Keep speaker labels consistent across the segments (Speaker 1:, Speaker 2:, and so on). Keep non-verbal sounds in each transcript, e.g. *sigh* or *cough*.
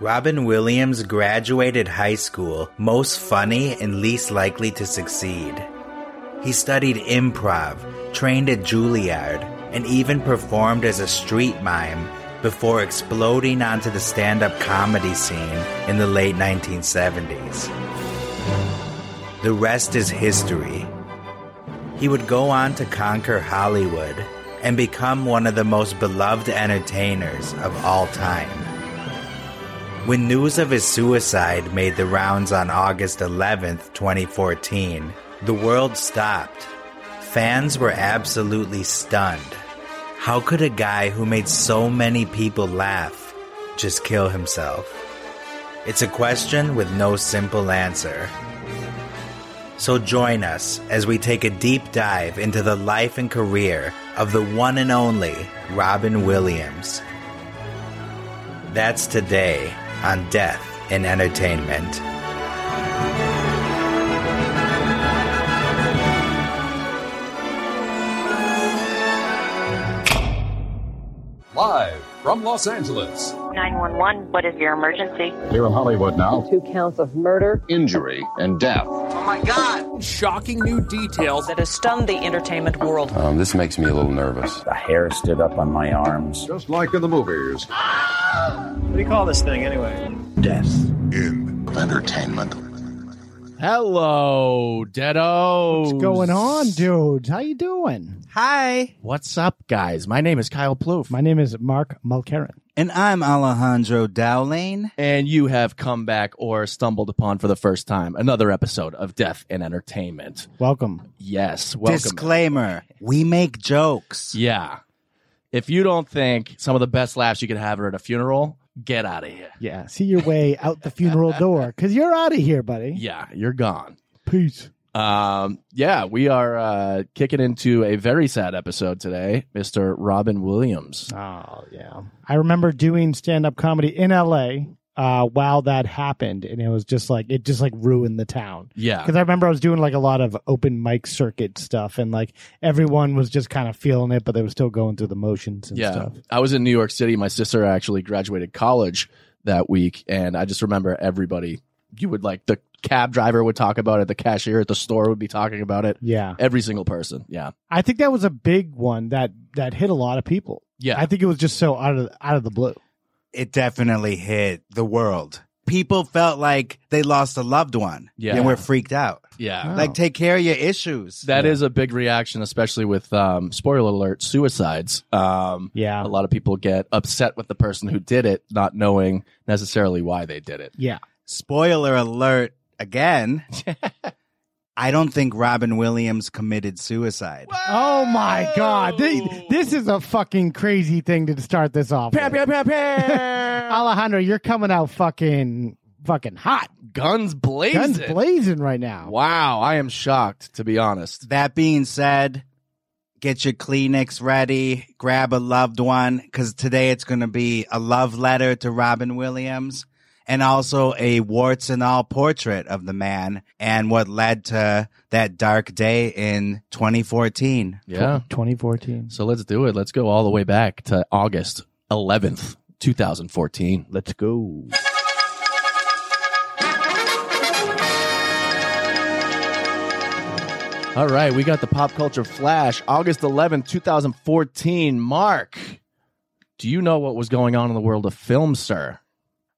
Speaker 1: Robin Williams graduated high school most funny and least likely to succeed. He studied improv, trained at Juilliard, and even performed as a street mime before exploding onto the stand up comedy scene in the late 1970s. The rest is history. He would go on to conquer Hollywood and become one of the most beloved entertainers of all time. When news of his suicide made the rounds on August 11th, 2014, the world stopped. Fans were absolutely stunned. How could a guy who made so many people laugh just kill himself? It's a question with no simple answer. So join us as we take a deep dive into the life and career of the one and only Robin Williams. That's today on Death in Entertainment.
Speaker 2: Live from Los Angeles.
Speaker 3: 911, what is your emergency?
Speaker 2: Here in Hollywood now.
Speaker 4: two counts of murder.
Speaker 2: Injury and death.
Speaker 5: Oh my God!
Speaker 6: Shocking new details.
Speaker 7: that has stunned the entertainment world.
Speaker 8: Um, this makes me a little nervous.
Speaker 9: The hair stood up on my arms.
Speaker 2: Just like in the movies.
Speaker 10: What do you call this thing anyway?
Speaker 9: Death.
Speaker 11: in entertainment.
Speaker 12: Hello, Deado.
Speaker 13: What's going on, dude? How you doing?
Speaker 12: Hi. What's up, guys? My name is Kyle Plouffe.
Speaker 13: My name is Mark Mulcairn.
Speaker 1: And I'm Alejandro Dowlane.
Speaker 12: and you have come back or stumbled upon for the first time another episode of Death and Entertainment.
Speaker 13: Welcome.
Speaker 12: Yes, welcome.
Speaker 1: Disclaimer We make jokes.
Speaker 12: yeah. If you don't think some of the best laughs you could have are at a funeral, get out of here.
Speaker 13: Yeah, see your way out the funeral door because you're out of here, buddy.
Speaker 12: Yeah, you're gone.
Speaker 13: Peace.
Speaker 12: Um, yeah, we are uh, kicking into a very sad episode today, Mr. Robin Williams.
Speaker 13: Oh yeah, I remember doing stand up comedy in L.A. Uh, while that happened, and it was just like it just like ruined the town.
Speaker 12: Yeah.
Speaker 13: Because I remember I was doing like a lot of open mic circuit stuff, and like everyone was just kind of feeling it, but they were still going through the motions and
Speaker 12: yeah.
Speaker 13: stuff.
Speaker 12: I was in New York City. My sister actually graduated college that week, and I just remember everybody. You would like the cab driver would talk about it, the cashier at the store would be talking about it.
Speaker 13: Yeah,
Speaker 12: Every single person. Yeah.
Speaker 13: I think that was a big one that that hit a lot of people.
Speaker 12: Yeah.
Speaker 13: I think it was just so out of out of the blue.
Speaker 1: It definitely hit the world. People felt like they lost a loved one
Speaker 12: Yeah.
Speaker 1: and were freaked out.
Speaker 12: yeah.
Speaker 13: Oh.
Speaker 1: Like, take care of your issues.
Speaker 12: That is a big reaction, especially with um, spoiler alert suicides. Um,
Speaker 13: Yeah.
Speaker 12: a lot of people get upset with the person who did it, not knowing necessarily why they did it.
Speaker 13: Yeah.
Speaker 1: Spoiler alert again. I don't think Robin Williams committed suicide.
Speaker 13: Oh my god. Thi- This is a fucking crazy thing to start this off. with. Alejandro, you're coming out fucking fucking hot.
Speaker 12: *laughs* Guns blazing.
Speaker 13: Guns blazing right now.
Speaker 12: Wow, I am shocked to be honest.
Speaker 1: That being said, get your Kleenex ready, grab a loved one, because today it's going to be a love letter to Robin Williams and also a warts and all portrait of the man and what led to that dark day in 2014.
Speaker 12: Yeah.
Speaker 13: 2014.
Speaker 12: So let's do it. Let's go all the way back to August 11th, 2014.
Speaker 13: Let's go.
Speaker 12: All right, we got the pop culture flash. August 11th, 2014. Mark, do you know what was going on in the world of film, sir?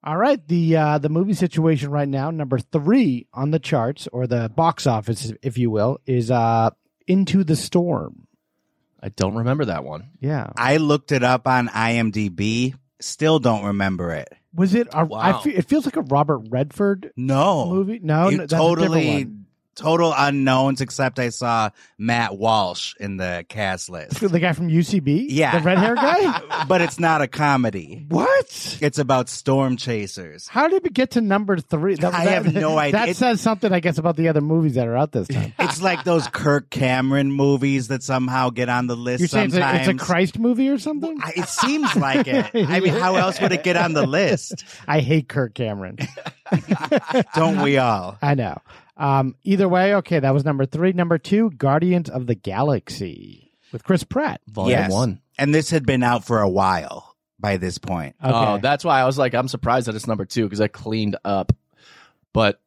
Speaker 13: All right, the uh, the movie situation right now, number three on the charts or the box office, if you will, is uh, Into the Storm.
Speaker 12: I don't remember that one.
Speaker 13: Yeah,
Speaker 1: I looked it up on IMDb, still don't remember it.
Speaker 13: was it? A, I
Speaker 12: Wow.
Speaker 13: fe- it feels like a Robert Redford
Speaker 1: No.
Speaker 13: movie. No,
Speaker 1: Oh. You
Speaker 13: no, that's a different
Speaker 1: totally.
Speaker 13: one.
Speaker 1: Total unknowns, except I saw Matt Walsh in the cast list.
Speaker 13: *laughs* the guy from UCB.
Speaker 1: Yeah.
Speaker 13: the red
Speaker 1: *laughs*
Speaker 13: hair guy.
Speaker 1: but it's not a comedy.
Speaker 13: what?
Speaker 1: It's about storm
Speaker 13: *laughs*
Speaker 1: chasers.
Speaker 13: How did we get to number three? That,
Speaker 1: I
Speaker 13: that-
Speaker 1: have no idea.
Speaker 13: That
Speaker 1: It-
Speaker 13: says something, I guess, about the other movies that are out
Speaker 1: *laughs*
Speaker 13: this time.
Speaker 1: It's like those Kirk Cameron movies that somehow get on the list
Speaker 13: You're saying it's a,
Speaker 1: sometimes.
Speaker 13: it's a Christ movie or something?
Speaker 1: I- It seems like it. I mean, how else would it get on the list?
Speaker 13: I hate Kirk Cameron.
Speaker 1: Don't we all?
Speaker 13: I know. Um, either way, okay, that was number three. Number two, Guardians of the Galaxy with Chris Pratt.
Speaker 12: Volume
Speaker 1: Yes.
Speaker 12: one.
Speaker 1: And this had been out for a while by this point.
Speaker 13: Okay.
Speaker 12: Oh, that's why I was like, I'm surprised that it's number two because I cleaned up. But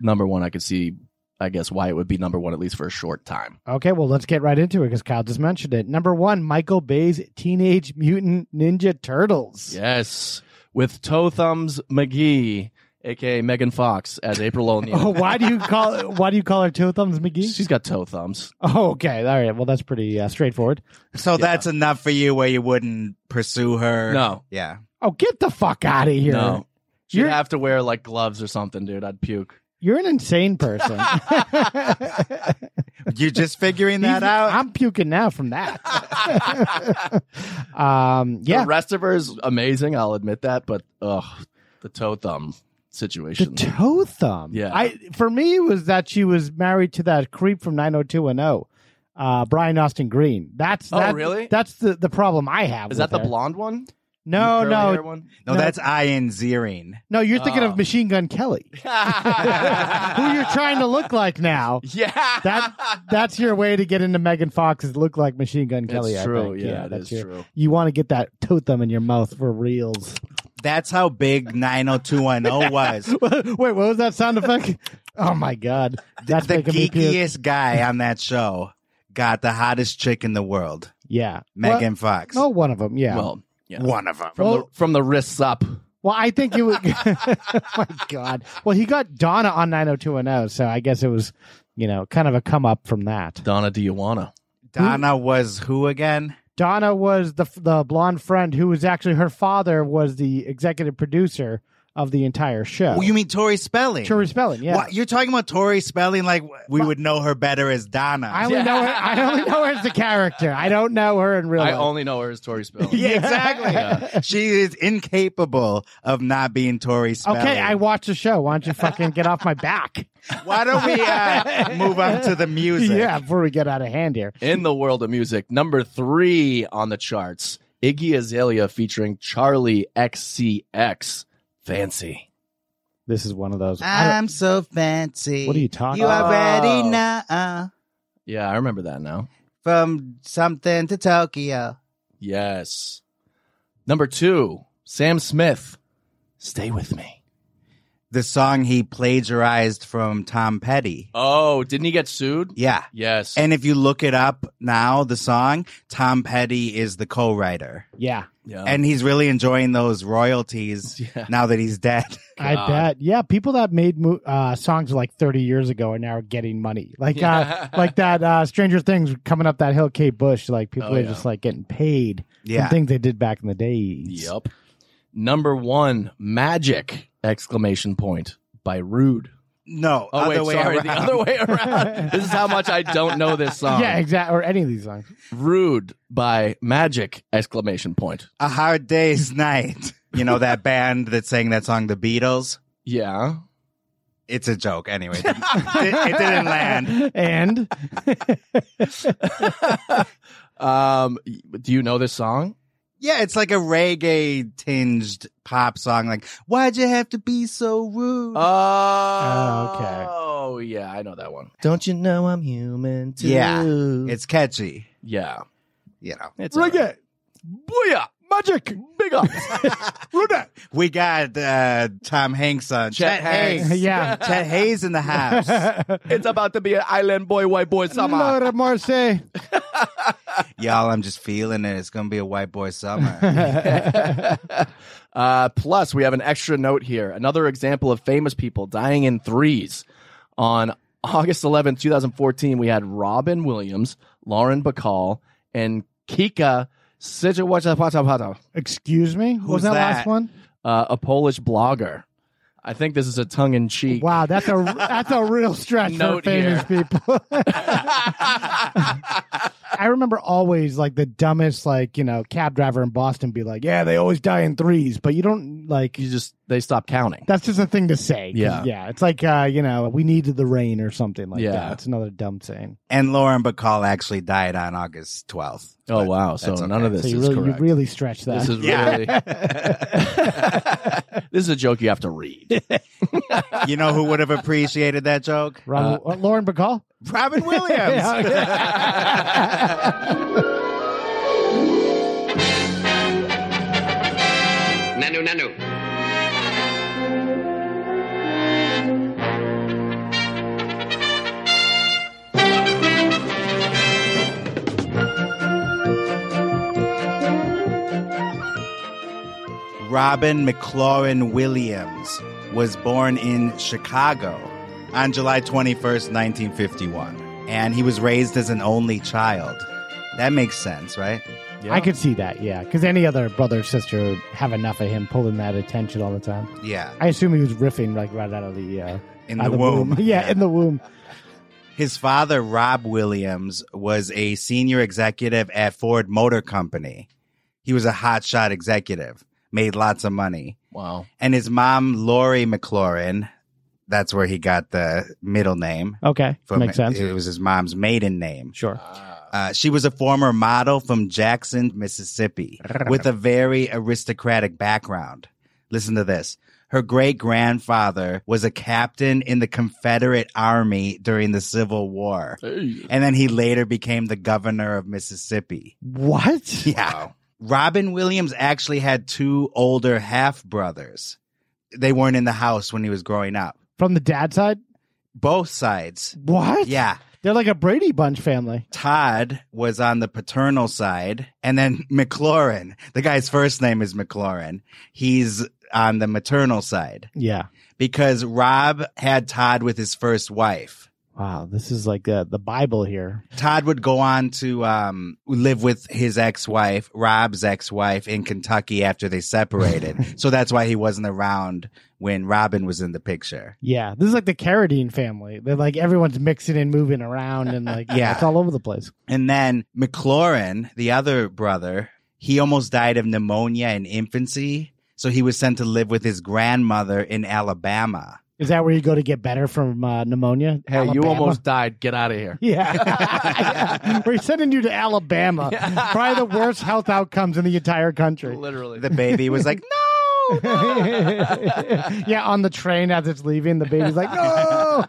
Speaker 12: number one, I could see, I guess, why it would be number one at least for a short time.
Speaker 13: Okay, well, let's get right into it because Kyle just mentioned it. Number one, Michael Bay's Teenage Mutant Ninja Turtles.
Speaker 12: Yes, with Toe Thumbs McGee, aka Megan Fox, as April
Speaker 13: *laughs*
Speaker 12: O'Neil.
Speaker 13: Oh, *laughs* why do you call why do you call her Toe Thumbs McGee?
Speaker 12: She's got toe thumbs.
Speaker 13: Oh, okay, all right. Well, that's pretty uh, straightforward.
Speaker 1: So that's enough for you where you wouldn't pursue her.
Speaker 12: No.
Speaker 1: Yeah.
Speaker 13: Oh, get the fuck out of here!
Speaker 12: No, she'd
Speaker 13: You're-
Speaker 12: have to wear like gloves or something, dude. I'd puke.
Speaker 13: You're an
Speaker 12: *laughs*
Speaker 13: insane person.
Speaker 1: You're just figuring that
Speaker 13: *laughs*
Speaker 1: out?
Speaker 13: I'm puking now from that. *laughs* um, yeah,
Speaker 12: The rest of her is amazing. I'll admit that, but ugh, the toe thumb
Speaker 13: the
Speaker 12: situation.
Speaker 13: toe thumb.
Speaker 12: Yeah.
Speaker 13: I for me it was that she was married to that creep from 90210, uh, Brian Austin Green. That's
Speaker 12: Oh,
Speaker 13: that-
Speaker 12: really?
Speaker 13: That's the the problem I have.
Speaker 12: is that the
Speaker 13: with her.
Speaker 12: blonde one?
Speaker 13: No,
Speaker 12: The
Speaker 13: no,
Speaker 12: curly hair one?
Speaker 1: no,
Speaker 13: no.
Speaker 1: that's Ian Ziering.
Speaker 13: no. You're thinking
Speaker 12: Oh.
Speaker 13: of Machine Gun
Speaker 12: *laughs*
Speaker 13: Kelly, *laughs* who you're trying to look like now.
Speaker 12: yeah,
Speaker 13: that that's your way to get into Megan Fox's look like Machine Gun Kelly. I
Speaker 12: true.
Speaker 13: think.
Speaker 12: Yeah, it
Speaker 13: that's
Speaker 12: is
Speaker 13: your-
Speaker 12: true.
Speaker 13: You want to get that toe thumb in your mouth for reals. *laughs*
Speaker 1: That's how big 90210 was.
Speaker 13: Wait, what was that sound effect? oh my god, that's
Speaker 1: the
Speaker 13: making me puke.
Speaker 1: geekiest guy on that show got the hottest chick in the world,
Speaker 13: Yeah,
Speaker 1: Megan Fox.
Speaker 13: Well, oh, one of them. Yeah. Well,
Speaker 12: Well, yeah.
Speaker 1: One of them.
Speaker 12: from
Speaker 13: Well-
Speaker 12: the from the wrists up.
Speaker 13: I think it *laughs* was. my god. Well, he got Donna on 90210, so I guess it was, you know, kind of a come up from that.
Speaker 12: Donna, do you wanna?
Speaker 1: Donna was who again?
Speaker 13: Donna was the the blonde friend who was actually her father was the executive producer of the entire show.
Speaker 1: Oh, you mean Tori Spelling?
Speaker 13: Tori Spelling? Yeah.
Speaker 1: What, you're talking about Tori Spelling like we would know her better as Donna.
Speaker 13: I only know her. I only know her as the character. I don't know her in real
Speaker 12: I
Speaker 13: life.
Speaker 12: only know her as Tori Spelling.
Speaker 1: yeah, exactly. She is incapable of not being Tori Spelling.
Speaker 13: okay, I watch the show. Why don't you fucking get off
Speaker 1: *laughs*
Speaker 13: my back?
Speaker 1: Why don't we uh, move on to the music?
Speaker 13: Yeah, before we get out of hand here.
Speaker 12: In the world of music, number three on the charts, Iggy Azalea featuring Charlie XCX. Fancy.
Speaker 13: This is one of those. I don't-
Speaker 1: I'm so fancy.
Speaker 13: What are you talking
Speaker 1: You
Speaker 13: about?
Speaker 1: are ready
Speaker 12: Oh.
Speaker 1: now
Speaker 12: Yeah, I remember that now.
Speaker 1: from something to Tokyo.
Speaker 12: Yes. Number two, Sam Smith. Stay with me.
Speaker 1: The song he plagiarized from Tom Petty.
Speaker 12: Oh, didn't he get sued?
Speaker 1: Yeah.
Speaker 12: Yes.
Speaker 1: And if you look it up now, the song, Tom Petty is the co writer.
Speaker 13: yeah,
Speaker 12: yeah.
Speaker 1: And he's really enjoying those royalties
Speaker 12: Oh. *laughs* Yeah.
Speaker 1: now that he's dead.
Speaker 13: I
Speaker 12: God.
Speaker 13: bet. Yeah, people that made mo- uh, songs like 30 years ago are now getting money. Like, uh, *laughs* like that uh, Stranger Things coming up that hill, Kate Bush. Like people
Speaker 12: Oh,
Speaker 13: are
Speaker 12: yeah.
Speaker 13: just like getting paid.
Speaker 1: Yeah.
Speaker 13: from things they did back in the days.
Speaker 12: Yep. Number one, Magic! Exclamation point by Rude.
Speaker 1: No,
Speaker 12: Oh
Speaker 1: other
Speaker 12: wait,
Speaker 1: way
Speaker 12: sorry,
Speaker 1: around.
Speaker 12: the other
Speaker 1: *laughs*
Speaker 12: way around. this is how much I don't know this song.
Speaker 13: Yeah, exactly. Or any of these songs.
Speaker 12: Rude by Magic! Exclamation point.
Speaker 1: A Hard Day's Night. You know, that band that sang that song, The Beatles?
Speaker 12: *laughs* Yeah.
Speaker 1: It's a joke,
Speaker 12: *laughs*
Speaker 1: anyway. It, it didn't land.
Speaker 13: *laughs* And
Speaker 12: um, do you know this song?
Speaker 1: Yeah, it's like a reggae tinged pop song. Like, why'd you have to be so rude?
Speaker 12: Uh, Oh,
Speaker 13: okay.
Speaker 12: Oh, yeah, I know that one. Don't you know I'm human too?
Speaker 1: Yeah. It's catchy,
Speaker 12: yeah.
Speaker 1: you know.
Speaker 12: It's reggae. Booyah! Magic! Big *laughs* up. Rude.
Speaker 1: We got uh, Tom Hanks on.
Speaker 12: Chet Hanks.
Speaker 13: *laughs*
Speaker 1: *laughs*
Speaker 13: yeah.
Speaker 1: Chet Hayes in the
Speaker 13: *laughs*
Speaker 1: house.
Speaker 12: It's about to be an island boy, white boy summer.
Speaker 13: Laura Marseille.
Speaker 1: Y'all, I'm just feeling it. It's going to be a white boy summer. *laughs*
Speaker 12: *laughs* uh, plus, we have an extra note here. Another example of famous people dying in threes. On August 11th, 2014, we had Robin Williams, Lauren Bacall, and Kika Sijawachapatapata,
Speaker 13: Excuse me? What
Speaker 1: Who's
Speaker 13: was that,
Speaker 1: that?
Speaker 13: last one?
Speaker 12: uh, a Polish blogger. I think this is a tongue in cheek.
Speaker 13: Wow, that's a that's a real stretch for
Speaker 12: Note here.
Speaker 13: famous people. I remember always like the dumbest like, you know, cab driver in Boston be like, "Yeah, they always die in threes, but you don't like
Speaker 12: *laughs* You just, they stopped counting.
Speaker 13: that's just a thing to say. 'Cause,
Speaker 12: Yeah.
Speaker 13: Yeah. It's like uh, you know, we needed the rain or something like
Speaker 12: Yeah.
Speaker 13: that. It's another dumb saying.
Speaker 1: and Lauren Bacall actually died on August 12th.
Speaker 12: Oh, wow. So
Speaker 1: that's
Speaker 12: none
Speaker 1: okay.
Speaker 12: of this
Speaker 13: so you
Speaker 12: is
Speaker 13: really
Speaker 12: correct.
Speaker 13: you really stretch that.
Speaker 12: This is really. *laughs*
Speaker 13: *laughs*
Speaker 12: this is a joke you have to read.
Speaker 1: You know who would have appreciated that joke?
Speaker 13: Robin, uh, Lauren Bacall? *laughs*
Speaker 1: Robin Williams. *laughs* Robin McLaurin Williams was born in Chicago on July 21st, 1951, and he was raised as an only child. That makes sense, right?
Speaker 13: I could see that, yeah. Because any other brother or sister would have enough of him pulling that attention all the time.
Speaker 1: Yeah.
Speaker 13: I assume he was riffing like right out of the uh,
Speaker 1: In
Speaker 13: out
Speaker 1: the
Speaker 13: of
Speaker 1: womb.
Speaker 13: Yeah, in the womb. *laughs*
Speaker 1: His father, Rob Williams, was a senior executive at Ford Motor Company. He was a hotshot executive, made lots of money.
Speaker 12: Wow.
Speaker 1: And his mom, Lori McLaurin, that's where he got the middle name.
Speaker 13: Okay,
Speaker 1: from-
Speaker 13: makes sense.
Speaker 1: It was his mom's maiden name.
Speaker 13: Sure.
Speaker 1: Uh, she was a former model from Jackson, Mississippi, with a very aristocratic background. Listen to this. Her great grandfather was a captain in the Confederate Army during the Civil War. And then he later became the governor of Mississippi.
Speaker 13: What?
Speaker 1: Yeah. Robin Williams actually had two older half brothers. They weren't in the house when he was growing up.
Speaker 13: From the dad side?
Speaker 1: Both sides.
Speaker 13: What?
Speaker 1: Yeah.
Speaker 13: They're like a Brady Bunch family.
Speaker 1: Todd was on the paternal side, and then *laughs* McLaurin, the guy's first name is McLaurin, he's on the maternal side
Speaker 13: Yeah.
Speaker 1: because Rob had Todd with his first wife.
Speaker 13: Wow, this is like uh, the Bible here.
Speaker 1: Todd would go on to um, live with his ex wife, Rob's ex wife, in Kentucky after they separated. so that's why he wasn't around when Robin was in the picture.
Speaker 13: Yeah, this is like the Carradine family. They're like everyone's mixing and moving around,
Speaker 1: *laughs*
Speaker 13: and like
Speaker 1: Yeah.
Speaker 13: it's all over the place.
Speaker 1: And then McLaurin, the other brother, he almost died of pneumonia in infancy. So he was sent to live with his grandmother in Alabama.
Speaker 13: Is that where you go to get better from uh, pneumonia?
Speaker 12: Hey, you
Speaker 13: Alabama?
Speaker 12: almost died. Get out of here.
Speaker 13: Yeah. *laughs*
Speaker 1: *laughs*
Speaker 13: Yeah. We're sending you to Alabama. Probably the worst health outcomes in the entire country.
Speaker 12: Literally.
Speaker 1: The baby was like, no,
Speaker 13: *laughs* yeah, on the train as it's leaving, the
Speaker 1: *laughs*
Speaker 13: baby's like, no.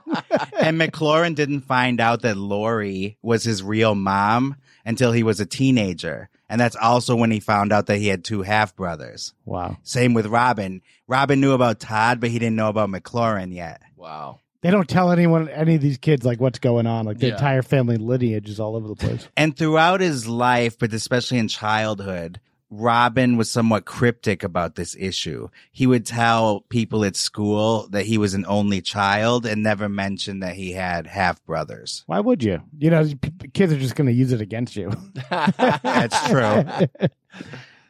Speaker 1: And McLaurin didn't find out that Lori was his real mom until he was a teenager. And that's also when he found out that he had two half brothers.
Speaker 13: Wow.
Speaker 1: Same with Robin. Robin knew about Todd, but he didn't know about McLaurin yet.
Speaker 12: wow.
Speaker 13: They don't tell anyone, any of these kids, like what's going on. Like the
Speaker 12: Yeah.
Speaker 13: entire family lineage is all over the place.
Speaker 1: And throughout his life, but especially in childhood, Robin was somewhat cryptic about this issue. He would tell people at school that he was an only child and never mention that he had half brothers.
Speaker 13: Why would you? You know, p- p- kids are just going to use it
Speaker 12: *laughs*
Speaker 13: against you.
Speaker 1: That's true.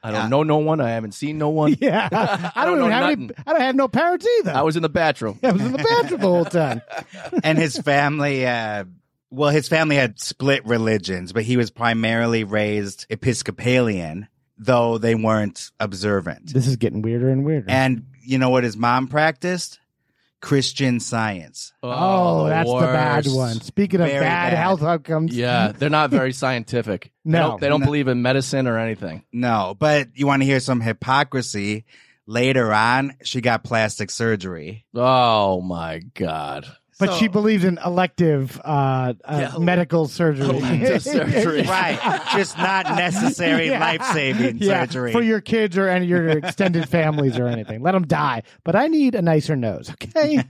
Speaker 12: I don't know no one. I haven't seen no *laughs* one.
Speaker 13: *laughs* yeah. I
Speaker 12: don't
Speaker 13: don't, even
Speaker 12: know
Speaker 13: have any,
Speaker 12: nothing.
Speaker 13: I don't have no parents either.
Speaker 12: I was in the bathroom.
Speaker 13: *laughs* I was in the bathroom the
Speaker 12: *laughs*
Speaker 13: whole time.
Speaker 1: and his family uh well his family had split religions but he was primarily raised episcopalian though they weren't observant
Speaker 13: This is getting weirder and weirder.
Speaker 1: and you know what his mom practiced christian science
Speaker 13: oh, that's the bad
Speaker 12: worst.
Speaker 13: one. Speaking of
Speaker 1: Very
Speaker 13: bad,
Speaker 1: bad.
Speaker 13: health outcomes.
Speaker 12: Yeah, they're not very scientific.
Speaker 13: *laughs*
Speaker 12: They
Speaker 13: No.
Speaker 12: don't, they don't believe in medicine or anything.
Speaker 1: no but you want to hear some hypocrisy later on she got plastic surgery
Speaker 12: Oh my god.
Speaker 13: But
Speaker 1: So-
Speaker 13: she believes in elective uh, uh,
Speaker 12: Yeah, el-
Speaker 13: medical surgery. *laughs*
Speaker 12: elective surgery.
Speaker 1: right just not necessary
Speaker 13: Yeah.
Speaker 1: life-saving
Speaker 13: Yeah,
Speaker 1: surgery
Speaker 13: for your kids or any
Speaker 1: *laughs*
Speaker 13: your extended families or anything. Let them die, but I need a nicer nose. Okay,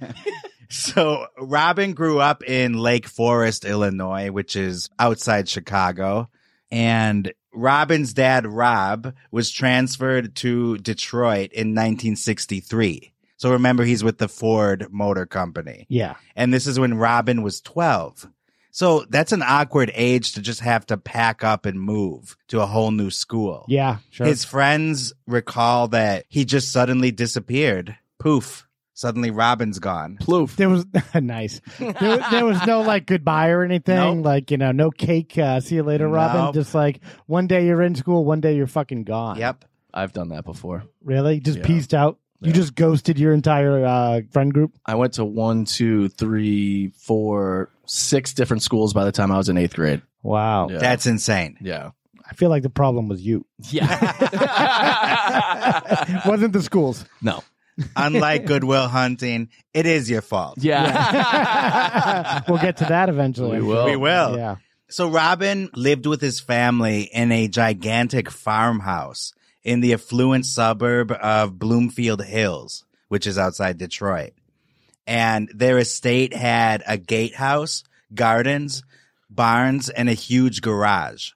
Speaker 1: So Robin grew up in Lake Forest, Illinois, which is outside Chicago. And Robin's dad, Rob, was transferred to Detroit in 1963. So remember, he's with the Ford Motor Company.
Speaker 13: yeah,
Speaker 1: And this is when Robin was 12. So that's an awkward age to just have to pack up and move to a whole new school.
Speaker 13: yeah, sure.
Speaker 1: His friends recall that he just suddenly disappeared. Poof. Suddenly Robin's gone.
Speaker 12: Ploof.
Speaker 13: there was *laughs* nice. There, there was no like goodbye or anything.
Speaker 1: Nope.
Speaker 13: Like you know, no cake. Uh, see you later, Robin.
Speaker 1: Nope.
Speaker 13: Just like one day you're in school, one day you're fucking gone.
Speaker 1: Yep.
Speaker 12: I've done that before.
Speaker 13: Really, just
Speaker 12: Yeah.
Speaker 13: pieced out. You just ghosted your entire uh, friend group.
Speaker 12: I went to one, two, three, four, six different schools by the time I was in eighth grade.
Speaker 13: Wow,
Speaker 12: Yeah.
Speaker 1: That's insane.
Speaker 12: Yeah.
Speaker 13: I feel like the problem was
Speaker 1: *laughs*
Speaker 13: you.
Speaker 12: Yeah.
Speaker 13: Wasn't the schools.
Speaker 12: *laughs* no.
Speaker 13: *laughs*
Speaker 1: Unlike Goodwill Hunting, it is your fault.
Speaker 12: Yeah.
Speaker 13: *laughs* we'll get to that eventually.
Speaker 12: We will.
Speaker 1: We will.
Speaker 13: Oh, Yeah.
Speaker 1: So Robin lived with his family in a gigantic farmhouse in the affluent suburb of Bloomfield Hills, which is outside Detroit. And their estate had a gatehouse, gardens, barns, and a huge garage.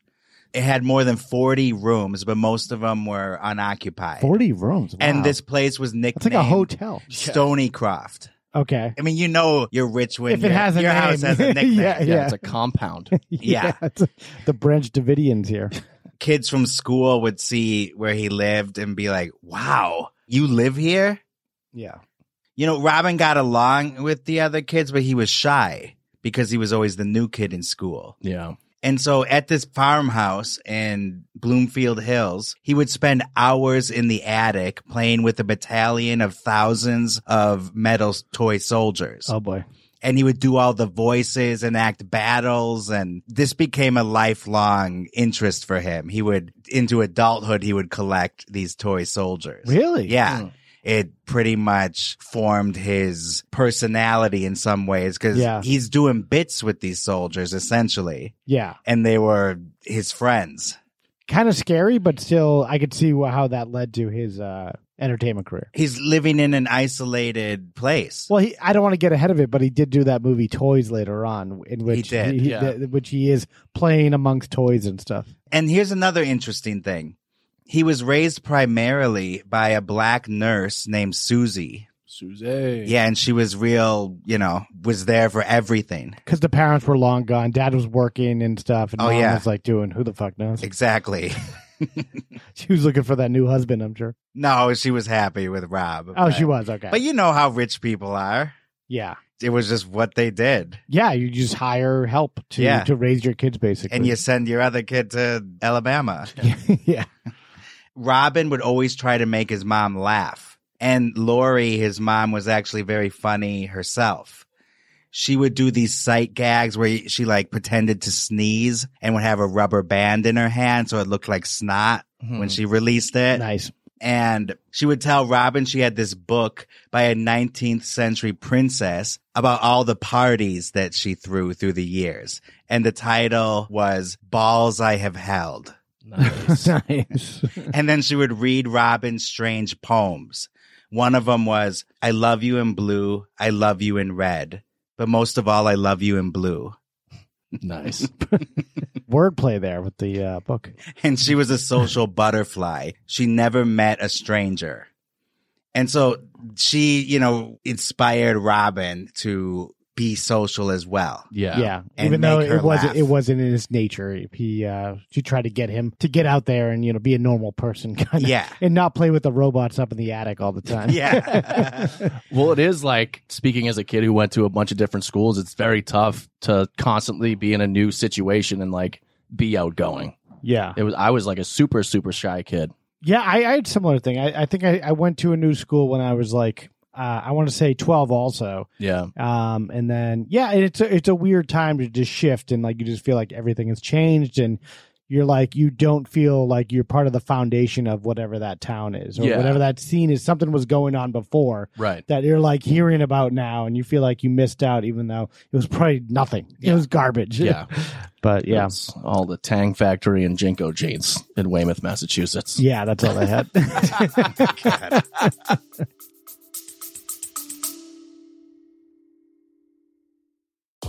Speaker 1: It had more than 40 rooms, but most of them were unoccupied.
Speaker 13: Forty rooms. Wow.
Speaker 1: And this place was
Speaker 13: It's
Speaker 1: nicknamed
Speaker 13: like a hotel.
Speaker 1: Stony Croft.
Speaker 13: Okay.
Speaker 1: I mean, you know you're rich when
Speaker 13: If it
Speaker 1: your-
Speaker 13: has a
Speaker 1: your
Speaker 13: name.
Speaker 1: house has a
Speaker 13: *laughs*
Speaker 1: nickname.
Speaker 13: Yeah,
Speaker 12: Yeah, it's a
Speaker 13: *laughs*
Speaker 12: compound.
Speaker 1: Yeah.
Speaker 13: it's the Branch
Speaker 1: *laughs*
Speaker 13: Davidians here.
Speaker 1: Kids from school would see where he lived and be like, wow, you live here?
Speaker 13: Yeah.
Speaker 1: You know, Robin got along with the other kids, but he was shy because he was always the new kid in school.
Speaker 12: yeah.
Speaker 1: And so at this farmhouse in Bloomfield Hills, he would spend hours in the attic playing with a battalion of thousands of metal toy soldiers.
Speaker 13: Oh boy.
Speaker 1: And he would do all the voices and act battles. And this became a lifelong interest for him. He would, into adulthood, he would collect these toy soldiers.
Speaker 13: Really?
Speaker 1: Yeah. It pretty much formed his personality in some ways because
Speaker 13: Yeah.
Speaker 1: he's doing bits with these soldiers essentially
Speaker 13: Yeah.
Speaker 1: and they were his friends.
Speaker 13: Kind of scary, but still, I could see wh- how that led to his uh, entertainment career.
Speaker 1: He's living in an isolated place.
Speaker 13: Well, he, I don't want to get ahead of it, but he did do that movie Toys later on, in which
Speaker 1: did,
Speaker 12: yeah.
Speaker 13: th- which he is playing amongst toys and stuff.
Speaker 1: and here's another interesting thing. He was raised primarily by a black nurse named Susie.
Speaker 12: Susie.
Speaker 1: Yeah, and she was real, you know, was there for everything.
Speaker 13: Because the parents were long gone, dad was working and stuff, and
Speaker 1: Oh,
Speaker 13: mom
Speaker 1: yeah.
Speaker 13: was like doing who the fuck knows.
Speaker 1: Exactly. *laughs*
Speaker 13: She was looking for that new husband, I'm sure.
Speaker 1: no, she was happy with Rob.
Speaker 13: Oh,
Speaker 1: but-
Speaker 13: she was okay.
Speaker 1: But you know how rich people are.
Speaker 13: yeah,
Speaker 1: It was just what they did.
Speaker 13: yeah, you just hire help to
Speaker 1: Yeah.
Speaker 13: to raise your kids, basically.
Speaker 1: And you send your other kid to Alabama.
Speaker 13: *laughs* yeah,
Speaker 1: Robin would always try to make his mom laugh. And Lori, his mom, was actually very funny herself. She would do these sight gags where she like pretended to sneeze and would have a rubber band in her hand so it looked like snot
Speaker 12: Hmm.
Speaker 1: when she released it. *laughs*
Speaker 13: Hmm. nice.
Speaker 1: And she would tell Robin she had this book by a 19th century princess about all the parties that she threw through the years. And the title was Balls I Have Held
Speaker 13: *laughs* nice.
Speaker 1: and then she would read Robin's strange poems. One of them was, I love you in blue. I love you in red. But most of all, I love you in blue.
Speaker 12: Nice.
Speaker 13: Wordplay there with the uh, book.
Speaker 1: And she was a social butterfly. She never met a stranger. And so she, you know, inspired Robin to be social as well.
Speaker 12: Yeah.
Speaker 13: Yeah,
Speaker 1: And
Speaker 13: even though
Speaker 1: make her
Speaker 13: it wasn't
Speaker 1: laugh.
Speaker 13: it wasn't in his nature. He uh, she tried to get him to get out there and you know be a normal person, *laughs* kind of,
Speaker 1: Yeah.
Speaker 13: and not play with the robots up in the attic all the time.
Speaker 1: Yeah.
Speaker 12: Well, it is like speaking as a kid who went to a bunch of different schools, it's very tough to constantly be in a new situation and like be outgoing.
Speaker 13: *laughs* yeah,
Speaker 12: It was I was like a super super shy kid.
Speaker 13: yeah. I, I had a similar thing. I, I think I, I went to a new school when I was like uh, I want to say twelve, also,
Speaker 12: Yeah.
Speaker 13: um and then yeah it's a, it's a weird time to just shift and like you just feel like everything has changed and you're like you don't feel like you're part of the foundation of whatever that town is or
Speaker 12: Yeah.
Speaker 13: whatever that scene is something was going on before
Speaker 12: Right.
Speaker 13: that you're like hearing about now and you feel like you missed out even though it was probably nothing it was garbage
Speaker 12: Yeah.
Speaker 13: *laughs* but yeah
Speaker 12: It's all the Tang Factory and Jinko jeans in Weymouth, Massachusetts.
Speaker 13: yeah that's all i had *laughs*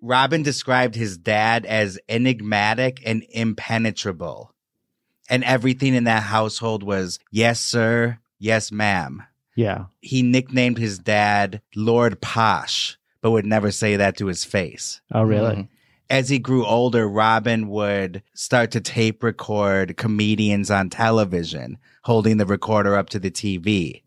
Speaker 1: Robin described his dad as enigmatic and impenetrable. And everything in that household was yes, sir, yes, ma'am.
Speaker 13: yeah
Speaker 1: He nicknamed his dad Lord Posh, but would never say that to his face.
Speaker 13: oh really
Speaker 1: As he grew older, Robin would start to tape record comedians on television, holding the recorder up to the TV.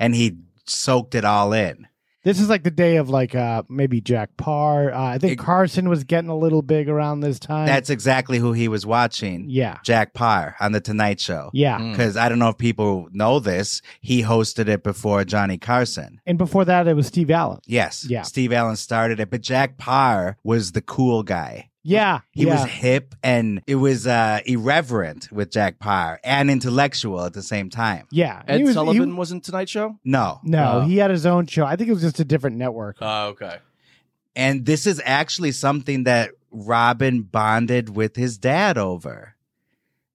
Speaker 1: And he soaked it all in.
Speaker 13: This is like the day of like uh maybe Jack Parr. Uh, I think
Speaker 1: It-
Speaker 13: Carson was getting a little big around this time.
Speaker 1: That's exactly who he was watching.
Speaker 13: Yeah.
Speaker 1: Jack Parr on The Tonight Show.
Speaker 13: Yeah. Mm.
Speaker 1: Because I don't know if people know this. He hosted it before Johnny Carson.
Speaker 13: and before that it was Steve Allen.
Speaker 1: Yes.
Speaker 13: Yeah.
Speaker 1: Steve Allen started it, but Jack Parr was the cool guy.
Speaker 13: Yeah.
Speaker 1: He
Speaker 13: yeah.
Speaker 1: was hip and it was uh, irreverent with Jack Parr and intellectual at the same time.
Speaker 13: yeah.
Speaker 12: Ed
Speaker 13: he was, he-
Speaker 12: Sullivan wasn't Tonight Show.
Speaker 1: No.
Speaker 13: no,
Speaker 12: Oh.
Speaker 13: he had his own show. I think it was just a different network.
Speaker 12: Oh,
Speaker 13: *laughs*
Speaker 12: okay. *laughs*
Speaker 1: And this is actually something that Robin bonded with his dad over.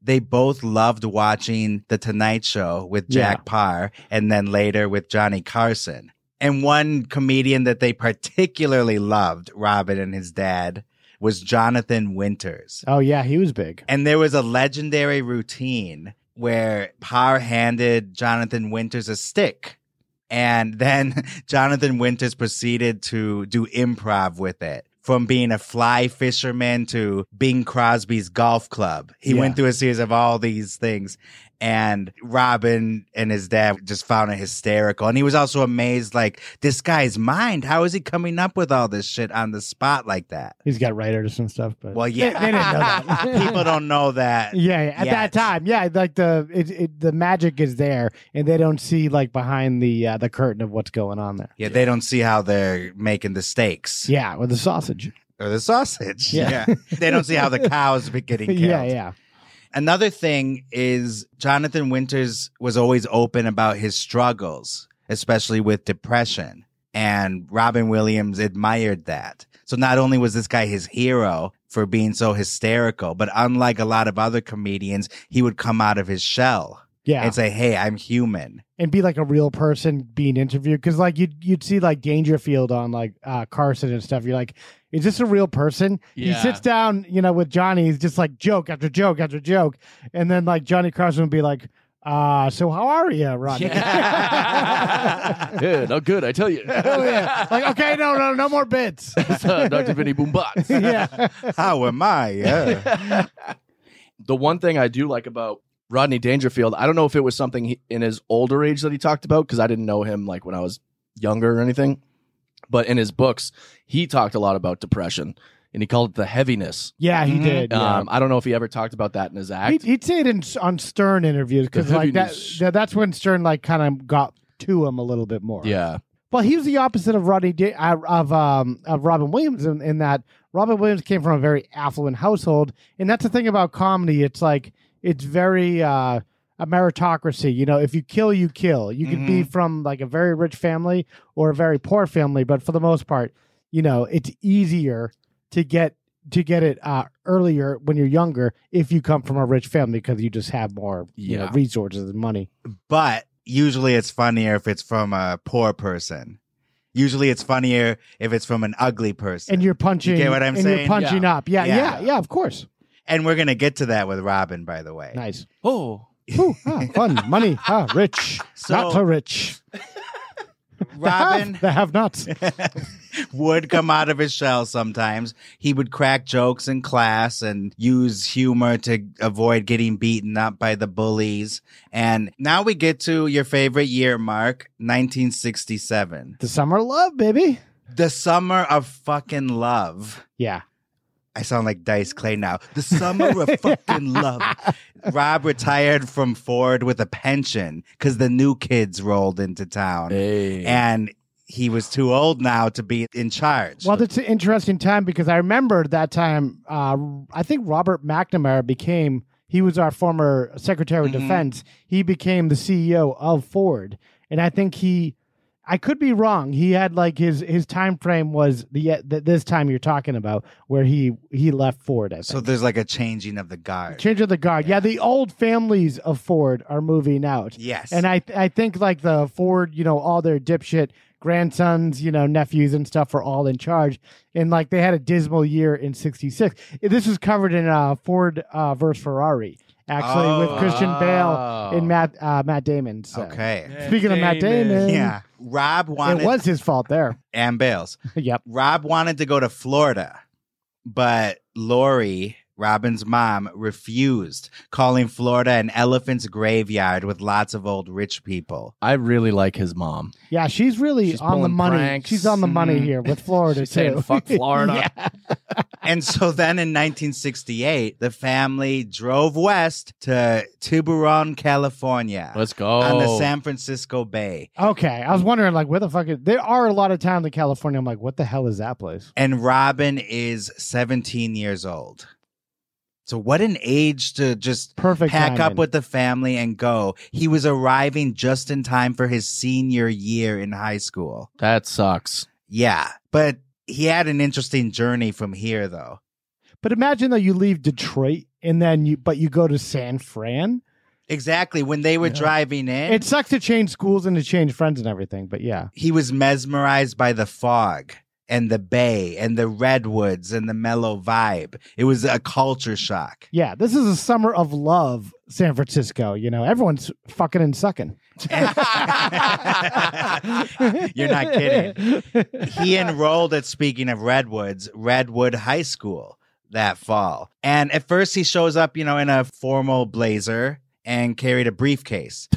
Speaker 1: They both loved watching The Tonight Show with Jack Parr and then later with Johnny Carson. And one comedian that they particularly loved, Robin and his dad, was Jonathan Winters.
Speaker 13: oh yeah, he was big.
Speaker 1: And there was a legendary routine where Parr handed Jonathan Winters a stick. And *laughs* then Jonathan Winters proceeded to do improv with it. From being a fly fisherman to Bing Crosby's golf club. He
Speaker 13: Yeah.
Speaker 1: went through a series of all these things. And Robin and his dad just found it hysterical. And he was also amazed, like, this guy's mind. How is he coming up with all this shit on the spot like that?
Speaker 13: He's got writers and stuff, but
Speaker 1: Well, yeah.
Speaker 13: they didn't know
Speaker 1: *laughs*
Speaker 13: that.
Speaker 1: People don't know that.
Speaker 13: *laughs* Yeah, yeah, at
Speaker 1: yet.
Speaker 13: that time, yeah, like the it, it, the magic is there, and they don't see like behind the uh, the curtain of what's going on there.
Speaker 1: Yeah, they don't see how they're making the steaks
Speaker 13: Yeah, with the sausage.
Speaker 1: or the sausage.
Speaker 13: Yeah.
Speaker 1: they don't see how the cows be getting killed.
Speaker 13: *laughs* Yeah, yeah,
Speaker 1: Another thing is Jonathan Winters was always open about his struggles, especially with depression. And Robin Williams admired that. So not only was this guy his hero for being so hysterical, but unlike a lot of other comedians, he would come out of his shell
Speaker 13: yeah,
Speaker 1: and say, Hey, I'm human.
Speaker 13: and be like a real person being interviewed because like you'd you'd see like Dangerfield on like uh, Carson and stuff. You're like, is this a real person?
Speaker 12: Yeah.
Speaker 13: He sits down, you know, with Johnny. He's just like joke after joke after joke, and then like Johnny Carson would be like, uh, so how are you, Rodney?
Speaker 12: yeah, no good. I tell you.
Speaker 13: *laughs* Oh, yeah. Like, okay, no, no, no
Speaker 12: *laughs*
Speaker 13: more bits.
Speaker 12: uh,
Speaker 13: *laughs*
Speaker 12: Dr. Vinny Boombots.
Speaker 13: yeah.
Speaker 1: How am I?
Speaker 13: *laughs*
Speaker 1: Yeah.
Speaker 12: the one thing I do like about Rodney Dangerfield, I don't know if it was something he, in his older age that he talked about because I didn't know him like when I was younger or anything. But in his books, he talked a lot about depression and he called it the heaviness.
Speaker 13: Yeah, he did. yeah.
Speaker 12: Um, I don't know if he ever talked about that in his act.
Speaker 13: He'd, he'd say it in on Stern interviews because
Speaker 12: The
Speaker 13: like that,
Speaker 12: heaviness.
Speaker 13: that- that's when Stern like kind of got to him a little bit more.
Speaker 12: yeah.
Speaker 13: Well, he was the opposite of Rodney Da- uh, of um of Robin Williams in, in that Robin Williams came from a very affluent household, and that's the thing about comedy. It's like it's very uh, a meritocracy. You know, if you kill, you kill. You could
Speaker 1: Mm-hmm.
Speaker 13: be from like a very rich family or a very poor family, but for the most part, you know, it's easier to get to get it uh, earlier when you're younger if you come from a rich family because you just have more you know,
Speaker 12: Yeah.
Speaker 13: resources and money.
Speaker 1: but usually it's funnier if it's from a poor person. Usually it's funnier if it's from an ugly person.
Speaker 13: And you're punching.
Speaker 1: get what I'm
Speaker 13: and
Speaker 1: saying?
Speaker 13: You're punching
Speaker 12: Yeah.
Speaker 13: up. Yeah,
Speaker 1: Yeah.
Speaker 13: yeah, yeah, Of course.
Speaker 1: And we're gonna get to that with Robin, by the way.
Speaker 13: Nice.
Speaker 12: Oh.
Speaker 13: *laughs* Ooh, ah, fun, money, ah, rich,
Speaker 1: So-
Speaker 13: not so rich. *laughs*
Speaker 1: Robin
Speaker 13: the have nots.
Speaker 1: *laughs* would come out of his shell sometimes. He would crack jokes in class and use humor to avoid getting beaten up by the bullies. And now we get to your favorite year, Mark, 1967.
Speaker 13: The summer of love, baby.
Speaker 1: The summer of fucking love.
Speaker 13: Yeah,
Speaker 1: I sound like
Speaker 13: Mm.
Speaker 1: Dice Clay now. The summer
Speaker 13: *laughs*
Speaker 1: of fucking love. Rob retired from Ford with a pension because the new kids rolled into town.
Speaker 12: Hey.
Speaker 1: And he was too old now to be in charge.
Speaker 13: well, that's an interesting time because I remember that time. Uh, I think Robert McNamara became he was our former Secretary
Speaker 1: Mm-hmm.
Speaker 13: of Defense. He became the CEO of Ford, and I think he. I could be wrong. He had like his his time frame was the, the this time you're talking about where he he left Ford. I think.
Speaker 1: so there's like a changing of the guard.
Speaker 13: Change of the guard. Yeah. the old families of Ford are moving out.
Speaker 1: Yes.
Speaker 13: And I I think like the Ford, you know, all their dipshit grandsons, you know, nephews and stuff are all in charge. And like they had a dismal year in 66. This is covered in uh Ford uh versus Ferrari actually
Speaker 1: Oh.
Speaker 13: with Christian
Speaker 12: Oh.
Speaker 13: Bale and Matt uh, Matt Damon. So.
Speaker 1: okay.
Speaker 13: Speaking of Matt Damon,
Speaker 1: Yeah. Rob wanted
Speaker 13: It was his fault there. *laughs*
Speaker 1: and Bales.
Speaker 13: yep.
Speaker 1: Rob wanted to go to Florida, but Lori, Robin's mom refused, calling Florida an elephant's graveyard with lots of old rich people.
Speaker 12: I really like his mom.
Speaker 13: Yeah, she's really
Speaker 12: She's
Speaker 13: on the
Speaker 12: pulling
Speaker 13: money.
Speaker 12: pranks.
Speaker 13: She's on the money
Speaker 12: Mhm. *laughs*
Speaker 13: here with Florida
Speaker 12: She's
Speaker 13: too.
Speaker 12: saying, "Fuck Florida."
Speaker 13: *laughs* Yeah.
Speaker 1: and so then in 1968, the family drove west to Tiburon, California.
Speaker 12: Let's go.
Speaker 1: On the San Francisco Bay.
Speaker 13: Okay, I was wondering like where the fuck is, there are a lot of towns in California. I'm like, what the hell is that place?
Speaker 1: and Robin is 17 years old. So what an age to just
Speaker 13: Perfect
Speaker 1: pack up
Speaker 13: timing.
Speaker 1: with the family and go. He was arriving just in time for his senior year in high school.
Speaker 12: that sucks.
Speaker 1: Yeah, but he had an interesting journey from here though.
Speaker 13: But imagine that you leave Detroit and then you but you go to San Fran.
Speaker 1: Exactly, when they were driving in,
Speaker 13: It sucks to change schools and to change friends and everything, but yeah.
Speaker 1: he was mesmerized by the fog and the bay and the redwoods and the mellow vibe. It was a culture shock.
Speaker 13: Yeah, this is a summer of love, San Francisco. You know, everyone's fucking and sucking.
Speaker 1: *laughs* You're not kidding. He enrolled at, speaking of Redwoods, Redwood High School that fall. And at first, he shows up, you know, in a formal blazer and carried a briefcase.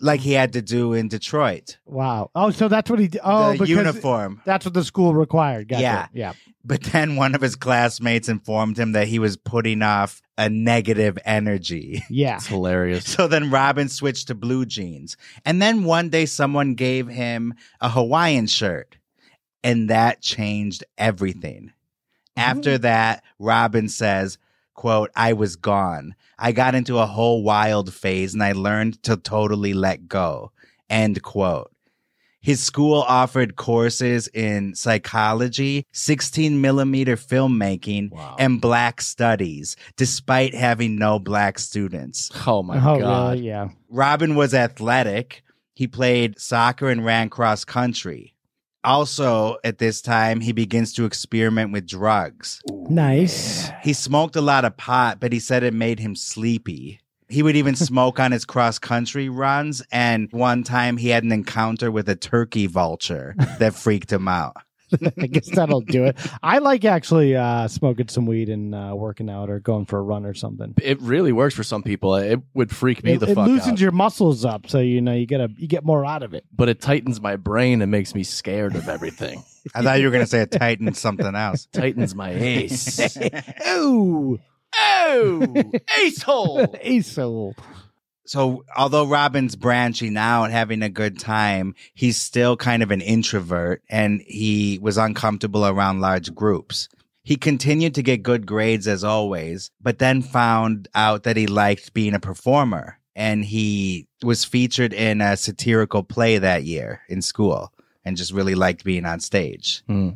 Speaker 1: Like he had to do in Detroit,
Speaker 13: *laughs* Wow. Oh, so that's what he did. Oh,
Speaker 1: the
Speaker 13: because
Speaker 1: uniform.
Speaker 13: That's what the school required. Gotcha.
Speaker 1: Yeah.
Speaker 13: Yeah.
Speaker 1: But then one of his classmates informed him that he was putting off a negative energy. *laughs*
Speaker 13: Yeah.
Speaker 12: It's
Speaker 13: *laughs*
Speaker 12: hilarious.
Speaker 1: So then Robin switched to blue jeans. And then one day someone gave him a Hawaiian shirt, and that changed everything. After that, Robin says, quote, I was gone. I got into a whole wild phase and I learned to totally let go. End quote. His school offered courses in psychology, 16 millimeter filmmaking, and black studies, despite having no black students.
Speaker 12: Oh my
Speaker 13: oh,
Speaker 12: god.
Speaker 13: really? Yeah.
Speaker 1: Robin was athletic. He played soccer and ran cross country. Also, at this time, he begins to experiment with drugs.
Speaker 13: Nice.
Speaker 1: He smoked a lot of pot, but he said it made him sleepy. He would even smoke on his cross country runs. And one time he had an encounter with a turkey vulture that freaked him out.
Speaker 13: I guess that'll
Speaker 12: *laughs*
Speaker 13: do it. I like actually uh, smoking some weed and uh, working out or going for a run or something.
Speaker 12: It really works for some people. It would freak me
Speaker 13: it,
Speaker 12: the
Speaker 13: it
Speaker 12: fuck
Speaker 13: loosens
Speaker 12: out.
Speaker 13: your muscles up, so you know you gotta you get more out of it.
Speaker 12: but it tightens my brain and makes me scared of everything.
Speaker 1: I thought you were going to say a Titan something else.
Speaker 12: tightens my ace.
Speaker 13: *laughs* Oh,
Speaker 12: oh, ace hole.
Speaker 13: Aesol.
Speaker 1: So, although Robin's branching out, having a good time, he's still kind of an introvert and he was uncomfortable around large groups. He continued to get good grades as always, but then found out that he liked being a performer and he was featured in a satirical play that year in school and just really liked being on stage.
Speaker 12: Hmm.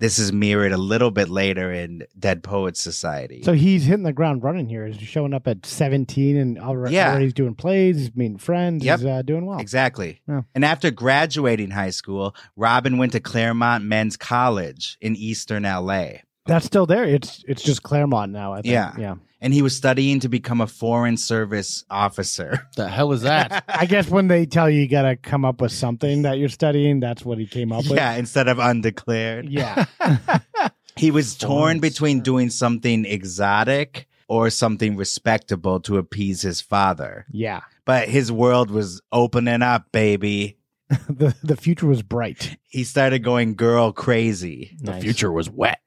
Speaker 1: This is mirrored a little bit later in Dead Poets Society.
Speaker 13: So he's hitting the ground running here. He's showing up at 17 and already,
Speaker 1: Yeah.
Speaker 13: already he's doing plays. He's meeting friends.
Speaker 1: Yep.
Speaker 13: He's uh, doing well.
Speaker 1: Exactly.
Speaker 13: Yeah.
Speaker 1: And after graduating high school, Robin went to Claremont Men's College in Eastern LA.
Speaker 13: That's still there. It's it's just Claremont now. I think.
Speaker 1: Yeah.
Speaker 13: Yeah.
Speaker 1: And he was studying to become a foreign service
Speaker 13: *laughs*
Speaker 1: officer.
Speaker 12: The hell is that?
Speaker 13: I guess when they tell you you gotta come up with something that you're studying, that's what he
Speaker 1: *laughs*
Speaker 13: came up with.
Speaker 1: yeah, instead of undeclared.
Speaker 13: Yeah.
Speaker 1: He was torn between doing something exotic or something respectable to appease his father.
Speaker 13: Yeah. *laughs*
Speaker 1: But his world was opening up, baby.
Speaker 13: the the future was bright.
Speaker 1: He started going girl
Speaker 13: *laughs*
Speaker 1: crazy. *laughs*
Speaker 12: The future was wet.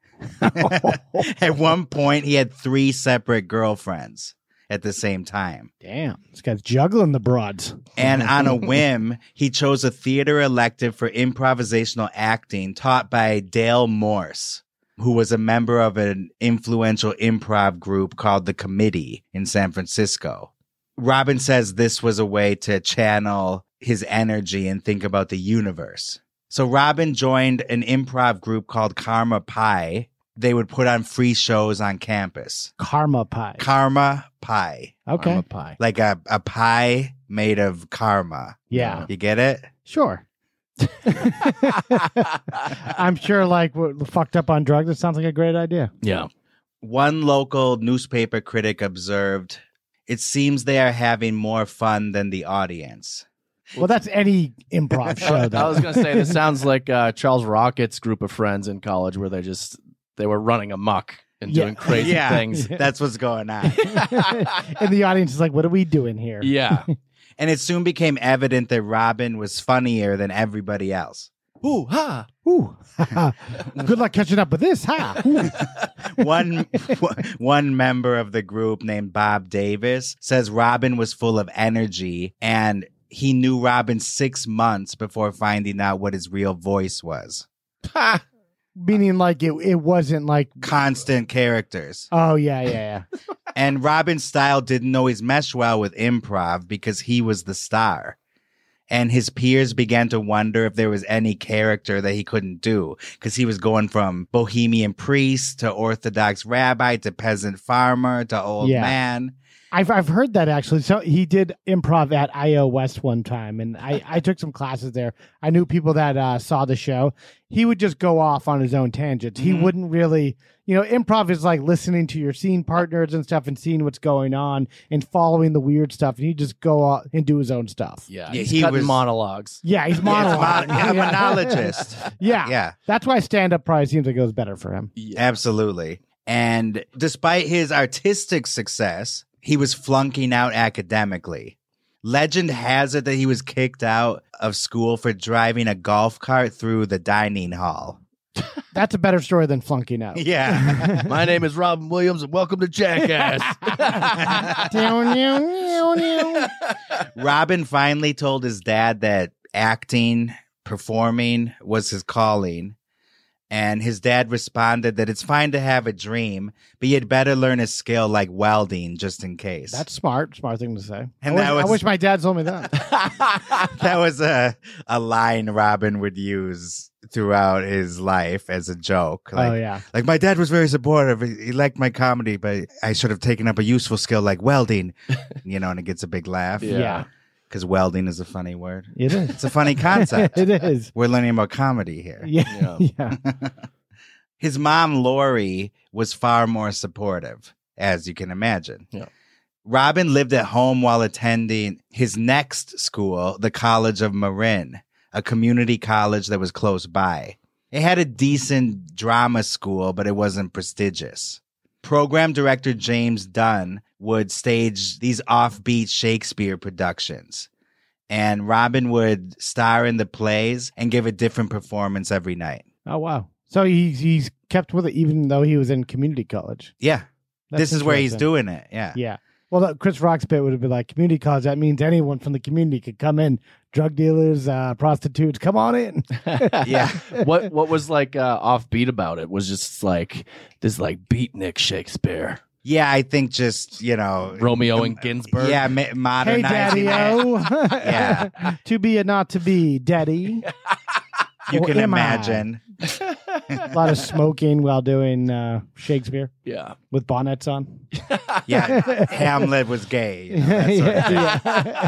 Speaker 1: At one point, he had three separate girlfriends at the same time.
Speaker 13: Damn. This guy's juggling the broads.
Speaker 1: And on a whim, he chose a theater elective for improvisational acting taught by Dale Morse, who was a member of an influential improv group called The Committee in San Francisco. Robin says this was a way to channel his energy and think about the universe. So Robin joined an improv group called Karma Pi. They would put on free shows on campus.
Speaker 13: Karma pie.
Speaker 1: Karma Pi
Speaker 13: okay.
Speaker 12: I'm a pie.
Speaker 1: like a, a pie made of karma.
Speaker 13: Yeah.
Speaker 1: You get it?
Speaker 13: Sure. *laughs* I'm sure like we're fucked up on drugs. It sounds like a great idea.
Speaker 12: Yeah.
Speaker 1: One local newspaper critic observed it seems they are having more fun than the audience.
Speaker 13: Well, that's any improv show
Speaker 12: *laughs*
Speaker 13: though.
Speaker 12: I was gonna say
Speaker 13: *laughs*
Speaker 12: this sounds like uh, Charles Rocket's group of friends in college where they just they were running amok. and doing crazy
Speaker 1: yeah, *laughs*
Speaker 12: *laughs* things.
Speaker 1: That's what's going on.
Speaker 13: *laughs* and the audience is like, "What are we doing here?"
Speaker 12: Yeah.
Speaker 1: and it soon became evident that Robin was funnier than everybody else.
Speaker 12: Ooh, ha.
Speaker 13: Ooh. *laughs* Good luck catching up with this, huh?
Speaker 12: *laughs*
Speaker 13: Ooh.
Speaker 1: One *laughs* one member of the group named Bob Davis says Robin was full of energy and he knew Robin 6 months before finding out what his real voice was.
Speaker 12: Ha.
Speaker 13: Meaning, like it, it wasn't like,
Speaker 1: Constant characters.
Speaker 13: oh yeah, yeah, yeah.
Speaker 1: And Robin's style didn't always mesh well with improv because he was the star. And his peers began to wonder if there was any character that he couldn't do because he was going from bohemian priest to orthodox rabbi to peasant farmer to old
Speaker 13: Yeah.
Speaker 1: man.
Speaker 13: I've I've heard that actually. So he did improv at IO West one time, and I I took some classes there. I knew people that uh, saw the show. He would just go off on his own tangents. He wouldn't really, you know, improv is like listening to your scene partners and stuff, and seeing what's going on and following the weird stuff, and he just go out and do his own stuff.
Speaker 12: Yeah.
Speaker 1: Yeah,
Speaker 12: he's
Speaker 1: he
Speaker 12: cutting
Speaker 1: was-
Speaker 12: monologues.
Speaker 13: Yeah, he's
Speaker 1: *laughs* Yeah, it's mon-
Speaker 13: monologuing. *laughs* Yeah.
Speaker 1: a monologist.
Speaker 13: *laughs* yeah,
Speaker 1: Yeah.
Speaker 13: That's why stand up probably seems like it goes better for him.
Speaker 1: Absolutely. And despite his artistic success, he was flunking out academically. Legend has it that he was kicked out of school for driving a golf cart through the dining hall.
Speaker 13: That's a better story than flunking
Speaker 12: *laughs*
Speaker 13: out.
Speaker 1: Yeah.
Speaker 12: My name is Robin Williams, and welcome to
Speaker 1: *laughs*
Speaker 12: Jackass.
Speaker 13: Down, down, down, down.
Speaker 1: Robin finally told his dad that acting, performing was his calling. And his dad responded that it's fine to have a dream, but you'd better learn a skill like welding just in case.
Speaker 13: That's smart. Smart thing to say. I,
Speaker 1: And
Speaker 13: wish,
Speaker 1: that was-
Speaker 13: I wish my dad told me that.
Speaker 1: *laughs* that was a a line Robin would use throughout his life as a joke. Like,
Speaker 13: oh yeah.
Speaker 1: like my dad was very supportive. He he liked my comedy, but I should have taken up a useful skill like
Speaker 13: *laughs*
Speaker 1: welding. you know, and it gets a big laugh.
Speaker 12: Yeah.
Speaker 13: yeah.
Speaker 1: because welding is a funny word.
Speaker 13: It is.
Speaker 1: It's a funny *laughs* concept.
Speaker 13: *laughs* it
Speaker 1: *laughs*
Speaker 13: is.
Speaker 1: We're learning about comedy here.
Speaker 13: Yeah.
Speaker 12: Yeah.
Speaker 13: *laughs* Yeah.
Speaker 1: His mom, Lori, was far more supportive, as you can imagine.
Speaker 12: Yeah.
Speaker 1: Robin lived at home while attending his next school, the College of Marin, a community college that was close by. It had a decent drama school, but it wasn't prestigious. Program director James Dunn would stage these offbeat Shakespeare productions, and Robin would star in the plays and give a different performance every night.
Speaker 13: Oh wow. So he's he's kept with it even though he was in community college.
Speaker 1: Yeah.
Speaker 13: That's
Speaker 1: this is where he's
Speaker 13: interesting.
Speaker 1: doing it. Yeah.
Speaker 13: Yeah. Well, that Chris Rock's bit would have been like community college. That means anyone from the community could come in. Drug dealers, uh, prostitutes, come on in.
Speaker 1: *laughs* Yeah.
Speaker 12: what what was like uh, offbeat about it was just like this like beatnik Shakespeare,
Speaker 1: Yeah, I think just, you know,
Speaker 12: Romeo and Ginsburg.
Speaker 1: yeah, ma-
Speaker 13: *laughs* Hey,
Speaker 1: modernizing
Speaker 13: Daddy
Speaker 1: that.
Speaker 13: O.
Speaker 1: *laughs* Yeah.
Speaker 13: *laughs* To be or not to
Speaker 1: *laughs*
Speaker 13: be, Daddy.
Speaker 1: You
Speaker 13: Or
Speaker 1: can
Speaker 13: am I?
Speaker 1: imagine.
Speaker 13: A lot of smoking while doing uh, Shakespeare
Speaker 12: yeah.
Speaker 1: *laughs*
Speaker 13: with bonnets on. *laughs*
Speaker 1: Yeah, Hamlet was gay. you know, that sort of thing.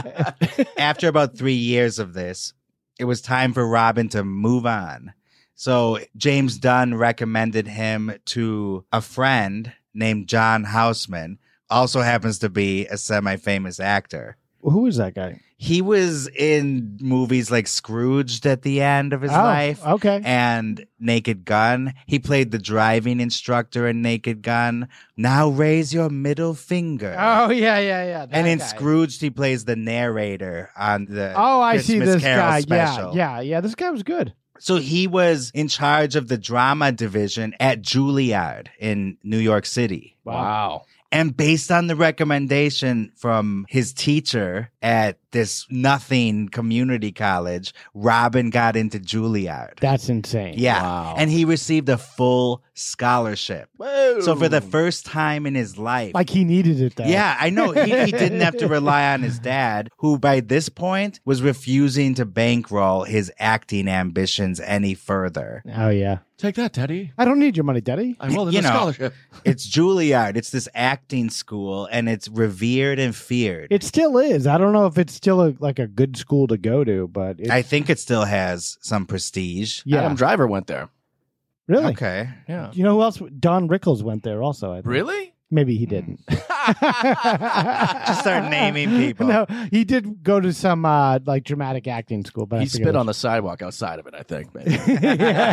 Speaker 1: After about three years of this, it was time for Robin to move on. So James Dunn recommended him to a friend named John Houseman, also happens to be a semi famous actor.
Speaker 13: Who is that guy?
Speaker 1: He was in movies like Scrooged at the end of his
Speaker 13: Oh,
Speaker 1: life.
Speaker 13: Okay.
Speaker 1: and Naked Gun. He played the driving instructor in Naked Gun. Now raise your middle finger.
Speaker 13: Oh yeah, yeah, yeah. that
Speaker 1: and in
Speaker 13: guy.
Speaker 1: Scrooged, he plays the narrator on the
Speaker 13: Oh, I see
Speaker 1: Christmas
Speaker 13: this
Speaker 1: Carol
Speaker 13: guy.
Speaker 1: special.
Speaker 13: Yeah, yeah, yeah. This guy was good.
Speaker 1: So he was in charge of the drama division at Juilliard in New York City.
Speaker 12: Wow.
Speaker 1: And based on the recommendation from his teacher at this nothing community college, Robin got into Juilliard.
Speaker 13: That's insane.
Speaker 1: Yeah.
Speaker 12: Wow.
Speaker 1: And he received a full scholarship.
Speaker 12: Whoa.
Speaker 1: So for the first time in his life.
Speaker 13: Like he needed it though.
Speaker 1: yeah, I know. He, he didn't
Speaker 13: *laughs*
Speaker 1: have to rely on his dad, who by this point was refusing to bankroll his acting ambitions any further.
Speaker 13: Oh yeah.
Speaker 12: take that, Daddy.
Speaker 13: I don't need your money, Daddy.
Speaker 12: I rolled in
Speaker 1: You
Speaker 12: a
Speaker 1: know.
Speaker 12: scholarship.
Speaker 13: *laughs*
Speaker 1: It's Juilliard, it's this acting school, and it's revered and feared.
Speaker 13: It still is. I don't know if it's still a, like a good school to go to, but it's,
Speaker 1: I think it still has some prestige.
Speaker 13: yeah,
Speaker 12: Adam Driver went there.
Speaker 13: really.
Speaker 1: Okay.
Speaker 12: Yeah.
Speaker 13: You know who else? Don Rickles went there also. I think.
Speaker 12: Really?
Speaker 13: Maybe he didn't.
Speaker 1: Hmm. *laughs* Just start naming people.
Speaker 13: No, he did go to some uh, like dramatic acting school, but I
Speaker 12: He
Speaker 13: forget
Speaker 12: spit
Speaker 13: which-
Speaker 12: on the sidewalk outside of it, I
Speaker 1: *laughs*
Speaker 12: think. Maybe.
Speaker 13: *laughs*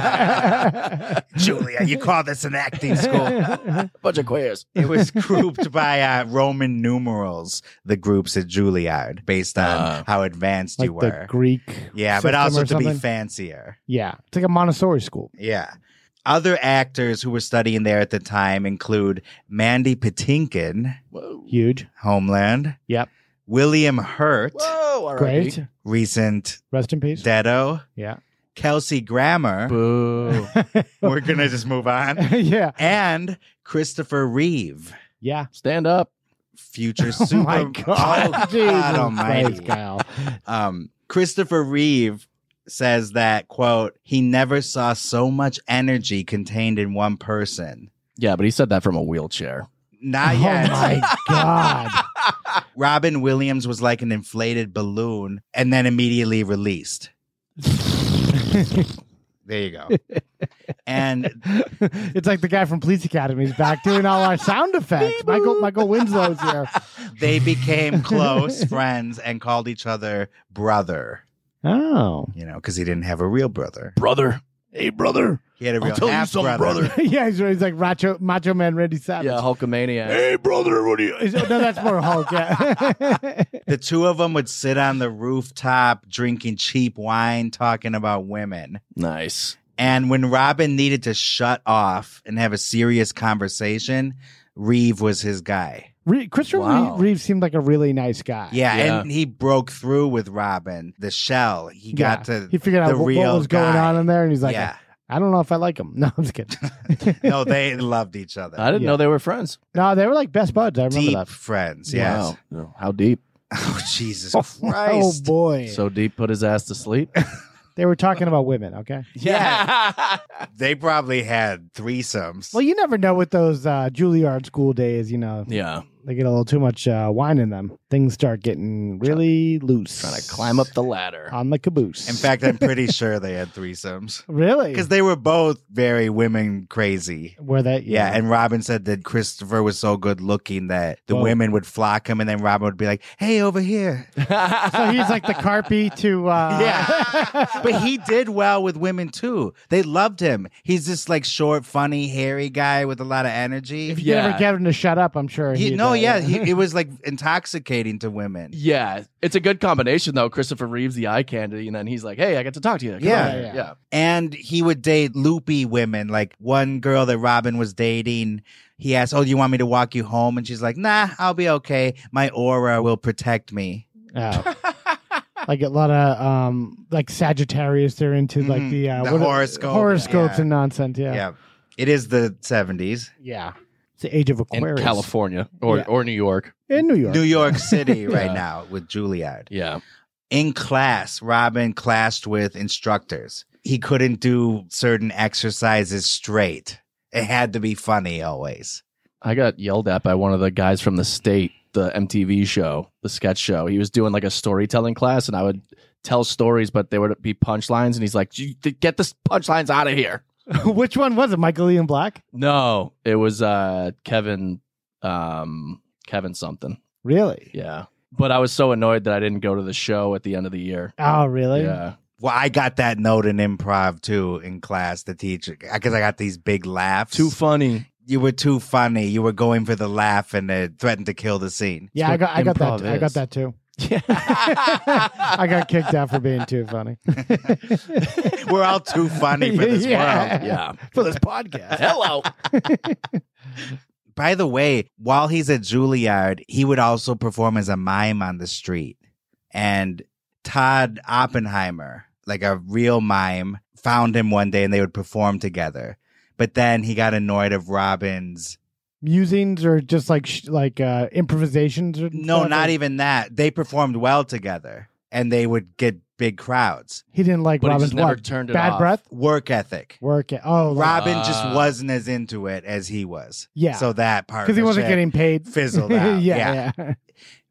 Speaker 13: Yeah.
Speaker 1: Julia, you call this an acting
Speaker 13: *laughs*
Speaker 1: school?
Speaker 12: *laughs* Bunch of queers.
Speaker 1: *laughs* It was grouped by uh, Roman numerals, the groups at Juilliard, based on
Speaker 12: Ah.
Speaker 1: how advanced
Speaker 13: like
Speaker 1: you were.
Speaker 13: the Greek.
Speaker 1: yeah, but
Speaker 13: system
Speaker 1: also
Speaker 13: or
Speaker 1: to be
Speaker 13: something.
Speaker 1: fancier.
Speaker 13: Yeah, it's like a Montessori school.
Speaker 1: Yeah. Other actors who were studying there at the time include Mandy Patinkin,
Speaker 12: Whoa.
Speaker 13: Huge.
Speaker 1: Homeland.
Speaker 13: Yep.
Speaker 1: William Hurt,
Speaker 12: Whoa. RIP.
Speaker 13: Great.
Speaker 1: recent
Speaker 13: Rest in peace.
Speaker 1: Dedo.
Speaker 13: Yeah. *laughs*
Speaker 1: Kelsey Grammer. *laughs*
Speaker 12: Boo.
Speaker 1: We're going to just move on.
Speaker 13: yeah.
Speaker 1: And Christopher Reeve,
Speaker 13: Yeah.
Speaker 12: Stand up.
Speaker 1: future
Speaker 13: *laughs* Oh
Speaker 1: super.
Speaker 13: my
Speaker 1: Oh,
Speaker 13: God. Jesus
Speaker 1: God
Speaker 13: Christ,
Speaker 1: almighty.
Speaker 13: Kyle.
Speaker 1: um, Christopher Reeve says that quote he never saw so much energy contained in one person.
Speaker 12: Yeah, but he said that from a wheelchair.
Speaker 1: Not
Speaker 13: oh
Speaker 1: yet. *laughs*
Speaker 13: my God.
Speaker 1: Ah, Robin Williams was like an inflated balloon and then immediately released. *laughs* There you
Speaker 13: *laughs*
Speaker 1: go. and
Speaker 13: it's like the guy from Police Academy is back doing all our sound effects. Michael Michael Winslow's here.
Speaker 1: *laughs* they
Speaker 13: *laughs*
Speaker 1: became close friends and called each other brother,
Speaker 13: Oh.
Speaker 1: you know, because he didn't have a real brother.
Speaker 12: brother. Hey, brother.
Speaker 1: He had a
Speaker 12: I'll
Speaker 1: real
Speaker 12: tell you
Speaker 1: half
Speaker 12: something, brother.
Speaker 13: *laughs* yeah, he's, he's like Macho Macho Man Randy Savage.
Speaker 12: Yeah, Hulkamaniac.
Speaker 9: brother, what are you?
Speaker 13: Is- no, that's more
Speaker 1: *laughs*
Speaker 13: Hulk. Yeah.
Speaker 1: The two of them would sit on the rooftop drinking cheap wine, talking about women.
Speaker 12: Nice.
Speaker 1: And when Robin needed to shut off and have a serious conversation, Reeve was his guy.
Speaker 13: Re- Christopher
Speaker 12: Wow.
Speaker 13: Reeve, Reeve seemed like a really nice guy.
Speaker 1: Yeah,
Speaker 12: Yeah.
Speaker 1: and he broke through with Robin, the shell. He got
Speaker 13: Yeah.
Speaker 1: to
Speaker 13: he figured out
Speaker 1: the
Speaker 13: what, what
Speaker 1: real
Speaker 13: was going
Speaker 1: guy.
Speaker 13: on in there, and he's like,
Speaker 1: yeah.
Speaker 13: I don't know if I like him. *laughs* No, I'm just kidding.
Speaker 1: *laughs* no, they loved each other.
Speaker 12: I didn't
Speaker 13: Yeah.
Speaker 12: know they were friends.
Speaker 13: *laughs* no, they were like best buds. I remember
Speaker 1: Deep
Speaker 13: that.
Speaker 1: friends, yes.
Speaker 12: *laughs* Wow. How deep?
Speaker 1: Oh Jesus
Speaker 13: Oh
Speaker 1: Christ.
Speaker 13: boy,
Speaker 12: So deep put his ass to *laughs* sleep.
Speaker 13: they were talking about women. Okay,
Speaker 1: Yeah. they probably had threesomes.
Speaker 13: well, you never know with those uh, Juilliard school days. You know,
Speaker 12: *laughs* yeah.
Speaker 13: they get a little too much uh, wine in them. Things start getting really loose.
Speaker 12: Trying to climb up the *laughs* ladder.
Speaker 13: on the caboose.
Speaker 1: in fact, I'm
Speaker 13: *laughs*
Speaker 1: pretty sure they had threesomes.
Speaker 13: really,
Speaker 1: Because they were both very women crazy.
Speaker 13: where that
Speaker 1: Yeah, and Robin said that Christopher was so good looking that the
Speaker 13: Whoa.
Speaker 1: women would flock him, and then Robin would be like, "Hey, over
Speaker 13: *laughs*
Speaker 1: here."
Speaker 13: so Oh, he's like the
Speaker 1: *laughs*
Speaker 13: carpy to uh,
Speaker 1: yeah, but he did well with women too. They loved him. He's this like short, funny, hairy guy with a lot of energy.
Speaker 13: If you
Speaker 12: Yeah.
Speaker 13: ever get him to shut up, I'm sure.
Speaker 1: He,
Speaker 13: he'd,
Speaker 1: no,
Speaker 13: uh,
Speaker 1: yeah,
Speaker 13: *laughs*
Speaker 1: he, it was like intoxicating to women.
Speaker 12: yeah. It's a good combination though. Christopher Reeves, the eye candy, and then he's like, Hey, I got to talk to you. Come
Speaker 1: Yeah.
Speaker 12: on here.
Speaker 13: Yeah, yeah.
Speaker 12: Yeah.
Speaker 1: And he would date loopy women. Like one girl that Robin was dating, he asked, "Oh, do you want me to walk you home?" And she's like, "Nah, I'll be okay. My aura will protect me." *laughs*
Speaker 13: oh. like a lot of um, like Sagittarius, they're into like
Speaker 1: Mhm.
Speaker 13: the, uh,
Speaker 1: The
Speaker 13: what are-
Speaker 1: horoscope.
Speaker 13: horoscopes
Speaker 1: Yeah.
Speaker 13: and nonsense. Yeah,
Speaker 1: Yeah.
Speaker 13: yeah,
Speaker 1: It is the 70s.
Speaker 13: It's the age of
Speaker 12: In
Speaker 13: Aquarius
Speaker 12: California. Or
Speaker 13: Yeah.
Speaker 12: or New York.
Speaker 13: in New York.
Speaker 1: New York
Speaker 13: *laughs*
Speaker 1: City right
Speaker 12: Yeah.
Speaker 1: now with Juilliard.
Speaker 12: Yeah.
Speaker 1: In class, Robin clashed with instructors. He couldn't do certain exercises straight. It had to be funny always.
Speaker 12: I got yelled at by one of the guys from the state, the MTV show, the sketch show. He was doing like a storytelling class, and I would tell stories, but they would be punchlines. And he's like, "You- th- "Get the punchlines out of here."
Speaker 13: *laughs* Which one was it? Michael Ian Black?
Speaker 12: No, it was uh, Kevin, um, Kevin something.
Speaker 13: Really?
Speaker 12: Yeah, but I was so annoyed that I didn't go to the show at the end of the year.
Speaker 13: Oh, really?
Speaker 12: Yeah,
Speaker 1: Well, I got that note in improv too in class, the teacher, because I got these big laughs.
Speaker 12: too funny.
Speaker 1: you were too funny. You were going for the laugh and it threatened to kill the scene.
Speaker 13: Yeah, I
Speaker 12: That's
Speaker 13: got, I
Speaker 12: what
Speaker 13: got that.
Speaker 12: improv
Speaker 13: I got
Speaker 12: is.
Speaker 13: that too.
Speaker 12: I
Speaker 13: *laughs* I got kicked out for being too funny
Speaker 1: *laughs*
Speaker 13: *laughs*
Speaker 1: We're all too funny for this world.
Speaker 13: Yeah.
Speaker 12: Yeah.
Speaker 13: *laughs* for this podcast.
Speaker 12: Hello.
Speaker 1: By the way, while he's at Juilliard, he would also perform as a mime on the street. And Todd Oppenheimer, like a real mime, found him one day and they would perform together. But then he got annoyed of Robin's.
Speaker 13: Musings or just like sh- like uh, improvisations? Or
Speaker 1: No,
Speaker 13: stuff?
Speaker 1: not even that. They performed well together and they would get big crowds.
Speaker 13: He didn't like
Speaker 12: But he
Speaker 13: Robin's
Speaker 12: just never
Speaker 13: what?
Speaker 12: turned it
Speaker 13: Bad
Speaker 12: off.
Speaker 13: breath.
Speaker 1: Work ethic.
Speaker 13: Work it. Oh, like-
Speaker 1: Robin just
Speaker 12: Ah.
Speaker 1: wasn't as into it as he was.
Speaker 13: Yeah.
Speaker 1: So that part
Speaker 13: because he wasn't getting paid. *laughs*
Speaker 1: fizzled out. yeah.
Speaker 13: yeah, yeah.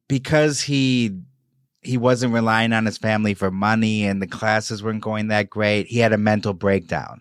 Speaker 1: because he he wasn't relying on his family for money and the classes weren't going that great he had a mental breakdown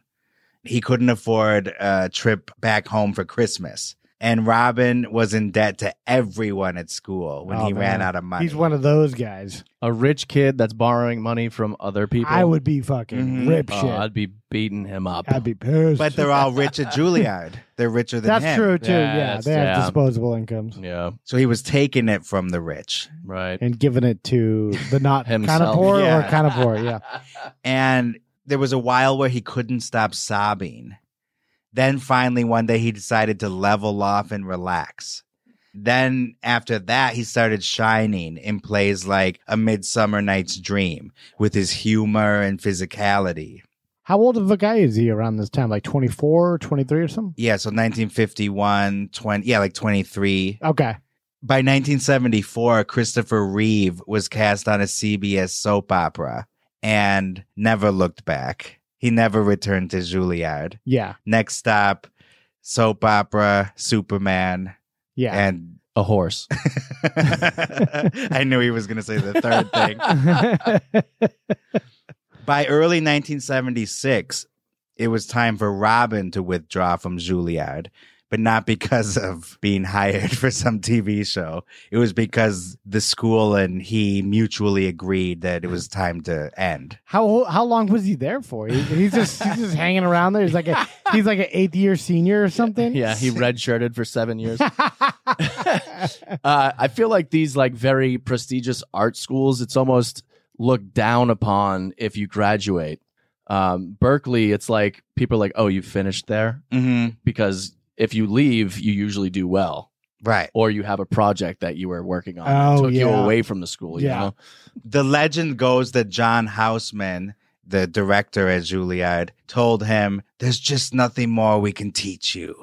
Speaker 1: he couldn't afford a trip back home for christmas and Robin was in debt to everyone at school when
Speaker 13: Oh,
Speaker 1: he
Speaker 13: man.
Speaker 1: ran out of money.
Speaker 13: He's one of those guys.
Speaker 12: A rich kid that's borrowing money from other people.
Speaker 13: I would be fucking
Speaker 1: Mhm.
Speaker 13: rip
Speaker 12: Oh,
Speaker 13: shit.
Speaker 12: I'd be beating him up.
Speaker 13: I'd be pissed.
Speaker 1: but they're all rich at Juilliard. They're richer than
Speaker 13: that's
Speaker 1: him.
Speaker 13: true too.
Speaker 12: Yeah,
Speaker 13: Yeah,
Speaker 12: that's-
Speaker 13: they have
Speaker 12: yeah.
Speaker 13: disposable incomes
Speaker 12: yeah,
Speaker 1: So he was taking it from the rich.
Speaker 12: right.
Speaker 13: and giving it to the not
Speaker 12: *laughs*
Speaker 13: kind
Speaker 12: Himself.
Speaker 13: of poor
Speaker 1: Yeah.
Speaker 13: or kind of poor. Yeah,
Speaker 1: And there was a while where he couldn't stop sobbing. Then finally, one day, he decided to level off and relax. Then after that, he started shining in plays like A Midsummer Night's Dream with his humor and physicality.
Speaker 13: how old of a guy is he around this time? Like 24, 23 or something.
Speaker 1: Yeah, so 1951, 20, yeah, like 23.
Speaker 13: Okay,
Speaker 1: By 1974, Christopher Reeve was cast on a CBS soap opera and never looked back. He never returned to Juilliard.
Speaker 13: yeah,
Speaker 1: Next stop, soap opera, Superman,
Speaker 13: yeah.
Speaker 1: and *laughs*
Speaker 12: A horse.
Speaker 1: I knew he was going to say the third thing.
Speaker 12: *laughs*
Speaker 1: By early 1976, it was time for Robin to withdraw from Juilliard, but not because of being hired for some TV show. It was because the school and he mutually agreed that it was time to end.
Speaker 13: how how long was he there for? He, he's just he's just hanging around there. He's like a, he's like an eighth year senior or something.
Speaker 12: *laughs* yeah, *laughs* he redshirted for seven years. uh, I feel like these like very prestigious art schools, it's almost looked down upon if you graduate. Um, Berkeley, it's like people are like, oh, you finished there
Speaker 1: Mm-hmm.
Speaker 12: because if you leave, you usually do well,
Speaker 1: Right.
Speaker 12: or you have a project that you were working on that
Speaker 13: Oh,
Speaker 12: took you
Speaker 13: yeah.
Speaker 12: away from the school. You
Speaker 13: Yeah.
Speaker 12: know,
Speaker 1: The legend goes that John Houseman, the director at Juilliard, told him, There's just nothing more we can teach you.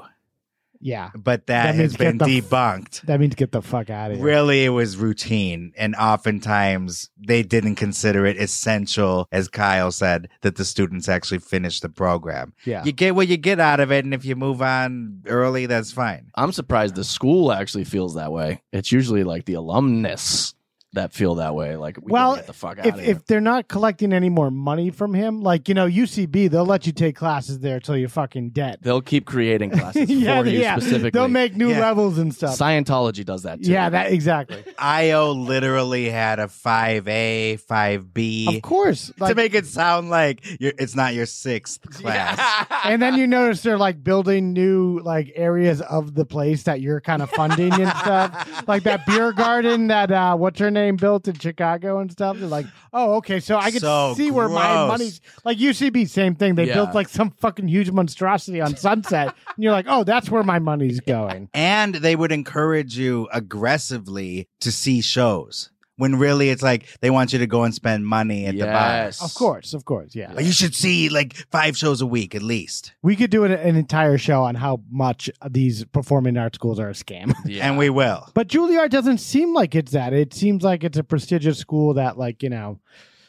Speaker 13: *laughs* yeah.
Speaker 1: But that,
Speaker 13: That
Speaker 1: has
Speaker 13: means
Speaker 1: been
Speaker 13: get the f-
Speaker 1: debunked.
Speaker 13: That means get the fuck out of here.
Speaker 1: Really, it was routine. And oftentimes they didn't consider it essential, as Kyle said, that the students actually finish the program.
Speaker 13: Yeah.
Speaker 1: You get what you get out of it. And if you move on early, that's fine.
Speaker 12: I'm surprised the school actually feels that way. It's usually like the alumnus that feel that way. Like, we
Speaker 13: Well,
Speaker 12: gotta get the fuck out
Speaker 13: if
Speaker 12: of here.
Speaker 13: if they're not collecting any more money from him, like you know UCB, they'll let you take classes there till you're fucking dead.
Speaker 12: They'll keep
Speaker 13: *laughs*
Speaker 12: creating classes *laughs* for you specifically.
Speaker 13: They'll make new
Speaker 1: Yeah.
Speaker 13: levels and stuff.
Speaker 12: Scientology does that too.
Speaker 13: yeah, that exactly.
Speaker 1: IO literally had a 5A, 5B.
Speaker 13: of course.
Speaker 1: to
Speaker 13: Like,
Speaker 1: make it sound like you're, it's not your sixth class.
Speaker 13: *laughs* and then you notice they're like building new like areas of the place that you're kind of funding and stuff, like that beer garden that uh, what's her name built in Chicago and stuff. They're like, oh, okay, so I can
Speaker 1: So
Speaker 13: see where my
Speaker 1: gross.
Speaker 13: money's like UCB, same thing. They
Speaker 12: Yeah.
Speaker 13: built like some fucking huge monstrosity on Sunset, and you're like, oh, that's where my money's going.
Speaker 1: And they would encourage you aggressively to see shows when really it's like they want you to go and spend money at the bar.
Speaker 12: Yes.
Speaker 13: Of course, of course, yeah.
Speaker 1: You should see like five shows a week at least.
Speaker 13: We could do an, an entire show on how much these performing arts schools are a scam.
Speaker 12: Yeah. *laughs*
Speaker 1: And we will.
Speaker 13: But Juilliard doesn't seem like it's that. It seems like it's a prestigious school that, like, you know,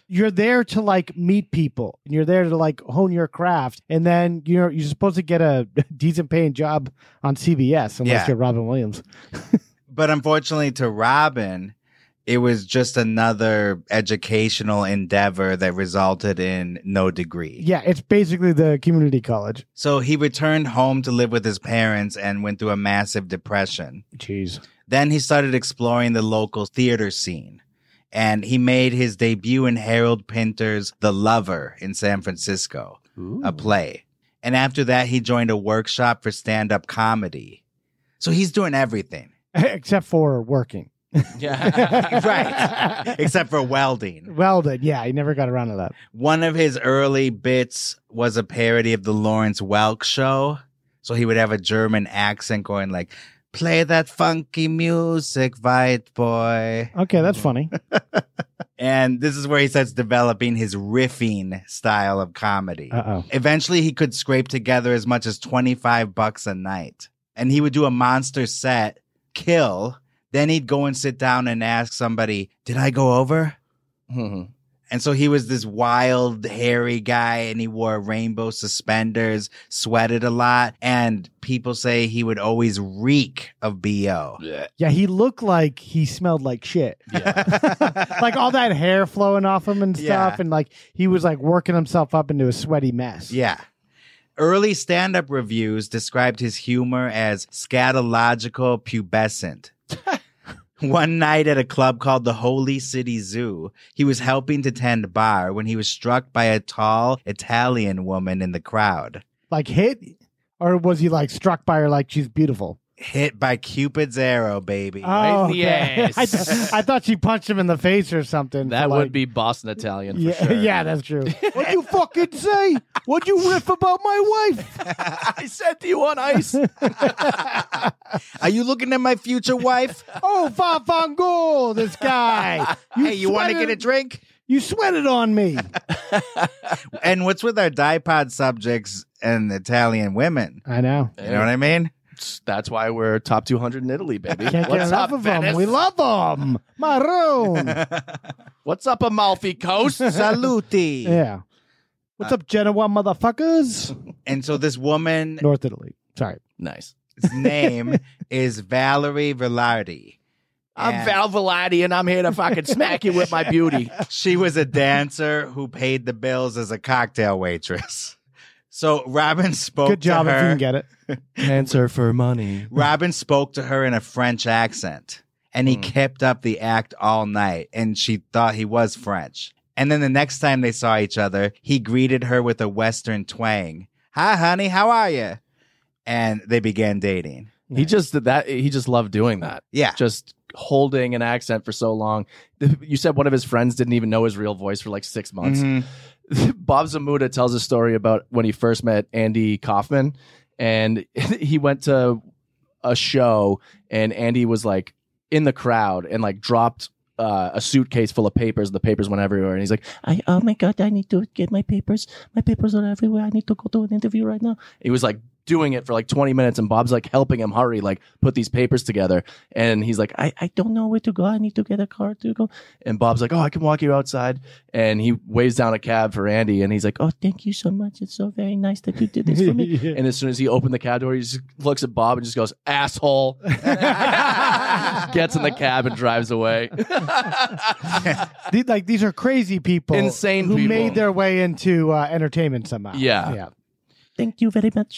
Speaker 13: you're there to like meet people and you're there to like hone your craft. And then you're you're supposed to get a *laughs* decent paying job on CBS unless
Speaker 1: Yeah.
Speaker 13: you're Robin Williams.
Speaker 1: But unfortunately to Robin, it was just another educational endeavor that resulted in no degree.
Speaker 13: Yeah, it's basically the community college.
Speaker 1: So he returned home to live with his parents and went through a massive depression.
Speaker 13: Jeez.
Speaker 1: Then he started exploring the local theater scene. And he made his debut in Harold Pinter's The Lover in San Francisco, a play. And after that, he joined a workshop for stand up comedy. So he's doing everything,
Speaker 13: *laughs* Except for working.
Speaker 12: Yeah.
Speaker 1: Right. except for welding.
Speaker 13: Welded. Yeah, I never got around to that.
Speaker 1: One of his early bits was a parody of the Lawrence Welk show. So he would have a German accent going like, play that funky music, white boy.
Speaker 13: Okay, that's funny.
Speaker 1: And this is where he starts developing his riffing style of comedy.
Speaker 13: Uh oh.
Speaker 1: Eventually, he could scrape together as much as 25 bucks a night. And he would do a monster set, kill. Then he'd go and sit down and ask somebody, Did I go over?
Speaker 12: Mhm.
Speaker 1: And so he was this wild, hairy guy, and he wore rainbow suspenders, sweated a lot. And people say he would always reek of BO.
Speaker 13: Yeah, he looked like he smelled like shit.
Speaker 1: *laughs*
Speaker 13: like all that hair flowing off him and stuff,
Speaker 1: Yeah.
Speaker 13: and like he was like working himself up into a sweaty mess.
Speaker 1: Yeah. Early stand up reviews described his humor as scatological *laughs* pubescent. One night at a club called the Holy City Zoo, he was helping to tend bar when he was struck by a tall Italian woman in the crowd.
Speaker 13: Like hit, or was he like struck by her? Like she's beautiful.
Speaker 1: Hit by Cupid's arrow, baby.
Speaker 12: Right in the ass.
Speaker 13: *laughs* I, th- I thought she punched him in the face or something.
Speaker 12: That
Speaker 13: for,
Speaker 12: would
Speaker 13: like-
Speaker 12: be Boston Italian for
Speaker 13: Yeah, *laughs*
Speaker 12: sure.
Speaker 13: yeah, that's true. What'd you fucking say? What'd you riff about my wife?
Speaker 12: *laughs* I said to you on ice.
Speaker 1: Are you looking at my future wife?
Speaker 13: Oh, Farfangal, this guy.
Speaker 1: *laughs* hey, you want to get a
Speaker 13: sweated-
Speaker 1: drink?
Speaker 13: You sweated on
Speaker 12: *laughs*
Speaker 13: me.
Speaker 1: And what's with our dipod subjects and Italian women?
Speaker 13: I know.
Speaker 1: You know what I mean?
Speaker 12: *laughs* That's why we're top 200 in Italy, baby.
Speaker 13: Can't
Speaker 12: What's
Speaker 13: get
Speaker 12: up,
Speaker 13: enough of
Speaker 12: Venice?
Speaker 13: them. We love them. Maroon.
Speaker 12: What's up, Amalfi
Speaker 13: *laughs*
Speaker 12: Coast?
Speaker 1: Saluti.
Speaker 13: yeah. What's
Speaker 12: Uh,
Speaker 13: up,
Speaker 12: *laughs*
Speaker 13: Genoa motherfuckers?
Speaker 1: And so this woman
Speaker 13: North Italy. Sorry.
Speaker 12: nice.
Speaker 1: name is Valerie Villardi.
Speaker 12: I'm
Speaker 1: And
Speaker 12: Val Velati, and I'm here to fucking smack you with my beauty.
Speaker 1: She was a dancer who paid the bills as a cocktail waitress. So Robin spoke
Speaker 13: Good job
Speaker 1: to
Speaker 13: if
Speaker 1: her.
Speaker 13: you can get it.
Speaker 12: *laughs* Answer for money.
Speaker 1: Robin spoke to her in a French accent, and he kept up the act all night, and she thought he was French. And then the next time they saw each other, he greeted her with a Western twang. Hi, honey, how are you? And they began dating.
Speaker 12: *laughs* He just did that. He just loved doing that.
Speaker 1: Yeah.
Speaker 12: Just holding an accent for so long. You said one of his friends didn't even know his real voice for like six months.
Speaker 1: Mhm.
Speaker 12: *laughs* Bob Zamuda tells a story about when he first met Andy Kaufman, and *laughs* he went to a show, and Andy was like in the crowd and like dropped uh, a suitcase full of papers, and the papers went everywhere. And he's like, "I oh my god, I need to get my papers. My papers are everywhere. I need to go to an interview right now." He was like doing it for like 20 minutes and Bob's like helping him hurry like put these papers together and he's like I, I don't know where to go I need to get a car to go and Bob's like oh I can walk you outside and he waves down a cab for Andy and he's like oh thank you so much it's so very nice that you did this
Speaker 13: *laughs*
Speaker 12: for me
Speaker 13: Yeah.
Speaker 12: and as soon as he opened the cab door he just looks at Bob and just goes
Speaker 13: *laughs*
Speaker 12: asshole gets in the cab and drives away
Speaker 13: These, like these are crazy people,
Speaker 12: Insane
Speaker 13: who
Speaker 12: people.
Speaker 13: made their way into uh, entertainment somehow.
Speaker 12: Yeah.
Speaker 13: yeah.
Speaker 12: thank you very much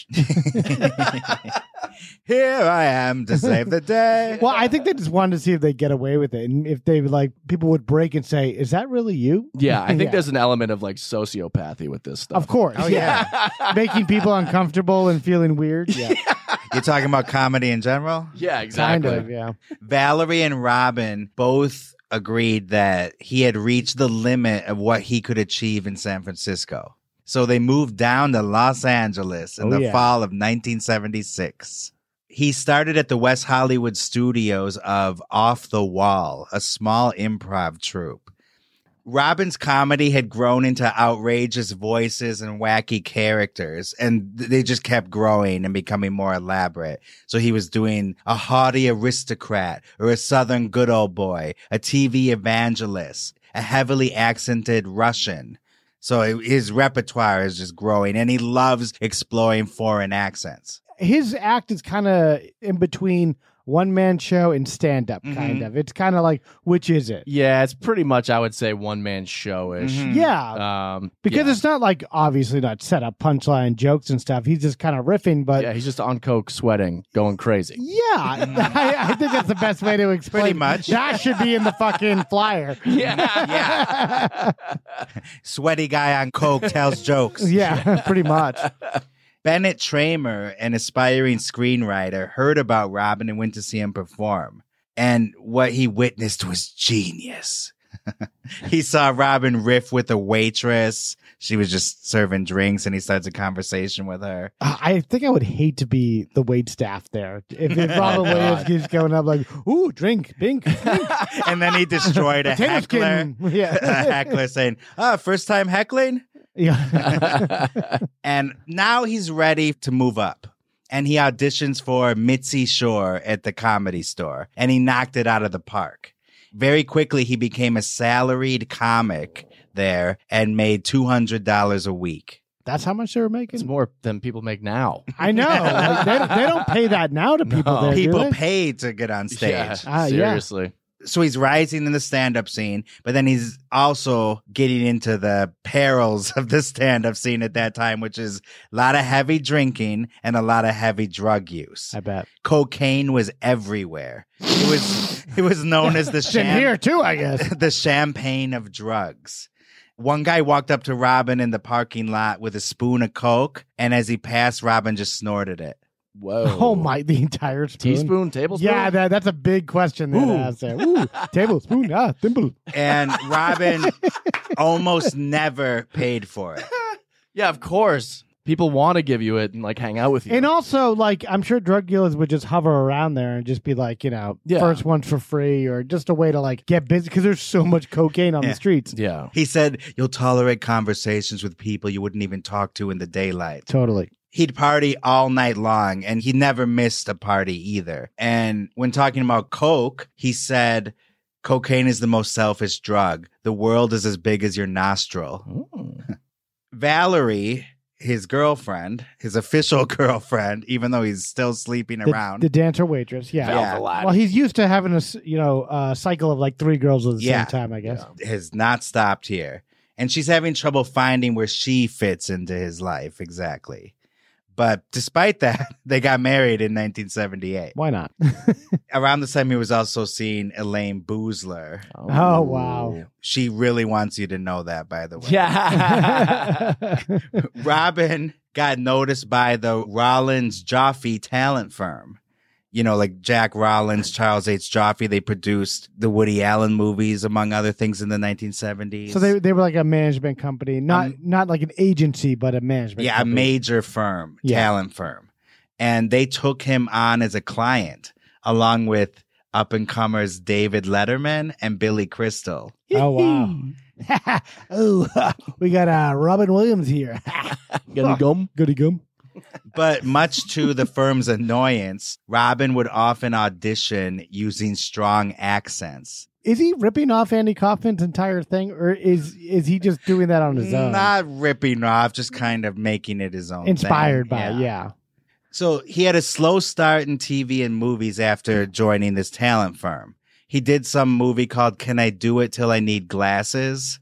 Speaker 1: Here I am to save the
Speaker 13: *laughs*
Speaker 1: day.
Speaker 13: Well, I think they just wanted to see if they get away with it, and if they like, people would break and say, "Is that really you?"
Speaker 12: yeah I think
Speaker 13: *laughs* Yeah.
Speaker 12: there's an element of like sociopathy with this stuff
Speaker 13: Of course.
Speaker 1: Oh, yeah.
Speaker 13: *laughs* Making people uncomfortable and feeling
Speaker 12: *laughs*
Speaker 13: weird. Yeah.
Speaker 1: You're talking about comedy in general?
Speaker 12: yeah exactly
Speaker 13: kind of. Yeah.
Speaker 1: Valerie and Robin both agreed that he had reached the limit of what he could achieve in San Francisco. So they moved down to Los Angeles in
Speaker 13: Oh,
Speaker 1: the
Speaker 13: yeah.
Speaker 1: fall of 1976. He started at the West Hollywood studios of Off the Wall, a small improv troupe. Robin's comedy had grown into outrageous voices and wacky characters, and th- they just kept growing and becoming more elaborate. So he was doing a haughty aristocrat or a southern good old boy, a TV evangelist, a heavily accented Russian. So i- his repertoire is just growing, and he loves exploring foreign accents. *laughs*
Speaker 13: His act is kind of in between one man show and stand up,
Speaker 1: Mm-hmm.
Speaker 13: kind of. It's kind of like, which is it?
Speaker 12: Yeah, it's pretty much I would say one man showish.
Speaker 1: Mm-hmm.
Speaker 13: Yeah.
Speaker 1: Uh,
Speaker 12: Um,
Speaker 13: Mm-hmm. because
Speaker 12: yeah.
Speaker 13: it's not like obviously not set up punchline jokes and stuff. He's just kind of riffing, but
Speaker 12: yeah,
Speaker 13: yeah,
Speaker 12: he's just on coke, sweating, going crazy.
Speaker 13: *laughs* I, I think that's the best
Speaker 1: *laughs*
Speaker 13: way to explain.
Speaker 1: Mm-hmm. Pretty much.
Speaker 13: that should be in the fucking
Speaker 1: *laughs*
Speaker 13: flyer.
Speaker 12: *laughs* Yeah,
Speaker 1: Yeah. Sweaty guy on coke tells jokes.
Speaker 13: Yeah, *laughs* pretty much.
Speaker 1: Bennett Tramer, an aspiring screenwriter, heard about Robin and went to see him perform. And what he witnessed was genius. *laughs* he saw Robin riff with a waitress. She was just serving drinks and he starts a conversation with her.
Speaker 13: Uh, I think I would hate to be the wait staff there.
Speaker 1: *laughs*
Speaker 13: If,
Speaker 1: Oh
Speaker 13: if Robin Williams keeps going up like, ooh, drink,
Speaker 1: *laughs*
Speaker 13: bink, drink,
Speaker 1: And then he destroyed a
Speaker 13: potato
Speaker 1: heckler. *laughs*
Speaker 13: skin.
Speaker 1: a
Speaker 13: *laughs* Yeah.
Speaker 1: heckler saying, Ah, first time heckling?
Speaker 13: yeah.
Speaker 1: And now he's ready to move up. And he auditions for Mitzi Shore at the comedy store and he knocked it out of the park. Very quickly, he became a salaried comic there and made $200 a week.
Speaker 13: That's how much they were making?
Speaker 12: it's more than people make now.
Speaker 13: I know. Like, they, they don't pay that now to people
Speaker 12: No.
Speaker 13: there. do
Speaker 1: People
Speaker 13: they?
Speaker 1: paid to get on stage.
Speaker 12: *laughs* Yeah,
Speaker 13: Ah, yeah.
Speaker 12: seriously.
Speaker 1: so he's rising in the stand-up scene, but then he's also getting into the perils of the stand-up scene at that time, which is a lot of heavy drinking and a lot of heavy drug use.
Speaker 13: I bet
Speaker 1: cocaine was everywhere. It was it was known
Speaker 13: *laughs*
Speaker 1: as the
Speaker 13: it's in here too, I *laughs* guess.
Speaker 1: *laughs* the champagne of drugs. One guy walked up to Robin in the parking lot with a spoon of coke, and as he passed, Robin just snorted it.
Speaker 12: Whoa!
Speaker 13: Oh my! The entire spoon.
Speaker 12: teaspoon, tablespoon.
Speaker 13: Yeah, that, that's a big question that I asked there. Ooh, tablespoon, ah, thimble.
Speaker 1: And Robin almost never paid for it.
Speaker 12: yeah. Of course, people want to give you it and like hang out with you.
Speaker 13: And also, like, I'm sure drug dealers would just hover around there and just be like, you know,
Speaker 12: Yeah.
Speaker 13: first one's for free or just a way to like get busy because there's so much cocaine on
Speaker 1: Yeah.
Speaker 13: the streets.
Speaker 12: yeah.
Speaker 1: He said, You'll tolerate conversations with people you wouldn't even talk to in the daylight.
Speaker 13: Totally.
Speaker 1: He'd party all night long and he never missed a party either. And when talking about Coke, he said, Cocaine is the most selfish drug. The world is as big as your nostril. *laughs* Valerie, his girlfriend, his official *laughs* girlfriend, even though he's still sleeping
Speaker 13: The,
Speaker 1: around.
Speaker 13: the dancer waitress. Yeah.
Speaker 1: Yeah.
Speaker 13: Well, he's used to having a s- you know uh, cycle of like three girls at the
Speaker 1: Yeah.
Speaker 13: same time. I guess.
Speaker 1: has not stopped here. And she's having trouble finding where she fits into his life exactly. But despite *laughs* that, they got married in 1978.
Speaker 13: Why not?
Speaker 1: Around this time, he was also seeing Elaine Boozler.
Speaker 13: *laughs* Oh, wow.
Speaker 1: She really wants you to know that, by the way.
Speaker 13: *laughs*
Speaker 12: Yeah.
Speaker 1: *laughs* Robin got noticed by the Rollins Joffe talent firm. You know, like Jack Rollins, Charles H. Joffe, they produced the Woody Allen movies, among other things, in the 1970s.
Speaker 13: So they, they were like a management company, not
Speaker 1: Um,
Speaker 13: not like an agency, but a management.
Speaker 1: yeah, a
Speaker 13: company.
Speaker 1: major firm,
Speaker 13: Yeah.
Speaker 1: talent firm. And they took him on as a client along with up and comers David Letterman and Billy Crystal.
Speaker 13: Oh
Speaker 1: *laughs*
Speaker 13: wow! oh, *laughs* we got uh, Robin Williams here. *laughs*
Speaker 12: Got any gum?
Speaker 13: Goody gum.
Speaker 1: But much to the firm's annoyance, Robin would often audition using strong accents.
Speaker 13: Is he ripping off Andy Kaufman's entire thing, or is is he just doing that on his own?
Speaker 1: Not ripping off, just kind of making it his own.
Speaker 13: Inspired
Speaker 1: thing.
Speaker 13: by, yeah.
Speaker 1: So he had a slow start in TV and movies after joining this talent firm. He did some movie called Can I Do It Till I Need
Speaker 13: *laughs*
Speaker 1: Glasses,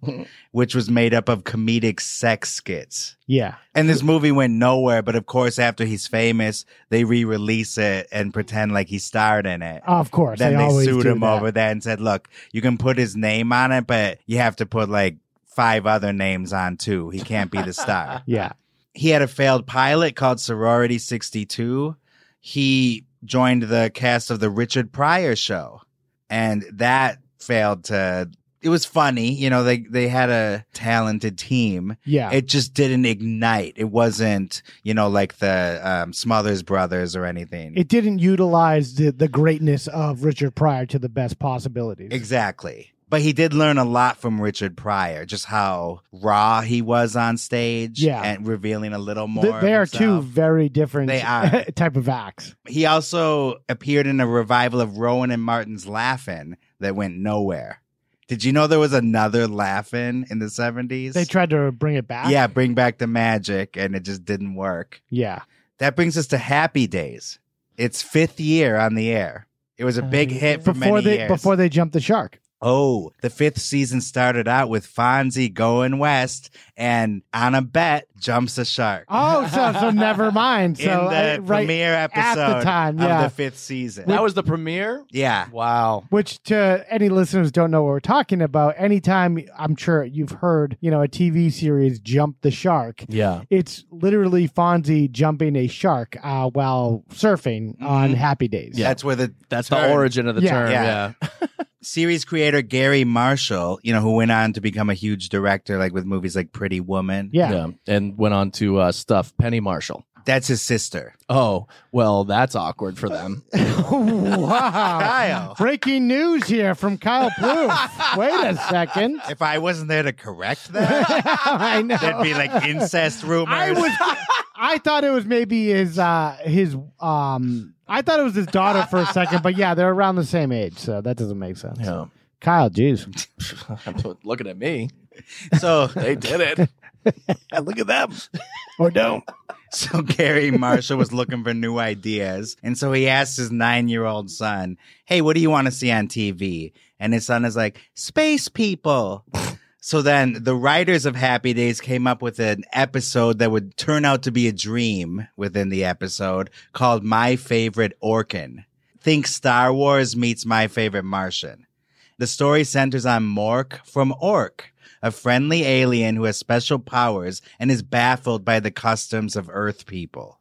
Speaker 1: which was made up of comedic sex skits.
Speaker 13: yeah,
Speaker 1: And this movie went nowhere, but of course, after he's famous, they re release it and pretend like he starred in it.
Speaker 13: Of course,
Speaker 1: then they,
Speaker 13: always
Speaker 1: sued
Speaker 13: do
Speaker 1: him
Speaker 13: that.
Speaker 1: over that and said, look, you can put his name on it, but you have to put like five other names on too. He can't be the star
Speaker 13: *laughs* Yeah,
Speaker 1: he had a failed pilot called Sorority 62. He joined the cast of the Richard Pryor show and that failed to it was funny, you know, they they had a talented team.
Speaker 13: yeah.
Speaker 1: It just didn't ignite. It wasn't, you know, like the um, Smothers Brothers or anything.
Speaker 13: it didn't utilize the, the greatness of Richard Pryor to the best possibilities.
Speaker 1: exactly. But he did learn a lot from Richard Pryor, just how raw he was on stage
Speaker 13: Yeah.
Speaker 1: and revealing a little more.
Speaker 13: Th-
Speaker 1: of
Speaker 13: they are two
Speaker 1: himself.
Speaker 13: very different
Speaker 1: They are.
Speaker 13: *laughs* type of acts.
Speaker 1: He also appeared in a revival of Rowan and Martin's Laugh-In that went nowhere. Did you know there was another Laugh-In in the 70s?
Speaker 13: They tried to bring it back.
Speaker 1: Yeah, bring back the magic and it just didn't work.
Speaker 13: yeah.
Speaker 1: That brings us to Happy Days. It's fifth year on the air. It was a big hit for
Speaker 13: Oh, Before
Speaker 1: many
Speaker 13: they
Speaker 1: years.
Speaker 13: before they jumped the shark.
Speaker 1: oh, the fifth season started out with Fonzie going west and on a bet jumps a shark.
Speaker 13: Oh, so
Speaker 1: *laughs*
Speaker 13: so never mind. So
Speaker 1: in the
Speaker 13: I- right,
Speaker 1: premiere
Speaker 13: at the
Speaker 1: episode
Speaker 13: time,
Speaker 1: of
Speaker 13: yeah.
Speaker 1: the fifth season.
Speaker 12: That was the premiere.
Speaker 1: yeah.
Speaker 12: Wow.
Speaker 13: which to any listeners don't know what we're talking about anytime i'm sure you've heard you know a tv series jump the shark
Speaker 12: Yeah.
Speaker 13: it's literally fonzie jumping a shark uh, while surfing on
Speaker 1: Mm-hmm.
Speaker 13: happy days
Speaker 12: Yeah.
Speaker 1: That's where the
Speaker 12: That's
Speaker 1: Turn.
Speaker 12: the origin of the
Speaker 13: Yeah.
Speaker 12: term.
Speaker 1: Yeah.
Speaker 12: Yeah.
Speaker 1: series creator Gary Marshall, you know, who went on to become a huge director, like with movies like Pretty Woman.
Speaker 13: yeah,
Speaker 12: Yeah, and went on to uh, stuff Penny Marshall.
Speaker 1: That's his sister.
Speaker 12: Oh, well, that's awkward for
Speaker 13: *laughs*
Speaker 12: them.
Speaker 13: *laughs*
Speaker 1: *laughs*
Speaker 13: wow
Speaker 1: Kyle.
Speaker 13: breaking news here from kyle Plouffe. wait a second
Speaker 1: *laughs* If I wasn't there to
Speaker 13: *laughs*
Speaker 1: correct that,
Speaker 13: i know
Speaker 1: that'd be like incest rumors.
Speaker 13: I was. I thought it was maybe his uh his um. I thought it was his daughter for a second, but yeah, they're around the same age, so that doesn't make sense.
Speaker 12: Yeah.
Speaker 13: Kyle, jeez.
Speaker 12: Looking at me.
Speaker 1: so
Speaker 13: *laughs*
Speaker 12: They did it. Look at them. *laughs*
Speaker 13: or don't.
Speaker 1: *laughs* So Gary Marshall was looking for new ideas. And so he asked his nine year old son, Hey, what do you want to see on TV? And his son is like, Space people. So then the writers of Happy Days came up with an episode that would turn out to be a dream within the episode called My Favorite Orkin. Think Star Wars meets My Favorite Martian. The story centers on Mork from Ork, a friendly alien who has special powers and is baffled by the customs of Earth people.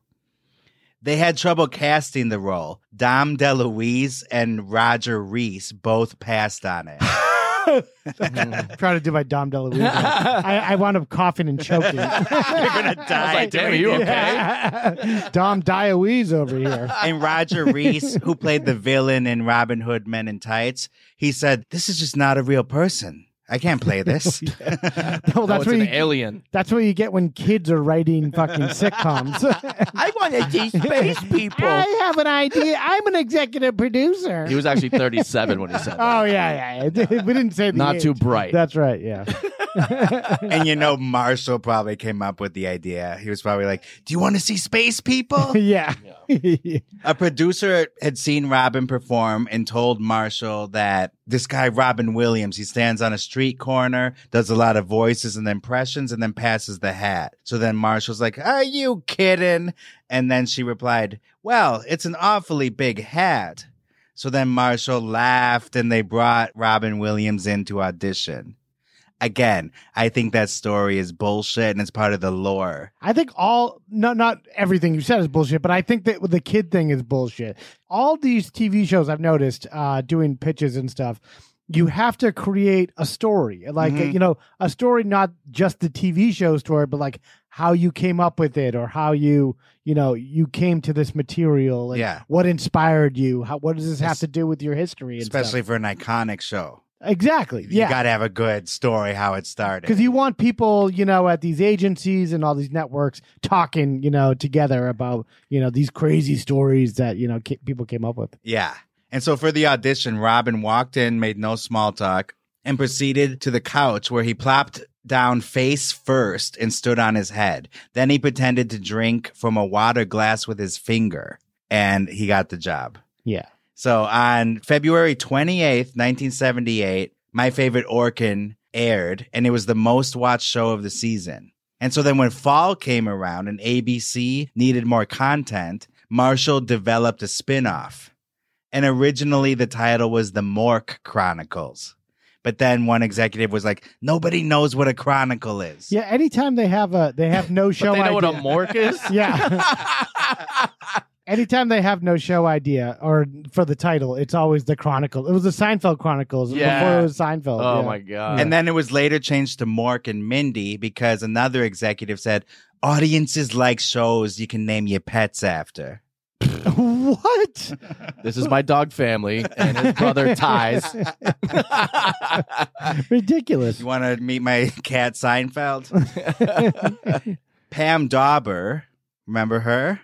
Speaker 1: They had trouble casting the role. Dom DeLuise and Roger Reese both passed on it.
Speaker 13: Trying to do my Dom DeLuise. *laughs* I, I wound up coughing and choking. You're gonna
Speaker 12: die. like, damn, are you okay?
Speaker 13: *laughs* Dom DeLuise over here.
Speaker 1: And Roger Reese, who played the villain in Robin Hood Men in Tights, he said, "This is just not a real person. I can't play this."
Speaker 12: Oh, that's
Speaker 13: what
Speaker 12: an
Speaker 13: you,
Speaker 12: alien.
Speaker 13: That's what you get when kids are writing fucking sitcoms.
Speaker 1: *laughs* I want to see space people.
Speaker 13: I have an idea. I'm an executive producer.
Speaker 12: He was actually 37 when he said that.
Speaker 13: *laughs* Oh yeah, yeah. yeah. *laughs* We didn't say the
Speaker 12: Not
Speaker 13: age.
Speaker 12: too bright.
Speaker 13: That's right. Yeah. *laughs*
Speaker 1: And you know, Marshall probably came up with the idea. He was probably like, "Do you want to see space people?"
Speaker 13: yeah.
Speaker 1: A producer had seen Robin perform and told Marshall that this guy, Robin Williams, he stands on a street corner, does a lot of voices and impressions, and then passes the hat. So then Marshall's like, Are you kidding? And then she replied, Well, it's an awfully big hat. So then Marshall laughed and they brought Robin Williams in to audition. Again, I think that story is bullshit and it's part of the lore.
Speaker 13: *laughs* I think all no, not everything you said is bullshit, but I think that the kid thing is bullshit. All these TV shows I've noticed uh, doing pitches and stuff, you have to create a story, like you know, a story not just the TV show story, but like how you came up with it or how you you know you came to this material and
Speaker 1: Yeah.
Speaker 13: what inspired you. How what does this have to do with your history? And
Speaker 1: especially
Speaker 13: stuff?
Speaker 1: for an iconic show.
Speaker 13: exactly,
Speaker 1: You
Speaker 13: yeah.
Speaker 1: got to have a good story how it started.
Speaker 13: because you want people, you know, at these agencies and all these networks talking, you know, together about, you know, these crazy stories that you know ca- people came up with.
Speaker 1: yeah. And so for the audition, Robin walked in, made no small talk, and proceeded to the couch where he plopped down face first and stood on his head. Then he pretended to drink from a water glass with his finger, and he got the job.
Speaker 13: Yeah,
Speaker 1: So on February 28th, 1978, My Favorite Orkin aired, and it was the most watched show of the season. And so then when fall came around and ABC needed more content, Marshall developed a spin-off. And originally the title was The Mork Chronicles. But then one executive was like, nobody knows what a chronicle is.
Speaker 13: yeah. Anytime they have a, they have no show.
Speaker 12: But they know what a
Speaker 13: idea.
Speaker 12: mork is?
Speaker 13: *laughs* yeah.
Speaker 1: *laughs*
Speaker 13: Anytime they have no show idea or for the title, it's always the Chronicle. It was the Seinfeld Chronicles before
Speaker 12: Yeah.
Speaker 13: it was Seinfeld.
Speaker 12: Oh
Speaker 13: yeah.
Speaker 12: my god.
Speaker 1: And then it was later changed to Mork and Mindy because another executive said, audiences like shows you can name your pets after.
Speaker 13: *laughs*
Speaker 12: *laughs*
Speaker 13: what?
Speaker 12: this is my dog family and his
Speaker 13: *laughs*
Speaker 12: brother Ties.
Speaker 13: Ridiculous.
Speaker 1: You want to meet my *laughs* cat Seinfeld? Pam Dauber, remember her?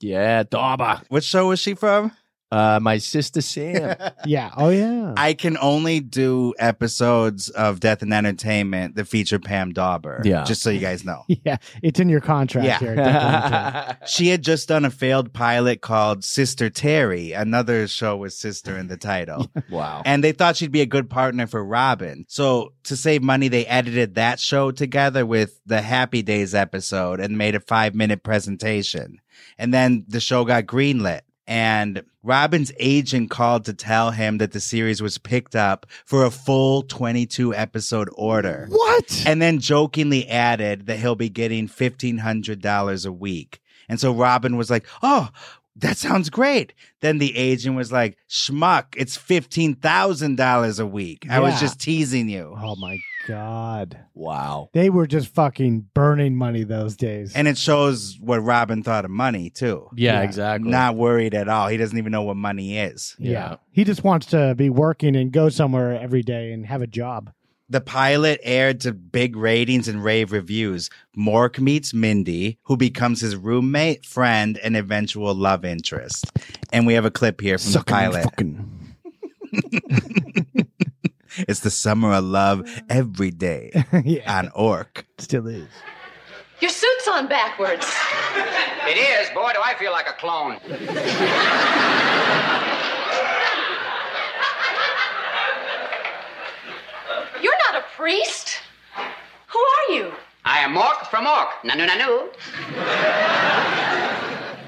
Speaker 12: yeah, Daba.
Speaker 1: What show was she from?
Speaker 12: Uh, my sister
Speaker 13: *laughs*
Speaker 12: Sam.
Speaker 13: Yeah. Oh yeah.
Speaker 1: I can only do episodes of Death and Entertainment that feature Pam Dauber.
Speaker 12: Yeah.
Speaker 1: Just so you guys know.
Speaker 13: *laughs* yeah. It's in your contract
Speaker 1: Yeah.
Speaker 13: here.
Speaker 12: *laughs*
Speaker 13: definitely.
Speaker 1: She had just done a failed pilot called Sister Terry, another show with sister in the title.
Speaker 12: wow.
Speaker 1: And they thought she'd be a good partner for Robin. So to save money, they edited that show together with the Happy Days episode and made a five minute presentation. And then the show got greenlit. And Robin's agent called to tell him that the series was picked up for a full 22 episode order.
Speaker 13: What?
Speaker 1: And then jokingly added that he'll be getting $1,500 a week. And so Robin was like, oh, that sounds great. Then the agent was like, schmuck, it's $15,000 a week. I was
Speaker 13: Yeah.
Speaker 1: just teasing you.
Speaker 13: Oh my god.
Speaker 12: Wow.
Speaker 13: They were just fucking burning money those days.
Speaker 1: And it shows what Robin thought of money, too.
Speaker 12: Yeah,
Speaker 13: Yeah.
Speaker 12: exactly.
Speaker 1: Not worried at all. He doesn't even know what money is.
Speaker 13: yeah.
Speaker 12: yeah.
Speaker 13: He just wants to be working and go somewhere every day and have a job.
Speaker 1: The pilot aired to big ratings and rave reviews. Mork meets Mindy, who becomes his roommate, friend, and eventual love interest. And we have a clip here from the pilot.
Speaker 12: Fucking.
Speaker 1: It's the summer of love every day
Speaker 13: yeah.
Speaker 1: on Orc.
Speaker 13: Still is.
Speaker 5: Your suit's on backwards.
Speaker 14: It is. Boy, do I feel like a clone.
Speaker 5: You're not a priest. Who are you?
Speaker 14: I am Mork from Ork. Nanu nanu.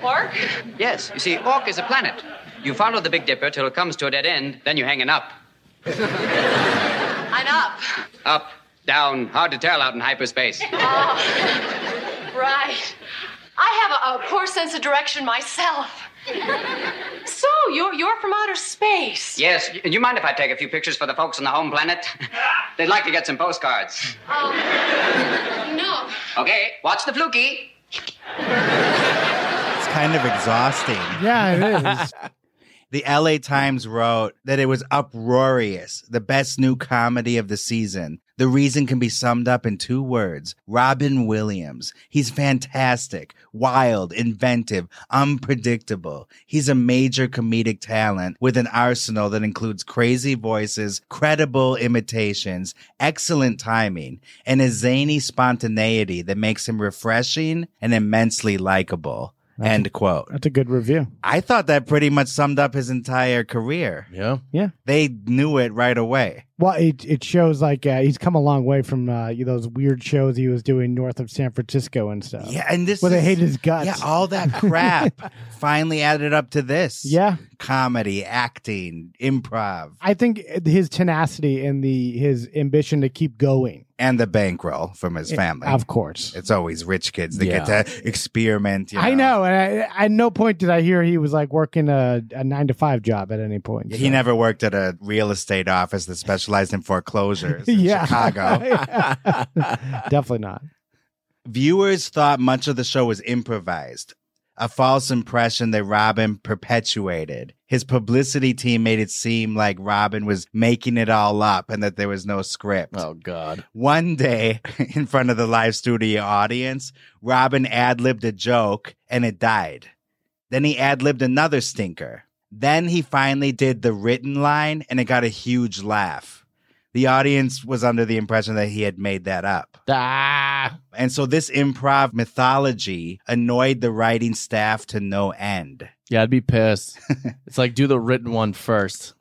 Speaker 5: Ork?
Speaker 14: Yes. You see, Ork is a planet. You follow the Big Dipper till it comes to a dead end, then you hang an up.
Speaker 5: I'm up.
Speaker 14: Up, down, hard to tell out in hyperspace.
Speaker 5: Oh, right. I have a, a, poor sense of direction myself. *laughs* So, you're, you're from outer space.
Speaker 14: Yes. Do you, you mind if I take a few pictures for the folks on the home planet? *laughs* They'd like to get some postcards.
Speaker 5: Um, no.
Speaker 14: Okay, watch the fluky.
Speaker 1: It's kind of exhausting.
Speaker 13: Yeah, it *laughs* is.
Speaker 1: the LA Times wrote that it was uproarious, the best new comedy of the season. The reason can be summed up in two words Robin Williams. He's fantastic, wild, inventive, unpredictable. He's a major comedic talent with an arsenal that includes crazy voices, credible imitations, excellent timing, and a zany spontaneity that makes him refreshing and immensely likable. That's End quote.
Speaker 13: That's a good review.
Speaker 1: I thought that pretty much summed up his entire career.
Speaker 12: *laughs* Yeah.
Speaker 13: Yeah.
Speaker 1: They knew it right away.
Speaker 13: Well, it, it shows like uh, he's come a long way from uh, those weird shows he was doing north of San Francisco and stuff.
Speaker 1: Yeah, and this
Speaker 13: where
Speaker 1: is,
Speaker 13: they hated his guts.
Speaker 1: Yeah, all
Speaker 13: *laughs*
Speaker 1: that crap finally added up to this.
Speaker 13: Yeah,
Speaker 1: comedy, acting, improv.
Speaker 13: I think his tenacity and the his ambition to keep going
Speaker 1: and the bankroll from his family.
Speaker 13: Of course.
Speaker 1: It's always rich kids that yeah. get to experiment. You know?
Speaker 13: I know. And I, at no point did I hear he was like working a, a nine to five job at any point.
Speaker 1: So. He never worked at a real estate office that specialized in foreclosures in
Speaker 13: *laughs* yeah.
Speaker 1: Chicago.
Speaker 13: *laughs* yeah. *laughs* Definitely not.
Speaker 1: Viewers thought much of the show was improvised, a false impression that Robin perpetuated. His publicity team made it seem like Robin was making it all up and that there was no script.
Speaker 12: Oh, God.
Speaker 1: One day, *laughs* in front of the live studio audience, Robin ad libbed a joke and it died. Then he ad libbed another stinker. Then he finally did the written line and it got a huge laugh. The audience was under the impression that he had made that up.
Speaker 12: Ah.
Speaker 1: And so this improv mythology annoyed the writing staff to no end.
Speaker 12: Yeah, I'd be pissed.
Speaker 13: *laughs*
Speaker 12: it's like do the written one first.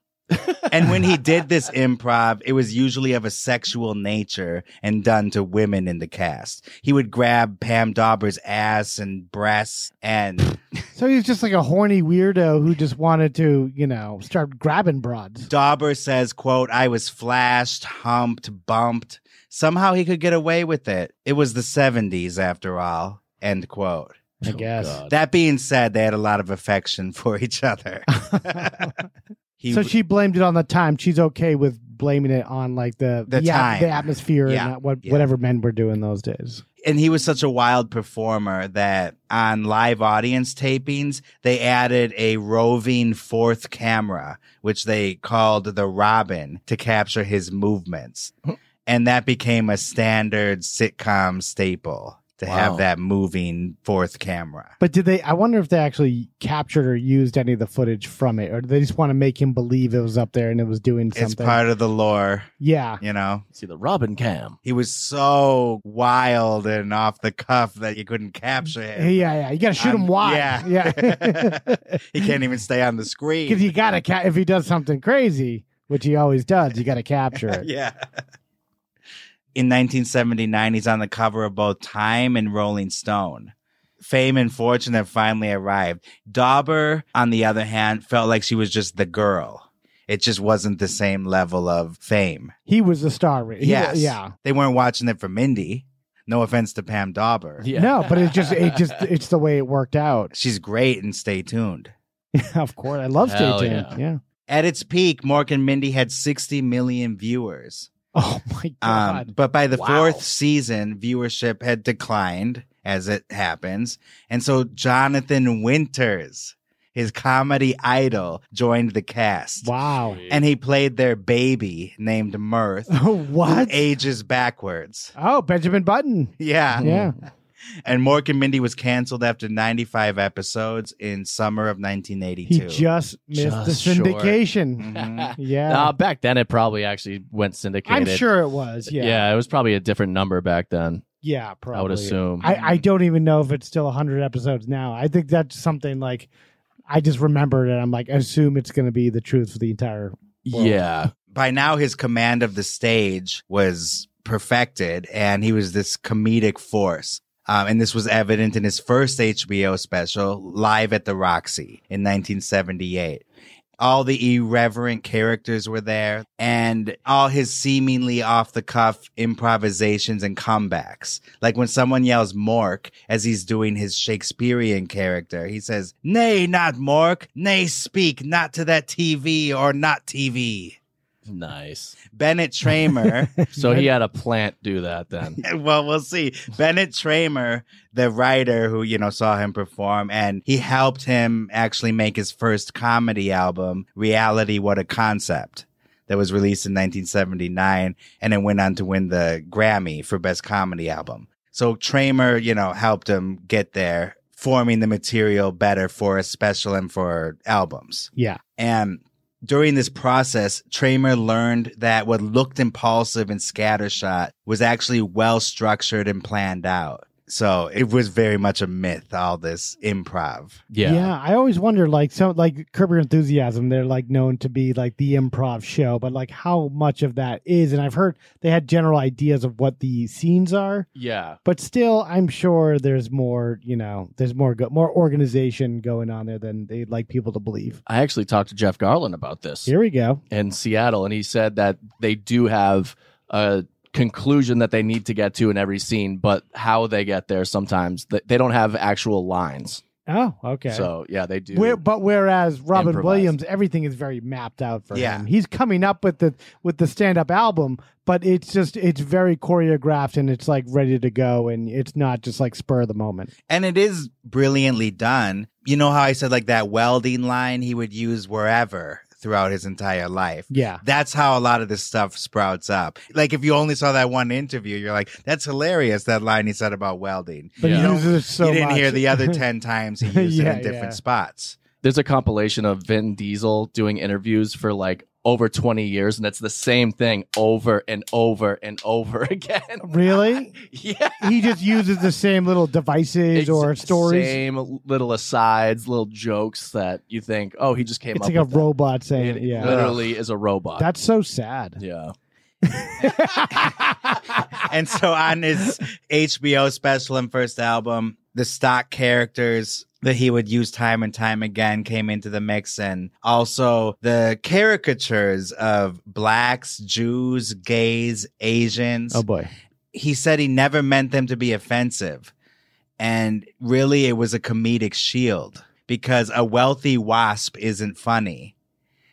Speaker 1: and when he did this improv, it was usually of a sexual nature and done to women in the cast. He would grab Pam Dauber's ass and breasts and
Speaker 13: So he was just like a horny weirdo who just wanted to, you know, start grabbing broads.
Speaker 1: Dauber says, quote, I was flashed, humped, bumped. Somehow he could get away with it. It was the 70s after all. End quote.
Speaker 13: I guess. Oh,
Speaker 1: that being said, they had a lot of affection *laughs* for each other.
Speaker 13: He so she blamed it on the time. She's okay with blaming it on like the
Speaker 1: the, the,
Speaker 13: at, the atmosphere, yeah. and what, yeah. whatever men were doing those days.
Speaker 1: And he was such a wild performer that on live audience tapings, they added a roving fourth camera, which they called the Robin, to capture his movements. and that became a standard sitcom staple to wow. have that moving fourth camera.
Speaker 13: But did they? I wonder if they actually captured or used any of the footage from it, or did they just want to make him believe it was up there and it was doing something?
Speaker 1: It's part of the lore.
Speaker 13: Yeah,
Speaker 1: you know.
Speaker 12: See the Robin Cam.
Speaker 1: He was so wild and off the cuff that you couldn't capture him.
Speaker 13: Yeah, yeah. You got to shoot um, him wide.
Speaker 1: Yeah, *laughs*
Speaker 13: yeah. *laughs*
Speaker 1: he can't even stay on the screen
Speaker 13: because you
Speaker 1: *laughs*
Speaker 13: got to. Ca- if he does something crazy, which he always does, you got to capture *laughs*
Speaker 1: *laughs*
Speaker 13: it.
Speaker 1: yeah. In 1979, he's on the cover of both Time and Rolling Stone. Fame and fortune have finally arrived. Dauber, on the other hand, felt like she was just the girl. It just wasn't the same level of fame.
Speaker 13: He was the star. He,
Speaker 1: yes.
Speaker 13: Yeah.
Speaker 1: They weren't watching it for Mindy. No offense to Pam Dauber.
Speaker 13: Yeah. No, but
Speaker 12: *laughs*
Speaker 13: it's just it just it's the way it worked out. *laughs*
Speaker 1: She's great and stay tuned.
Speaker 13: of course. I love Hell Stay Tuned. Yeah. yeah.
Speaker 1: At its peak, Mork and Mindy had 60 million viewers.
Speaker 13: Oh my god!
Speaker 1: Um, but by the wow. fourth season, viewership had declined, as it happens, and so Jonathan Winters, his comedy idol, joined the cast.
Speaker 13: Wow!
Speaker 1: And he played their baby named Mirth.
Speaker 13: Oh, *laughs* what?
Speaker 1: ages backwards.
Speaker 13: Oh, Benjamin Button.
Speaker 1: Yeah,
Speaker 13: yeah.
Speaker 1: And Mork and Mindy was canceled after 95 episodes in summer of 1982.
Speaker 13: He just missed just the syndication. Mm-hmm. *laughs* yeah.
Speaker 12: Nah, back then it probably actually went syndicated.
Speaker 13: I'm sure it was. Yeah.
Speaker 12: Yeah, it was probably a different number back then.
Speaker 13: Yeah, probably.
Speaker 12: I would assume.
Speaker 13: I, I don't even know if it's still 100 episodes now. I think that's something like I just remembered and I'm like, I assume it's going to be the truth for the entire world.
Speaker 12: Yeah.
Speaker 1: By now, his command of the stage was perfected and he was this comedic force. Um, and this was evident in his first HBO special, Live at the Roxy, in 1978. All the irreverent characters were there, and all his seemingly off the cuff improvisations and comebacks. Like when someone yells Mork as he's doing his Shakespearean character, he says, Nay, not Mork, nay, speak, not to that TV or not TV.
Speaker 12: Nice.
Speaker 1: Bennett Tramer.
Speaker 12: so he had a plant do that
Speaker 13: *laughs*
Speaker 12: then.
Speaker 1: well, we'll see. Bennett Tramer, the writer who, you know, saw him perform and he helped him actually make his first comedy album, Reality What a Concept, that was released in 1979 and then went on to win the Grammy for Best Comedy Album. So Tramer, you know, helped him get there, forming the material better for a special and for albums.
Speaker 13: Yeah.
Speaker 1: And during this process, Tramer learned that what looked impulsive and scattershot was actually well structured and planned out. So it was very much a myth, all this improv.
Speaker 12: Yeah.
Speaker 13: Yeah. I always wonder, like, so, like, Curb Your Enthusiasm, they're like known to be like the improv show, but like how much of that is. And I've heard they had general ideas of what the scenes are,
Speaker 12: Yeah.
Speaker 13: but still, I'm sure there's more, you know, there's more, go- more organization going on there than they'd like people to believe.
Speaker 12: I actually talked to Jeff Garland about this
Speaker 13: Here we go.
Speaker 12: in Seattle, and he said that they do have a conclusion that they need to get to in every scene, but how they get there sometimes th- they don't have actual lines.
Speaker 13: Oh, okay.
Speaker 12: So yeah, they do.
Speaker 13: Where, but whereas Robin
Speaker 12: improvise.
Speaker 13: Williams, everything is very mapped out for
Speaker 1: Yeah.
Speaker 13: him. He's coming up with the with the stand up album, but it's just it's very choreographed and it's like ready to go, and it's not just like spur of the moment.
Speaker 1: And it is brilliantly done. You know how I said, like, that welding line he would use wherever throughout his entire life?
Speaker 13: Yeah,
Speaker 1: That's how a lot of this stuff sprouts up. Like, if you only saw that one interview, you're like, that's hilarious, that line he said about welding.
Speaker 13: but
Speaker 12: Yeah.
Speaker 13: he uses it so
Speaker 1: you didn't
Speaker 13: much.
Speaker 1: hear the
Speaker 13: *laughs*
Speaker 1: other 10 times he used it
Speaker 13: Yeah,
Speaker 1: in different
Speaker 13: yeah.
Speaker 1: spots.
Speaker 12: There's a compilation of Vin Diesel doing interviews for like over 20 years, and it's the same thing over and over and over *laughs* again.
Speaker 13: really.
Speaker 12: yeah.
Speaker 13: He just uses the same little devices or
Speaker 12: Ex-
Speaker 13: stories.
Speaker 12: Same little asides, little jokes that you think, oh, he just came
Speaker 13: It's
Speaker 12: up
Speaker 13: like a
Speaker 12: with that.
Speaker 13: robot saying,
Speaker 12: It
Speaker 13: it, "Yeah,
Speaker 12: literally is a robot.
Speaker 13: that's so sad."
Speaker 12: yeah.
Speaker 1: and so on his
Speaker 13: *laughs*
Speaker 1: HBO special and first album, the stock characters that he would use time and time again came into the mix and also the caricatures of blacks, Jews, gays, Asians.
Speaker 13: Oh boy.
Speaker 1: He said he never meant them to be offensive. And really it was a comedic shield because a wealthy wasp isn't funny.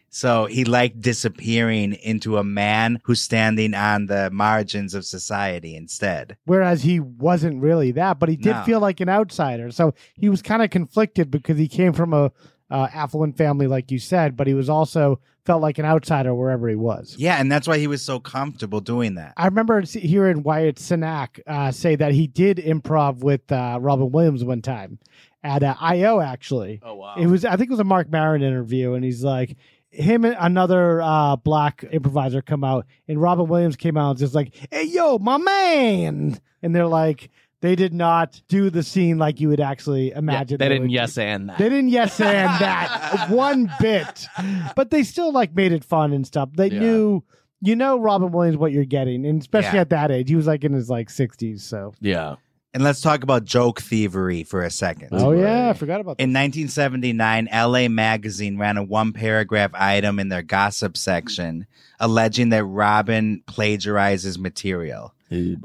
Speaker 1: So he liked disappearing into a man who's standing on the margins of society instead.
Speaker 13: whereas he wasn't really that, but he did
Speaker 1: No.
Speaker 13: feel like an outsider. So he was kind of conflicted because he came from a uh, affluent family, like you said, but he was also felt like an outsider wherever he was.
Speaker 1: Yeah, and that's why he was so comfortable doing that.
Speaker 13: I remember s- hearing Wyatt Cenac uh, say that he did improv with uh, Robin Williams one time at uh, I.O. Actually,
Speaker 12: Oh, wow.
Speaker 13: it was I think it was a Mark Maron interview, and he's like, him and another uh, black improviser come out, and Robin Williams came out and just like, "Hey, yo, my man," and they're like, they did not do the scene like you would actually imagine.
Speaker 12: they didn't
Speaker 13: would do.
Speaker 12: yes and that.
Speaker 13: They
Speaker 12: *laughs*
Speaker 13: didn't yes and that one bit, but they still like made it fun and stuff. They
Speaker 12: Yeah.
Speaker 13: knew, you know, Robin Williams what you're getting, and especially
Speaker 1: Yeah.
Speaker 13: at that age, he was like in his like 60s. So,
Speaker 12: yeah.
Speaker 1: And let's talk about joke thievery for a second.
Speaker 12: Oh,
Speaker 13: oh yeah,
Speaker 12: right.
Speaker 13: I forgot about that.
Speaker 1: In 1979, LA Magazine ran a one paragraph item in their gossip section alleging that Robin plagiarizes material.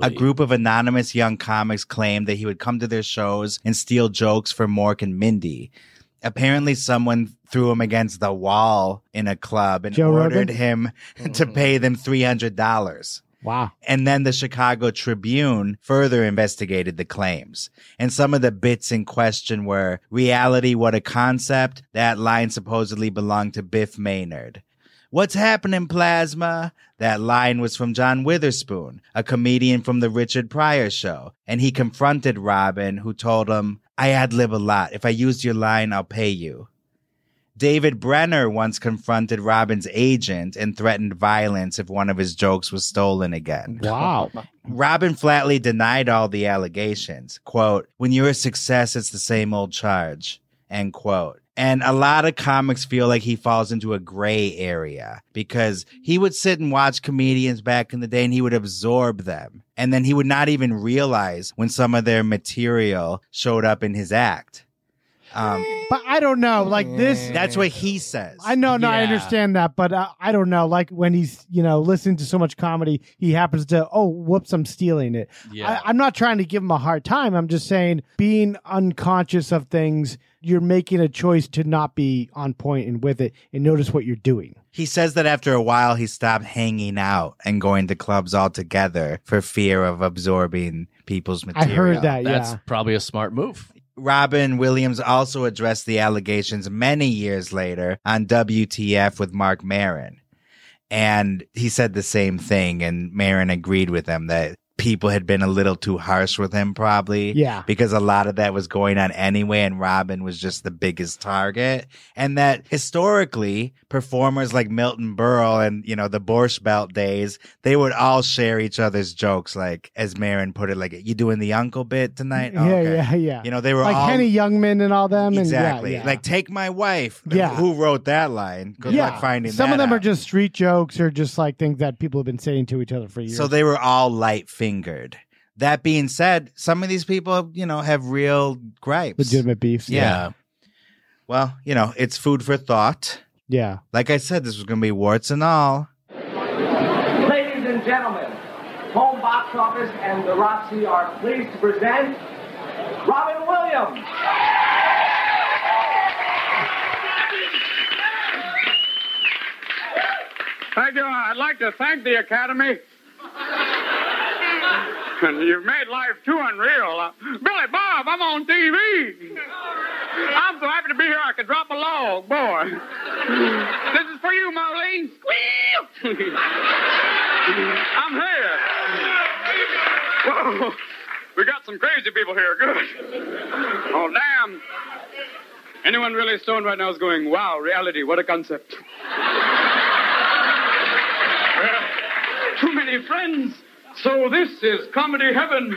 Speaker 1: A group of anonymous young comics claimed that he would come to their shows and steal jokes from Mork and Mindy. Apparently, someone threw him against the wall in a club and
Speaker 13: Joe Rogan?
Speaker 1: ordered him *laughs* to pay them $300.
Speaker 13: Wow,
Speaker 1: And then the Chicago Tribune further investigated the claims. And some of the bits in question were reality, what a concept. That line supposedly belonged to Biff Maynard. What's happening, Plasma? That line was from John Witherspoon, a comedian from the Richard Pryor show. And he confronted Robin, who told him, I ad lib a lot. If I used your line, I'll pay you. David Brenner once confronted Robin's agent and threatened violence if one of his jokes was stolen again.
Speaker 13: Wow.
Speaker 1: Robin flatly denied all the allegations. Quote, when you're a success, it's the same old charge. End quote. And a lot of comics feel like he falls into a gray area because he would sit and watch comedians back in the day and he would absorb them. And then he would not even realize when some of their material showed up in his act. Um,
Speaker 13: but I don't know. Like this,
Speaker 1: that's what he says.
Speaker 13: I know, no, I
Speaker 1: Yeah.
Speaker 13: understand that, but uh, I don't know. Like when he's, you know, listening to so much comedy, he happens to, oh, whoops, I'm stealing it.
Speaker 15: Yeah.
Speaker 13: I, I'm not trying to give him a hard time. I'm just saying, being unconscious of things, you're making a choice to not be on point and with it, and notice what you're doing.
Speaker 1: He says that after a while, he stopped hanging out and going to clubs altogether for fear of absorbing people's
Speaker 13: I
Speaker 1: material.
Speaker 13: heard that, yeah.
Speaker 12: That's probably a smart move.
Speaker 1: Robin Williams also addressed the allegations many years later on WTF with Mark Marin. And he said the same thing, and Marin agreed with him that people had been a little too harsh with him, probably.
Speaker 13: Yeah.
Speaker 1: Because a lot of that was going on anyway, and Robin was just the biggest target. And that historically, performers like Milton Berle and, you know, the Borscht Belt days, they would all share each other's jokes, like, as Marin put it, like, you doing the uncle bit tonight? Oh,
Speaker 13: yeah,
Speaker 1: *laughs* okay.
Speaker 13: yeah, yeah.
Speaker 1: You know, they were
Speaker 13: like
Speaker 1: all
Speaker 13: Henny Youngman and all them.
Speaker 1: exactly
Speaker 13: And yeah, yeah.
Speaker 1: like take my wife.
Speaker 13: Yeah.
Speaker 1: who wrote that line? Good luck finding
Speaker 13: some
Speaker 1: that
Speaker 13: of them
Speaker 1: out.
Speaker 13: are just street jokes or just like things that people have been saying to each other for years.
Speaker 1: So they were all light fingered. That being said, some of these people, you know, have real gripes.
Speaker 13: legitimate beefs.
Speaker 1: Yeah. Well, you know, it's food for thought.
Speaker 13: Yeah.
Speaker 1: Like I said, this was going to be warts and all.
Speaker 16: Ladies and gentlemen, Home Box Office and the Roxy are pleased to present Robin Williams.
Speaker 17: Thank you. I'd like to thank the Academy. You've made life too unreal. Uh, Billy Bob, I'm on TV. I'm so happy to be here I could drop a log, boy. This is for you, Marlene. Squeal! I'm here. Whoa. We got some crazy people here. Good. Oh, damn. Anyone really stoned right now is going, wow, reality, what a concept. Too many friends. So this is comedy heaven.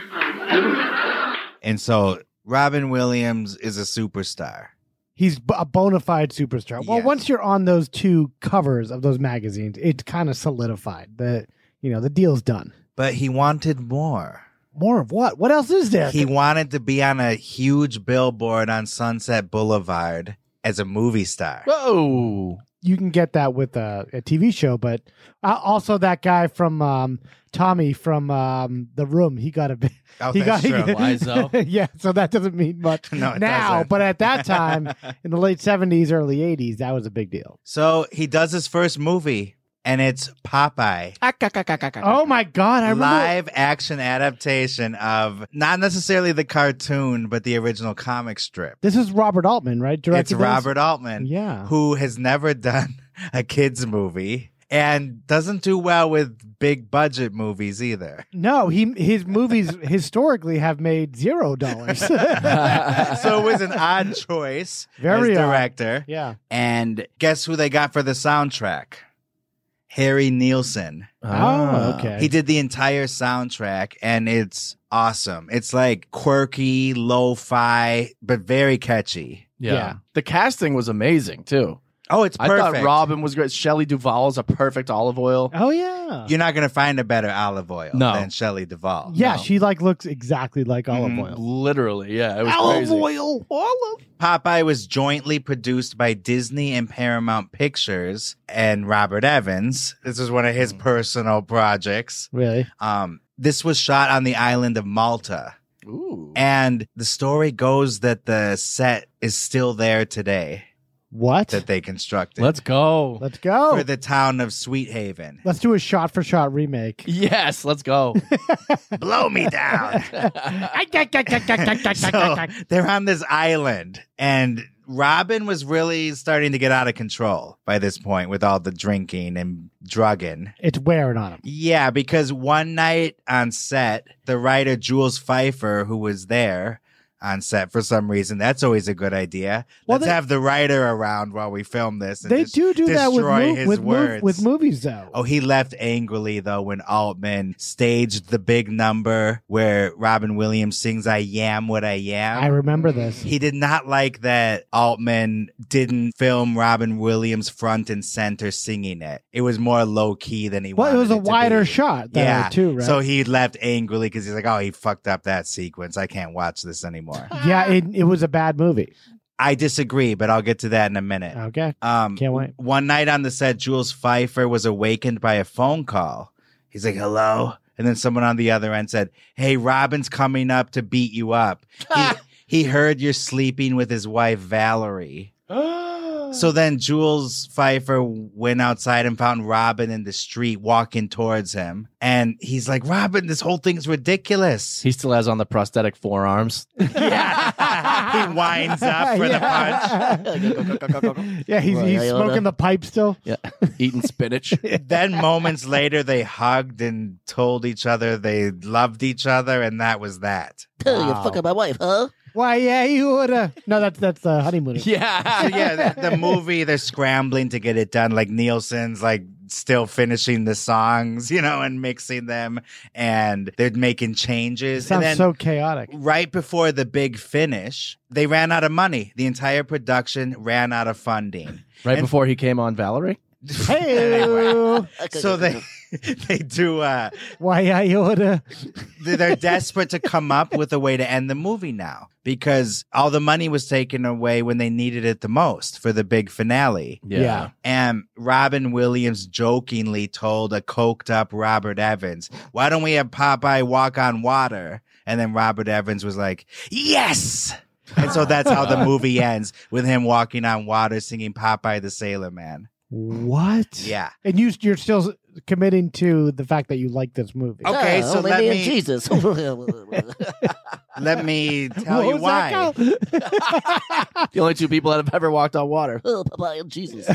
Speaker 1: And so Robin Williams is a superstar.
Speaker 13: He's b- a bona fide superstar. Well,
Speaker 1: Yes.
Speaker 13: once you're on those two covers of those magazines, it's kind of solidified that you know the deal's done.
Speaker 1: But he wanted more.
Speaker 13: More of what? What else is there?
Speaker 1: He wanted to be on a huge billboard on Sunset Boulevard as a movie star.
Speaker 13: *laughs*
Speaker 12: Whoa!
Speaker 13: you can get that with a, a TV show, but uh, also that guy from um, Tommy from um, the Room, he got a bit.
Speaker 1: Oh,
Speaker 13: he
Speaker 1: that's
Speaker 13: got,
Speaker 1: true.
Speaker 13: *laughs*
Speaker 1: Wiseau.
Speaker 13: yeah, so that doesn't mean
Speaker 1: *laughs*
Speaker 13: much
Speaker 1: No, it
Speaker 13: now,
Speaker 1: doesn't.
Speaker 13: but at
Speaker 1: *laughs*
Speaker 13: that time in the late seventies, early eighties, that was a big deal.
Speaker 1: So he does his first movie, and it's Popeye.
Speaker 13: Oh my god, I remember.
Speaker 1: Live action adaptation of not necessarily the cartoon, but the original comic strip.
Speaker 13: This is Robert Altman, right?
Speaker 1: It's
Speaker 13: Directed this?
Speaker 1: Robert Altman,
Speaker 13: Yeah.
Speaker 1: who has never done *laughs* a kids movie and doesn't do well with big budget movies
Speaker 12: *laughs*
Speaker 1: either.
Speaker 13: No, he his movies historically have made zero
Speaker 12: *laughs*
Speaker 13: dollars.
Speaker 1: so it was an odd choice
Speaker 13: Very
Speaker 1: as
Speaker 13: odd.
Speaker 1: director.
Speaker 13: *laughs* Yeah.
Speaker 1: And guess who they got for the soundtrack? Harry Nielsen.
Speaker 12: Ah.
Speaker 13: Oh, okay.
Speaker 1: Ah. He did the entire soundtrack and it's awesome. It's like quirky, lo-fi, but very catchy.
Speaker 12: Yeah. The casting was amazing too.
Speaker 1: Oh, it's
Speaker 12: I thought
Speaker 1: perfect.
Speaker 12: Robin was great. Shelley Duvall is a perfect olive oil.
Speaker 13: oh yeah,
Speaker 1: You're not going to find a better olive oil
Speaker 12: No.
Speaker 1: than Shelley Duvall.
Speaker 13: yeah. She like looks exactly like olive
Speaker 1: Mm-hmm.
Speaker 13: oil.
Speaker 12: Literally, yeah. It was
Speaker 13: Uh, Olive
Speaker 12: crazy.
Speaker 13: oil, olive.
Speaker 1: Popeye was jointly produced by Disney and Paramount Pictures and Robert Evans. This was one of his personal projects.
Speaker 13: Really?
Speaker 1: Um, this was shot on the island of Malta.
Speaker 12: Ooh.
Speaker 1: And the story goes that the set is still there today
Speaker 13: What?
Speaker 1: that they constructed
Speaker 12: Let's go.
Speaker 13: Let's go.
Speaker 1: for the town of Sweet Haven.
Speaker 13: Let's do a shot for shot remake.
Speaker 12: Yes, let's
Speaker 13: *laughs*
Speaker 12: go.
Speaker 1: Blow me down. so they're on this island and Robin was really starting to get out of control by this point with all the drinking and drugging.
Speaker 13: It's wearing on him.
Speaker 1: Yeah, because one night on set, the writer Jules Pfeiffer, who was there, on set for some reason. That's always a good idea. Well, Let's
Speaker 13: they-
Speaker 1: have the writer around while we film this. And
Speaker 13: They
Speaker 1: just
Speaker 13: do do that with
Speaker 1: destroy
Speaker 13: mov-
Speaker 1: his
Speaker 13: with, mov-
Speaker 1: words.
Speaker 13: with movies though.
Speaker 1: Oh, he left angrily though when Altman staged the big number where Robin Williams sings "I Yam What I Yam."
Speaker 13: I remember this.
Speaker 1: He did not like that Altman didn't film Robin Williams front and center singing it. It was more low key than he
Speaker 13: Well,
Speaker 1: wanted.
Speaker 13: it was a
Speaker 1: to
Speaker 13: wider
Speaker 1: be.
Speaker 13: shot that
Speaker 1: yeah,
Speaker 13: too, right?
Speaker 1: So he left angrily because he's like, "Oh, he fucked up that sequence. I can't watch this
Speaker 13: *laughs*
Speaker 1: anymore."
Speaker 13: yeah, it, it was a bad movie.
Speaker 1: I disagree, but I'll get to that in a minute.
Speaker 13: Okay.
Speaker 1: Um,
Speaker 13: Can't wait.
Speaker 1: One night on the set, Jules Pfeiffer was awakened by a phone call. He's like, hello. And then someone on the other end said, hey, Robin's coming up to beat you up. He, he heard you're sleeping with his wife, Valerie. So then Jules Pfeiffer went outside and found Robin in the street walking towards him. And he's like, Robin, this whole thing's ridiculous.
Speaker 12: He still has on the prosthetic forearms.
Speaker 1: *laughs* he winds
Speaker 13: *laughs*
Speaker 1: up for the punch.
Speaker 13: Yeah, he's,
Speaker 12: Well,
Speaker 13: he's
Speaker 12: yeah, you
Speaker 13: smoking
Speaker 12: know.
Speaker 13: the pipe still.
Speaker 12: *laughs*
Speaker 13: *laughs*
Speaker 12: Yeah, eating spinach.
Speaker 1: then moments later they hugged and told each other they loved each other and that was that
Speaker 13: Wow.
Speaker 15: my wife, huh?
Speaker 13: Why? Yeah, you would. Uh, no, that's that's the uh,
Speaker 1: *laughs*
Speaker 13: honeymoon.
Speaker 1: So,
Speaker 12: *laughs*
Speaker 1: yeah the, the movie they're scrambling to get it done like nielsen's like still finishing the songs you know and mixing them and they're making changes
Speaker 13: sounds
Speaker 1: and then
Speaker 13: so chaotic.
Speaker 1: right before the big finish they ran out of money the entire production ran out of funding
Speaker 12: Right
Speaker 1: And-
Speaker 12: before he came on Valerie.
Speaker 13: Hey,
Speaker 1: so they *laughs* they do uh
Speaker 13: why? Yeah, you would. Uh,
Speaker 1: They- they're desperate to come up with a way to end the movie now because all the money was taken away when they needed it the most for the big finale.
Speaker 12: Yeah. Yeah.
Speaker 1: And Robin Williams jokingly told a coked up Robert Evans, Why don't we have Popeye walk on water? And then Robert Evans was like, Yes. And so that's how
Speaker 13: *laughs*
Speaker 1: the movie ends with him walking on water singing Popeye the Sailor Man.
Speaker 13: what?
Speaker 1: Yeah.
Speaker 13: And you you're still committing to the fact that you like this movie.
Speaker 1: Okay, so let me
Speaker 15: Jesus. *laughs* Oh,
Speaker 1: let
Speaker 13: *laughs*
Speaker 1: me tell
Speaker 13: What
Speaker 1: you
Speaker 13: was that
Speaker 1: why. *laughs* Oh,
Speaker 12: The only two people that have ever walked on
Speaker 13: *laughs*
Speaker 12: water.
Speaker 15: Oh, Papa and Jesus.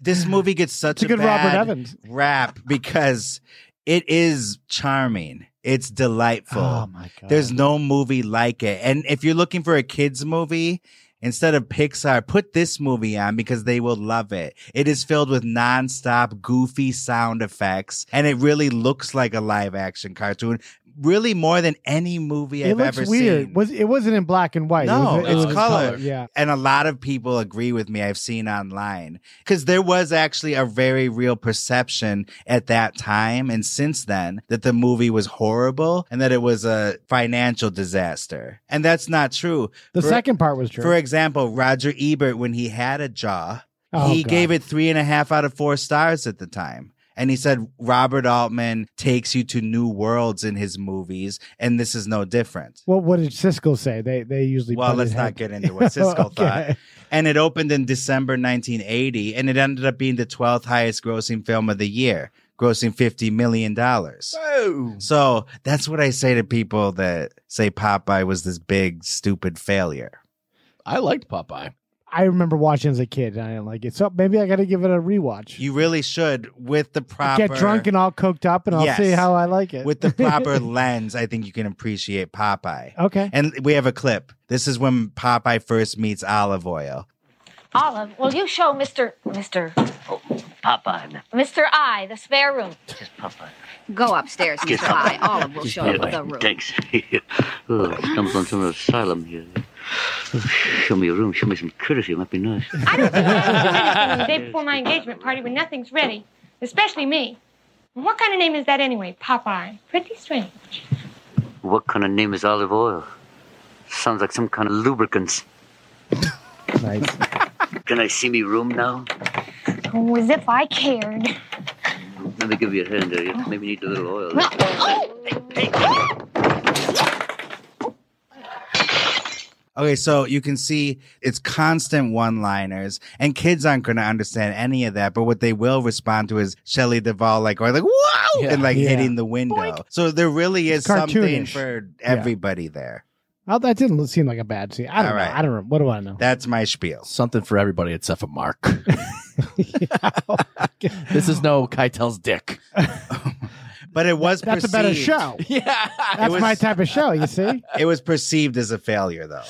Speaker 1: this movie gets such
Speaker 13: It's a
Speaker 1: a
Speaker 13: good Robert
Speaker 1: bad
Speaker 13: Evans.
Speaker 1: rap because it is charming. It's delightful.
Speaker 13: Oh my god.
Speaker 1: There's no movie like it. And if you're looking for a kids movie, instead of Pixar, put this movie on because they will love it. It is filled with nonstop goofy sound effects and it really looks like a live action cartoon. Really more than any movie
Speaker 13: It
Speaker 1: I've
Speaker 13: looks
Speaker 1: ever
Speaker 13: weird.
Speaker 1: seen.
Speaker 13: Was it wasn't in black and white?
Speaker 1: No,
Speaker 13: it was, it
Speaker 1: it's
Speaker 13: was in
Speaker 1: color.
Speaker 13: Yeah.
Speaker 1: And a lot of people agree with me, I've seen online. Because there was actually a very real perception at that time and since then that the movie was horrible and that it was a financial disaster. And that's not true.
Speaker 13: The
Speaker 1: For-
Speaker 13: second part was true.
Speaker 1: For example, Roger Ebert, when he had a jaw,
Speaker 13: Oh,
Speaker 1: he
Speaker 13: God.
Speaker 1: gave it three and a half out of four stars at the time. And he said, Robert Altman takes you to new worlds in his movies, and this is no different.
Speaker 13: What what did Siskel say? They they usually
Speaker 1: Well,
Speaker 13: put
Speaker 1: let's
Speaker 13: it
Speaker 1: not
Speaker 13: head-
Speaker 1: get
Speaker 13: *laughs*
Speaker 1: into what Siskel
Speaker 13: Okay.
Speaker 1: thought. And it opened in December 1980, and it ended up being the 12th highest grossing film of the year, grossing $50 million.
Speaker 13: Oh.
Speaker 1: So that's what I say to people that say Popeye was this big, stupid failure.
Speaker 12: I liked Popeye.
Speaker 13: I remember watching as a kid and I didn't like it, so maybe I got to give it a rewatch.
Speaker 1: You really should, with the proper.
Speaker 13: Get drunk and all coked up, and I'll
Speaker 1: Yes.
Speaker 13: see how I like it.
Speaker 1: with the
Speaker 13: *laughs*
Speaker 1: proper lens, I think you can appreciate Popeye.
Speaker 13: okay,
Speaker 1: And we have a clip. This is when Popeye first meets olive oil.
Speaker 18: Olive, will you show Mr. Mr.
Speaker 19: Popeye.
Speaker 18: Mr. I the spare room?
Speaker 19: Popeye.
Speaker 20: Go upstairs, Miss Fly. Olive will show you the room.
Speaker 19: Thanks. *laughs* oh, I come from some asylum here. Show me a room. Show me some courtesy. It might be nice.
Speaker 18: the day *laughs* before my engagement party when nothing's ready, especially me. And what kind of name is that anyway? Popeye. Pretty strange.
Speaker 19: What kind of name is olive oil? Sounds like some kind of lubricants.
Speaker 13: nice.
Speaker 19: Can I see me room now?
Speaker 18: Oh, as if I cared.
Speaker 19: Let me give you a hand there. You maybe need a little oil.
Speaker 18: Well, oh!
Speaker 1: Okay, so you can see it's constant one liners, and kids aren't going to understand any of that. But what they will respond to is Shelley Duvall, like, or like, whoa,
Speaker 13: Yeah.
Speaker 1: and like
Speaker 13: Yeah.
Speaker 1: hitting the window. So there really is
Speaker 13: It's
Speaker 1: something
Speaker 13: cartoonish.
Speaker 1: for
Speaker 13: Yeah.
Speaker 1: everybody there.
Speaker 13: Well, Oh, that didn't seem like a bad scene. I don't
Speaker 1: All
Speaker 13: know.
Speaker 1: right.
Speaker 13: I don't know. What do I know?
Speaker 1: That's my spiel.
Speaker 12: Something for everybody except for Mark. *laughs*
Speaker 13: *laughs*
Speaker 12: this is no Keitel's dick.
Speaker 1: But it was
Speaker 13: That's a better
Speaker 1: perceived. *laughs*
Speaker 13: show.
Speaker 12: Yeah.
Speaker 13: That's my type of show, you see?
Speaker 1: It was perceived as a failure, though.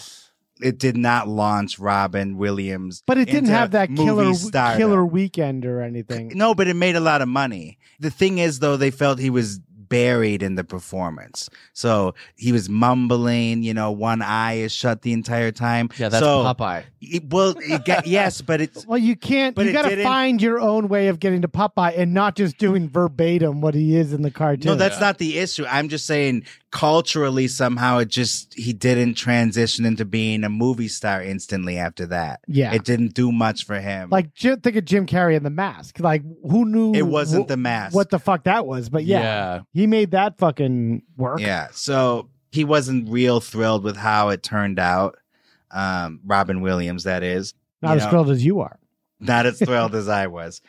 Speaker 1: It did not launch Robin Williams,
Speaker 13: But it didn't
Speaker 1: into
Speaker 13: have that
Speaker 1: movie
Speaker 13: killer
Speaker 1: stardom.
Speaker 13: killer weekend or anything.
Speaker 1: No, but it made a lot of money. The thing is, though, they felt he was buried in the performance, so he was mumbling. You know, one eye is shut the entire time.
Speaker 12: Yeah, that's
Speaker 1: so,
Speaker 12: Popeye.
Speaker 1: It, well, it got, *laughs* yes, but it's
Speaker 13: Well, you can't.
Speaker 1: But
Speaker 13: you
Speaker 1: it
Speaker 13: got to
Speaker 1: didn't-
Speaker 13: find your own way of getting to Popeye and not just doing verbatim what he is in the cartoon.
Speaker 1: no, that's not the issue. I'm just saying culturally somehow it just he didn't transition into being a movie star instantly after that.
Speaker 13: Yeah.
Speaker 1: it didn't do much for him.
Speaker 13: Like Jim, think of Jim Carrey in The Mask. Like who knew
Speaker 1: It wasn't
Speaker 13: wh-
Speaker 1: The Mask.
Speaker 13: What the fuck that was? But yeah,
Speaker 12: Yeah.
Speaker 13: he made that fucking work.
Speaker 1: Yeah. So he wasn't real thrilled with how it turned out. Um, Robin Williams, that is.
Speaker 13: Not
Speaker 1: You
Speaker 13: as
Speaker 1: know,
Speaker 13: thrilled as you are.
Speaker 1: Not as thrilled as I was.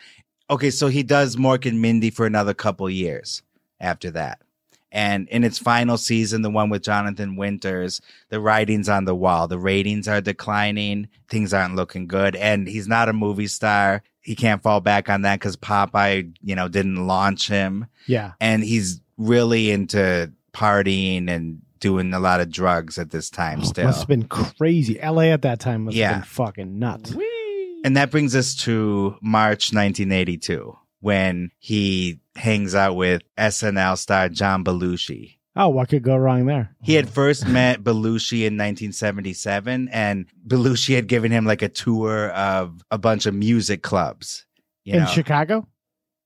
Speaker 1: Okay, so he does Mork and Mindy for another couple years after that. And in its final season, the one with Jonathan Winters, the writing's on the wall. The ratings are declining. Things aren't looking good. And he's not a movie star. He can't fall back on that because Popeye, you know, didn't launch him
Speaker 13: Yeah.
Speaker 1: and he's really into partying and doing a lot of drugs at this time still.
Speaker 13: Oh, Must have been crazy. LA at that time must
Speaker 1: Yeah.
Speaker 13: have been fucking nuts.
Speaker 1: And that brings us to March 1982 when he hangs out with SNL star John Belushi.
Speaker 13: Oh, what could go wrong there?
Speaker 1: He had
Speaker 13: *laughs*
Speaker 1: first met Belushi in 1977, and Belushi had given him like a tour of a bunch of music clubs. You
Speaker 13: in
Speaker 1: know?
Speaker 13: Chicago?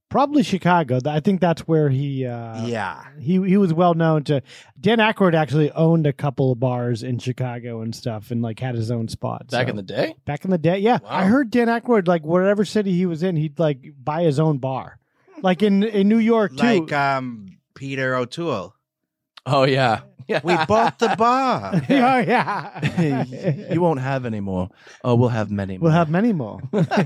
Speaker 13: Probably Chicago. Th- I think that's where he uh
Speaker 1: Yeah.
Speaker 13: he he was well known to Dan Aykroyd actually owned a couple of bars in Chicago and stuff and like had his own spot.
Speaker 12: Back
Speaker 13: so-
Speaker 12: in the day?
Speaker 13: Back in the day, yeah. I heard Dan Aykroyd like whatever city he was in, he'd like buy his own bar. Like in in New York too.
Speaker 1: Like um, Peter O'Toole.
Speaker 12: Oh, *laughs* yeah.
Speaker 13: *laughs*
Speaker 1: We bought the bar.
Speaker 13: yeah, Oh,
Speaker 1: *laughs*
Speaker 13: yeah.
Speaker 12: you won't have any more. Oh, we'll have many more.
Speaker 13: *laughs* we'll have many more.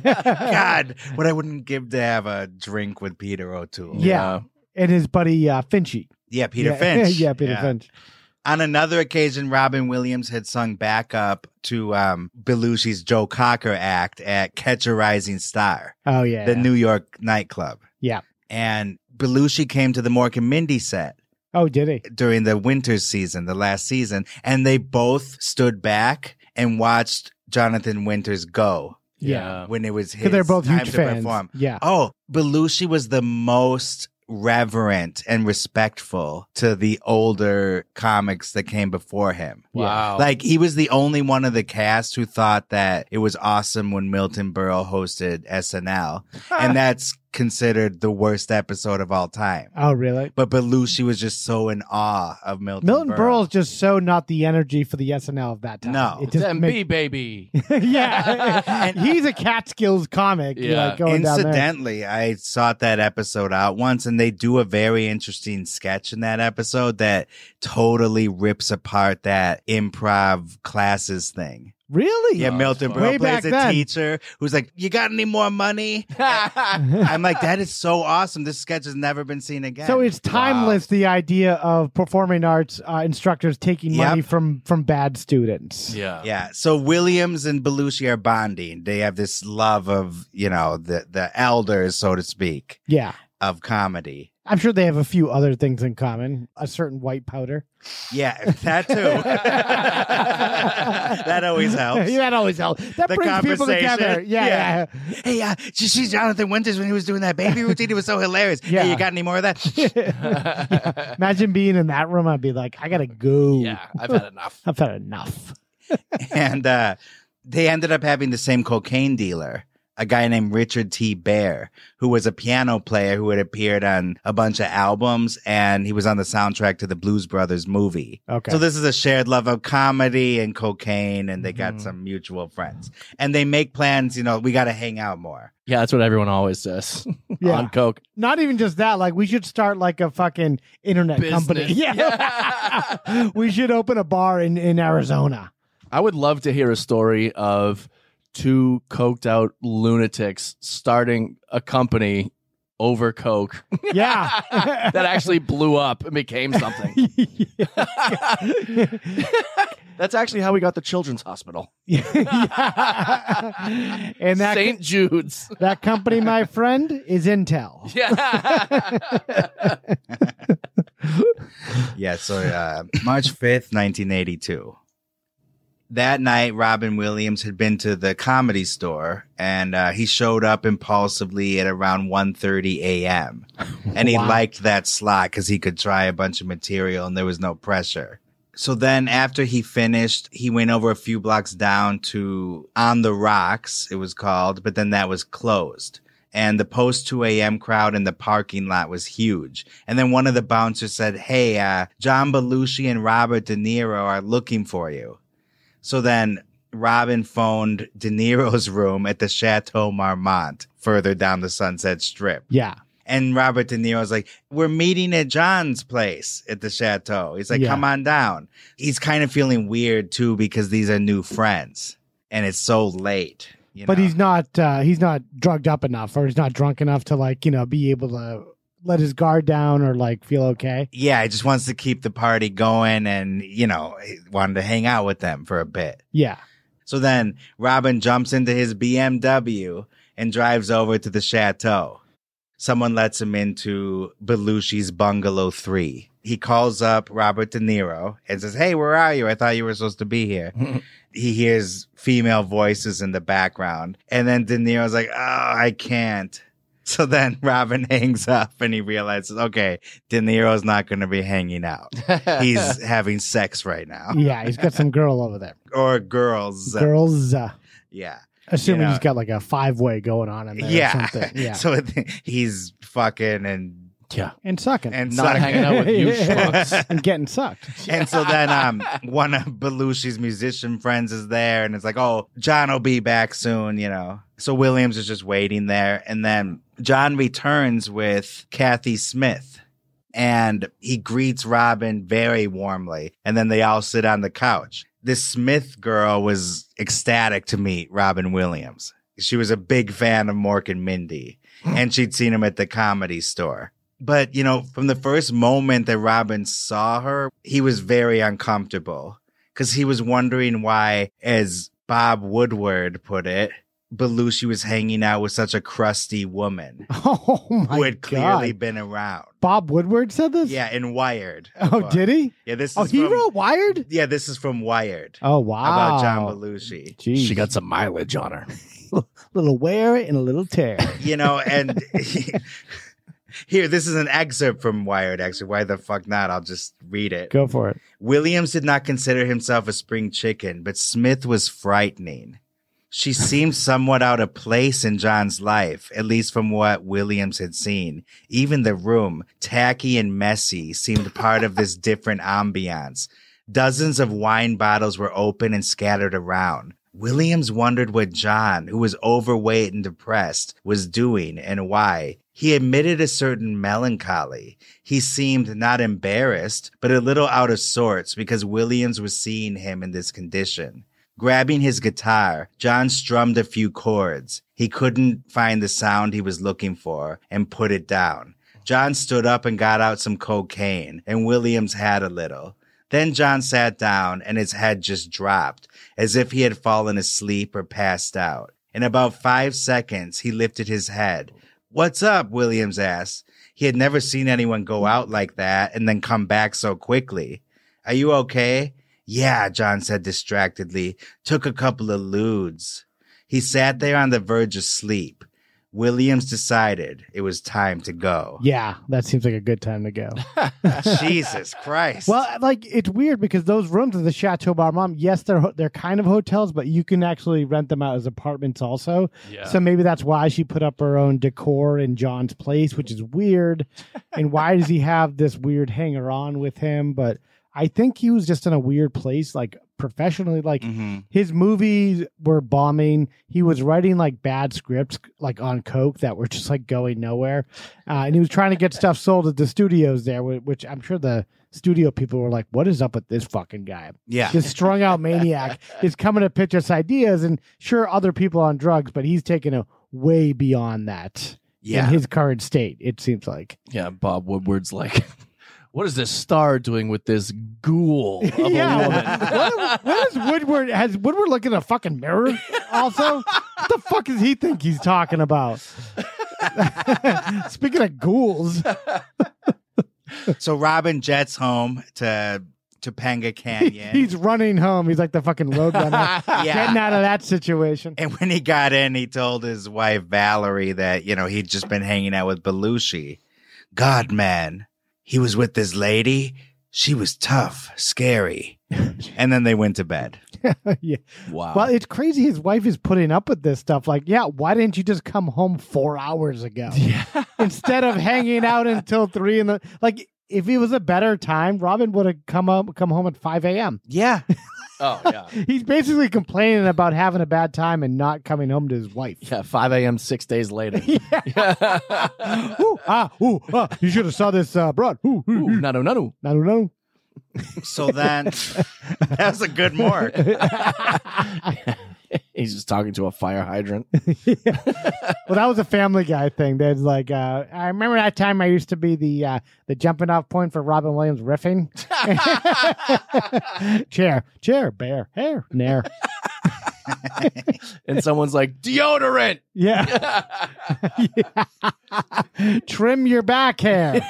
Speaker 1: God, what I wouldn't give to have a drink with Peter O'Toole.
Speaker 13: Yeah. *laughs* And his buddy uh Finchy.
Speaker 1: Yeah, Peter
Speaker 13: yeah. *laughs*
Speaker 1: Finch.
Speaker 13: yeah, Peter Finch.
Speaker 1: On another occasion, Robin Williams had sung backup to um, Belushi's Joe Cocker act at Catch a Rising Star,
Speaker 13: Oh yeah.
Speaker 1: the New York nightclub.
Speaker 13: Yeah.
Speaker 1: And Belushi came to the Mork and Mindy set
Speaker 13: Oh, did he?
Speaker 1: during the winter season, the last season, and they both stood back and watched Jonathan Winters go
Speaker 13: Yeah.
Speaker 1: when it was his
Speaker 13: Because they're both
Speaker 1: time
Speaker 13: huge
Speaker 1: to
Speaker 13: fans.
Speaker 1: perform.
Speaker 13: Yeah.
Speaker 1: Oh, Belushi was the most reverent and respectful to the older comics that came before him.
Speaker 12: Wow.
Speaker 1: Like he was the only one of the cast who thought that it was awesome when Milton Berle hosted SNL, and that's considered the worst episode of all time.
Speaker 13: Oh, really?
Speaker 1: But Belushi was just so in awe of Milton.
Speaker 13: Milton
Speaker 1: Berle.
Speaker 13: Berle's just so not the energy for the SNL of that time.
Speaker 1: No. uh,
Speaker 12: It's
Speaker 13: it just
Speaker 12: MB,
Speaker 13: make- *laughs*
Speaker 12: baby.
Speaker 1: *laughs*
Speaker 13: yeah, he's a Catskills comic. you
Speaker 12: Yeah.
Speaker 13: like going down there.
Speaker 1: Incidentally, I sought that episode out once, and they do a very interesting sketch in that episode that totally rips apart that improv classes thing.
Speaker 13: Really?
Speaker 1: Yeah, Milton
Speaker 13: Way
Speaker 1: Berle
Speaker 13: back
Speaker 1: plays a
Speaker 13: then.
Speaker 1: teacher who's like, "You got any more money?"
Speaker 13: *laughs*
Speaker 1: I'm like, "That is so awesome! This sketch has never been seen again."
Speaker 13: So it's timeless. The idea of performing arts uh, instructors taking
Speaker 1: Yep.
Speaker 13: money from from bad students.
Speaker 12: Yeah.
Speaker 1: Yeah. So Williams and Belushi are bonding. They have this love of, you know, the the elders, so to speak,
Speaker 13: Yeah.
Speaker 1: of comedy.
Speaker 13: I'm sure they have a few other things in common. A certain white powder.
Speaker 1: Yeah, that
Speaker 13: *laughs*
Speaker 1: too. *laughs* that always helps.
Speaker 13: *laughs* that always helps. That
Speaker 1: The
Speaker 13: brings people together.
Speaker 1: conversation.
Speaker 13: Yeah, yeah.
Speaker 1: Hey, uh, did you see Jonathan Winters when he was doing that baby routine? It was so hilarious. Yeah.
Speaker 13: Yeah.
Speaker 1: Hey, you got any more of
Speaker 13: *laughs*
Speaker 1: that?
Speaker 13: Imagine being in that room. I'd be like, I gotta go.
Speaker 12: *laughs* Yeah, I've had enough.
Speaker 13: I've had enough.
Speaker 1: *laughs* and uh, they ended up having the same cocaine dealer, a guy named Richard T. Bear, who was a piano player who had appeared on a bunch of albums, and he was on the soundtrack to the Blues Brothers movie.
Speaker 13: Okay.
Speaker 1: So this is a shared love of comedy and cocaine, and they got some mutual friends, and they make plans. You know, we got to hang out more.
Speaker 12: Yeah, that's what everyone always says
Speaker 13: Yeah.
Speaker 12: on Coke.
Speaker 13: Not even just that. Like we should start like a fucking internet
Speaker 12: Business.
Speaker 13: company. *laughs* we should open a bar in in Arizona.
Speaker 12: I would love to hear a story of two coked out lunatics starting a company over Coke. *laughs*
Speaker 13: Yeah.
Speaker 1: *laughs*
Speaker 13: *laughs*
Speaker 12: that actually blew up and became something. That's actually how we got the children's hospital.
Speaker 13: And that
Speaker 12: St. Jude's. *laughs*
Speaker 13: that company, my friend, is Intel.
Speaker 12: *laughs* Yeah.
Speaker 1: *laughs* yeah, so uh, March 5th, 1982. That night, Robin Williams had been to the comedy store, and uh, he showed up impulsively at around 1.30 a.m. And he
Speaker 13: Wow.
Speaker 1: liked that slot because he could try a bunch of material and there was no pressure. So then after he finished, he went over a few blocks down to On the Rocks, it was called, but then that was closed and the post 2 a.m. crowd in the parking lot was huge. And then one of the bouncers said, Hey, uh, John Belushi and Robert De Niro are looking for you. So then Robin phoned De Niro's *laughs* room at the Chateau Marmont further down the Sunset Strip.
Speaker 13: Yeah.
Speaker 1: And Robert De Niro's like, We're meeting at John's place at the Chateau. He's like,
Speaker 13: Yeah.
Speaker 1: Come on down. He's kind of feeling weird too because these are new friends and it's so late. You
Speaker 13: but
Speaker 1: know?
Speaker 13: he's not uh, he's not drugged up enough or he's not drunk enough to like, you know, be able to let his guard down or like feel okay.
Speaker 1: yeah, he just wants to keep the party going and, you know, he wanted to hang out with them for a bit.
Speaker 13: Yeah.
Speaker 1: So then Robin jumps into his BMW and drives over to the chateau. Someone lets him into Belushi's Bungalow 3. He calls up Robert De Niro and says, Hey, where are you? I thought you were supposed to be here. he hears female voices in the background. And then De Niro's like, Oh, I can't. So then *laughs* Robin hangs up and he realizes, okay, De Niro's not going to be hanging out. He's having sex right now.
Speaker 13: Yeah, he's got some girl over
Speaker 1: *laughs*
Speaker 13: there.
Speaker 1: Or girls.
Speaker 13: Girls uh,
Speaker 1: Yeah.
Speaker 13: assuming
Speaker 1: You know,
Speaker 13: he's got like a five way going on in there or
Speaker 1: yeah. *laughs*
Speaker 13: something. Yeah.
Speaker 1: so th- he's fucking and
Speaker 12: yeah.
Speaker 13: and sucking.
Speaker 1: and
Speaker 12: Not
Speaker 1: sucking.
Speaker 12: hanging
Speaker 1: *laughs*
Speaker 12: out with
Speaker 13: *laughs*
Speaker 12: you schmucks.
Speaker 13: and getting sucked. *laughs*
Speaker 1: And so then um one of Belushi's musician friends is there and it's like, oh, John will be back soon, you know. So Williams is just waiting there. And then John returns with Kathy Smith and he greets Robin very warmly. And then they all sit on the couch. This Smith girl was ecstatic to meet Robin Williams. She was a big fan of Mork and Mindy, and she'd seen him at the comedy store. But, you know, from the first moment that Robin saw her, he was very uncomfortable because he was wondering why, as Bob Woodward put it, Belushi was hanging out with such a crusty woman
Speaker 13: Oh my
Speaker 1: who had clearly
Speaker 13: God.
Speaker 1: been around.
Speaker 13: Bob Woodward said this?
Speaker 1: Yeah, in Wired.
Speaker 13: Oh, did he?
Speaker 1: Yeah, this is
Speaker 13: Oh, he
Speaker 1: from,
Speaker 13: wrote Wired?
Speaker 1: Yeah, this is from Wired
Speaker 13: Oh wow.
Speaker 1: about John Belushi.
Speaker 13: Jeez.
Speaker 12: She got some mileage on her.
Speaker 13: little wear and a little tear.
Speaker 1: You know, and *laughs* here, this is an excerpt from Wired, actually. Why the fuck not? I'll just read it.
Speaker 13: Go for it.
Speaker 1: Williams did not consider himself a spring chicken, but Smith was frightening. She seemed somewhat out of place in John's life, at least from what Williams had seen. Even the room, tacky and messy, seemed part of this different ambiance. Dozens of wine bottles were open and scattered around. Williams wondered what John, who was overweight and depressed, was doing and why. He admitted a certain melancholy. He seemed not embarrassed, but a little out of sorts because Williams was seeing him in this condition. Grabbing his guitar, John strummed a few chords. He couldn't find the sound he was looking for and put it down. John stood up and got out some cocaine, and Williams had a little. Then John sat down and his head just dropped, as if he had fallen asleep or passed out. In about five seconds, he lifted his head. What's up? Williams asked. He had never seen anyone go out like that and then come back so quickly. Are you okay? Yeah, John said distractedly. Took a couple of lewds. He sat there on the verge of sleep. Williams decided it was time to go.
Speaker 13: Yeah, that seems like a good time to go.
Speaker 1: *laughs* Jesus Christ.
Speaker 13: well, like it's weird because those rooms at the Chateau Marmont, yes, they're ho- they're kind of hotels, but you can actually rent them out as apartments also.
Speaker 12: Yeah.
Speaker 13: So maybe that's why she put up her own decor in John's place, which is weird. and why does he have this weird hanger on with him? But I think he was just in a weird place, like professionally, like
Speaker 1: Mhm.
Speaker 13: his movies were bombing. He was writing like bad scripts, like on coke, that were just like going nowhere. Uh, and he was trying to get stuff sold at the studios there, whi- which I'm sure the studio people were like, "What is up with this fucking guy? *laughs*
Speaker 1: Yeah.
Speaker 13: this strung out maniac is coming to pitch us ideas." And sure, other people on drugs, but he's taking it way beyond that.
Speaker 1: Yeah.
Speaker 13: in his current state. It seems like
Speaker 12: Yeah, Bob Woodward's like, what is this star doing with this ghoul of
Speaker 13: *laughs*
Speaker 12: a woman?
Speaker 13: what, what is Woodward? Has Woodward looked in a fucking mirror? Also, what the fuck does he think he's talking about? *laughs* Speaking of ghouls,
Speaker 1: so Robin jets home to Topanga Canyon.
Speaker 13: *laughs* he's running home. He's like the
Speaker 12: *laughs*
Speaker 13: fucking roadrunner,
Speaker 1: Yeah.
Speaker 13: getting out of that situation. *laughs*
Speaker 1: and when he got in, he told his wife Valerie that, you know, he'd just been hanging out with Belushi. God, man, he was with this lady. She was tough, scary. and then they went to bed.
Speaker 13: yeah.
Speaker 12: Wow.
Speaker 13: Well, it's crazy. His wife is putting up with this stuff. Like, yeah, why didn't you just come home four
Speaker 12: *laughs*
Speaker 13: hours ago instead of hanging out until three in the like? If it was a better time, Robin would have come up, come home at five a.m.
Speaker 1: Yeah,
Speaker 12: oh, yeah.
Speaker 13: he's basically complaining about having a bad time and not coming home to his wife.
Speaker 12: Yeah, 5 a.m. six days later.
Speaker 13: *laughs* ooh, ah, ooh, ah, you should have saw this uh, broad. Ooh, ooh, ooh.
Speaker 12: Ooh, no, no, no, no.
Speaker 13: I don't know.
Speaker 1: So then *laughs* that was a good mark.
Speaker 12: He's just talking to a fire
Speaker 13: *laughs*
Speaker 12: hydrant.
Speaker 13: Well, that was a Family Guy thing. There's like, uh, I remember that time I used to be the uh, the jumping off point for Robin Williams riffing. *laughs* chair, chair, bear, hair, nair.
Speaker 12: And someone's like, deodorant.
Speaker 13: Yeah. *laughs* Yeah. Trim your back hair.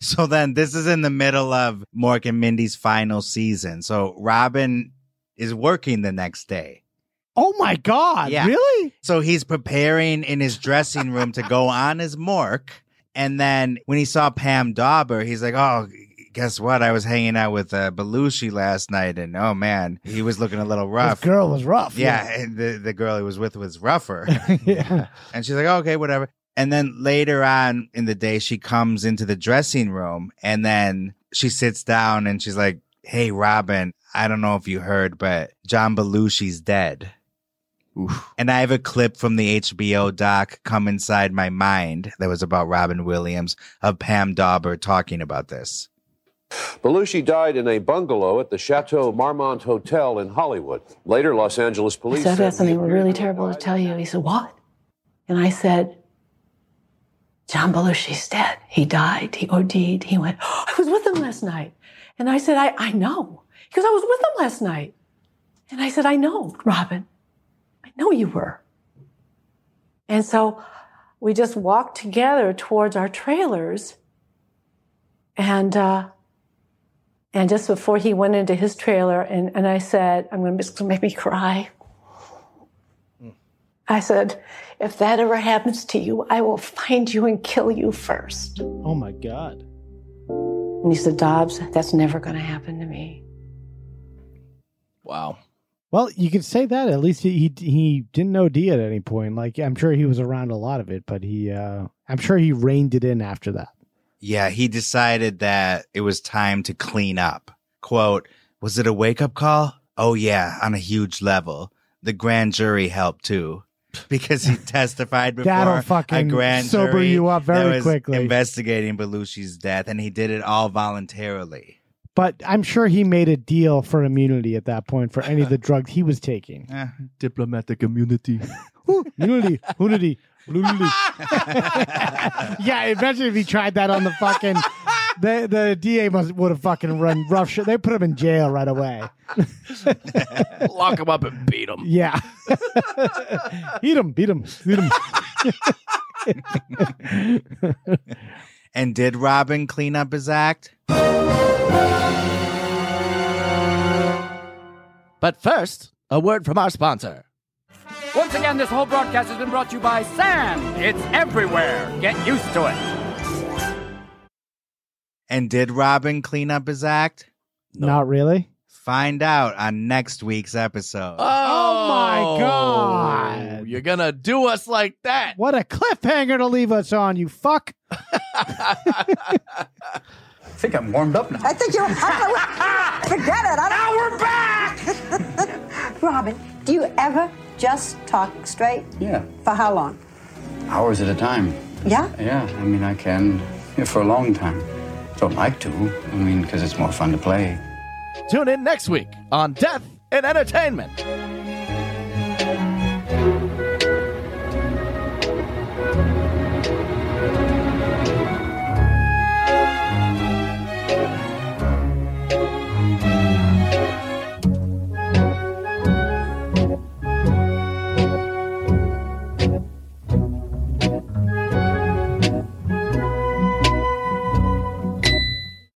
Speaker 1: So then this is in the middle of Mork and Mindy's final season. So Robin is working the next day.
Speaker 13: *laughs* Oh my God.
Speaker 1: Yeah.
Speaker 13: Really?
Speaker 1: So he's preparing in his dressing room to go on his Mork. And then when he saw Pam Dauber, he's like, oh, guess what? I was hanging out with uh, Belushi last night. And oh, man, he was looking a little
Speaker 13: This
Speaker 1: rough.
Speaker 13: girl was rough.
Speaker 1: yeah. And the, the girl he was with was rougher.
Speaker 13: *laughs*
Speaker 1: *laughs*
Speaker 13: yeah.
Speaker 1: And she's like, "Oh, okay, whatever. And then later on in the day, she comes into the dressing room and then she sits down and she's like, hey, Robin, I don't know if you heard, but John Belushi's dead. And I have a clip from the HBO doc, Come Inside My Mind, that was about Robin Williams of Pam Dauber talking about this.
Speaker 21: Belushi died in a bungalow at the Chateau Marmont Hotel in Hollywood. Later, Los Angeles police.
Speaker 22: So I've got
Speaker 21: said-
Speaker 22: something really terrible to tell you. He said, What? And I said, John Belushi's dead. He died. He OD'd. He went, *gasps* "Oh, I was with him last night. And I said, I, I know. He goes, I was with him last night. And I said, I know, Robin. I know you were. And so we just walked together towards our trailers. And, uh, and just before he went into his trailer, and, and I said, I'm going to, it's going to make me cry. I said, if that ever happens to you, I will find you and kill you first.
Speaker 13: Oh my God.
Speaker 22: And he said, Dobbs, that's never going to happen to me.
Speaker 12: Wow.
Speaker 13: Well, you could say that. At least he he, he didn't OD at any point. Like I'm sure he was around a lot of it, but he uh I'm sure he reined it in after that.
Speaker 1: Yeah, he decided that it was time to clean up. Quote, was it a wake up call? Oh, yeah, on a huge level. The grand jury helped too. *laughs* Because
Speaker 13: *laughs*
Speaker 1: he testified before
Speaker 13: That'll
Speaker 1: a
Speaker 13: fucking
Speaker 1: grand
Speaker 13: sober
Speaker 1: jury
Speaker 13: you up
Speaker 1: that
Speaker 13: very
Speaker 1: was
Speaker 13: quickly.
Speaker 1: investigating Belushi's death, and he did it all voluntarily.
Speaker 13: But I'm sure he made a deal for immunity at that point for
Speaker 12: *laughs*
Speaker 13: any of the drugs he was taking.
Speaker 1: Eh.
Speaker 12: Diplomatic
Speaker 13: *laughs*
Speaker 12: immunity.
Speaker 13: Ooh, unity, unity,
Speaker 12: *laughs*
Speaker 13: unity. yeah, imagine if he tried that on the fucking the the DA must would have fucking run roughshod. They put him in jail right away.
Speaker 12: *laughs* Lock him up and beat him.
Speaker 13: Yeah.
Speaker 12: *laughs*
Speaker 13: Eat him, beat him, beat him.
Speaker 1: And did Robin clean up his act?
Speaker 12: But first, a word from our sponsor.
Speaker 6: Once again, this whole broadcast has been brought to you by Sam. It's everywhere. Get used to it.
Speaker 1: And did Robin clean up his act?
Speaker 13: Not really.
Speaker 1: Find out on next week's episode.
Speaker 13: Oh, my God.
Speaker 12: You're going to do us like that.
Speaker 13: What a cliffhanger to leave us on, you fuck.
Speaker 6: I think I'm warmed up now.
Speaker 23: I think you're. forget it. I now we're back. Robin, do you ever just talk straight?
Speaker 9: Yeah,
Speaker 23: For how long?
Speaker 9: hours at a time.
Speaker 23: Yeah.
Speaker 9: Yeah, I mean, I can yeah, for a long time. Don't like to, I mean, because it's more fun to play.
Speaker 12: Tune in next week on Death and Entertainment.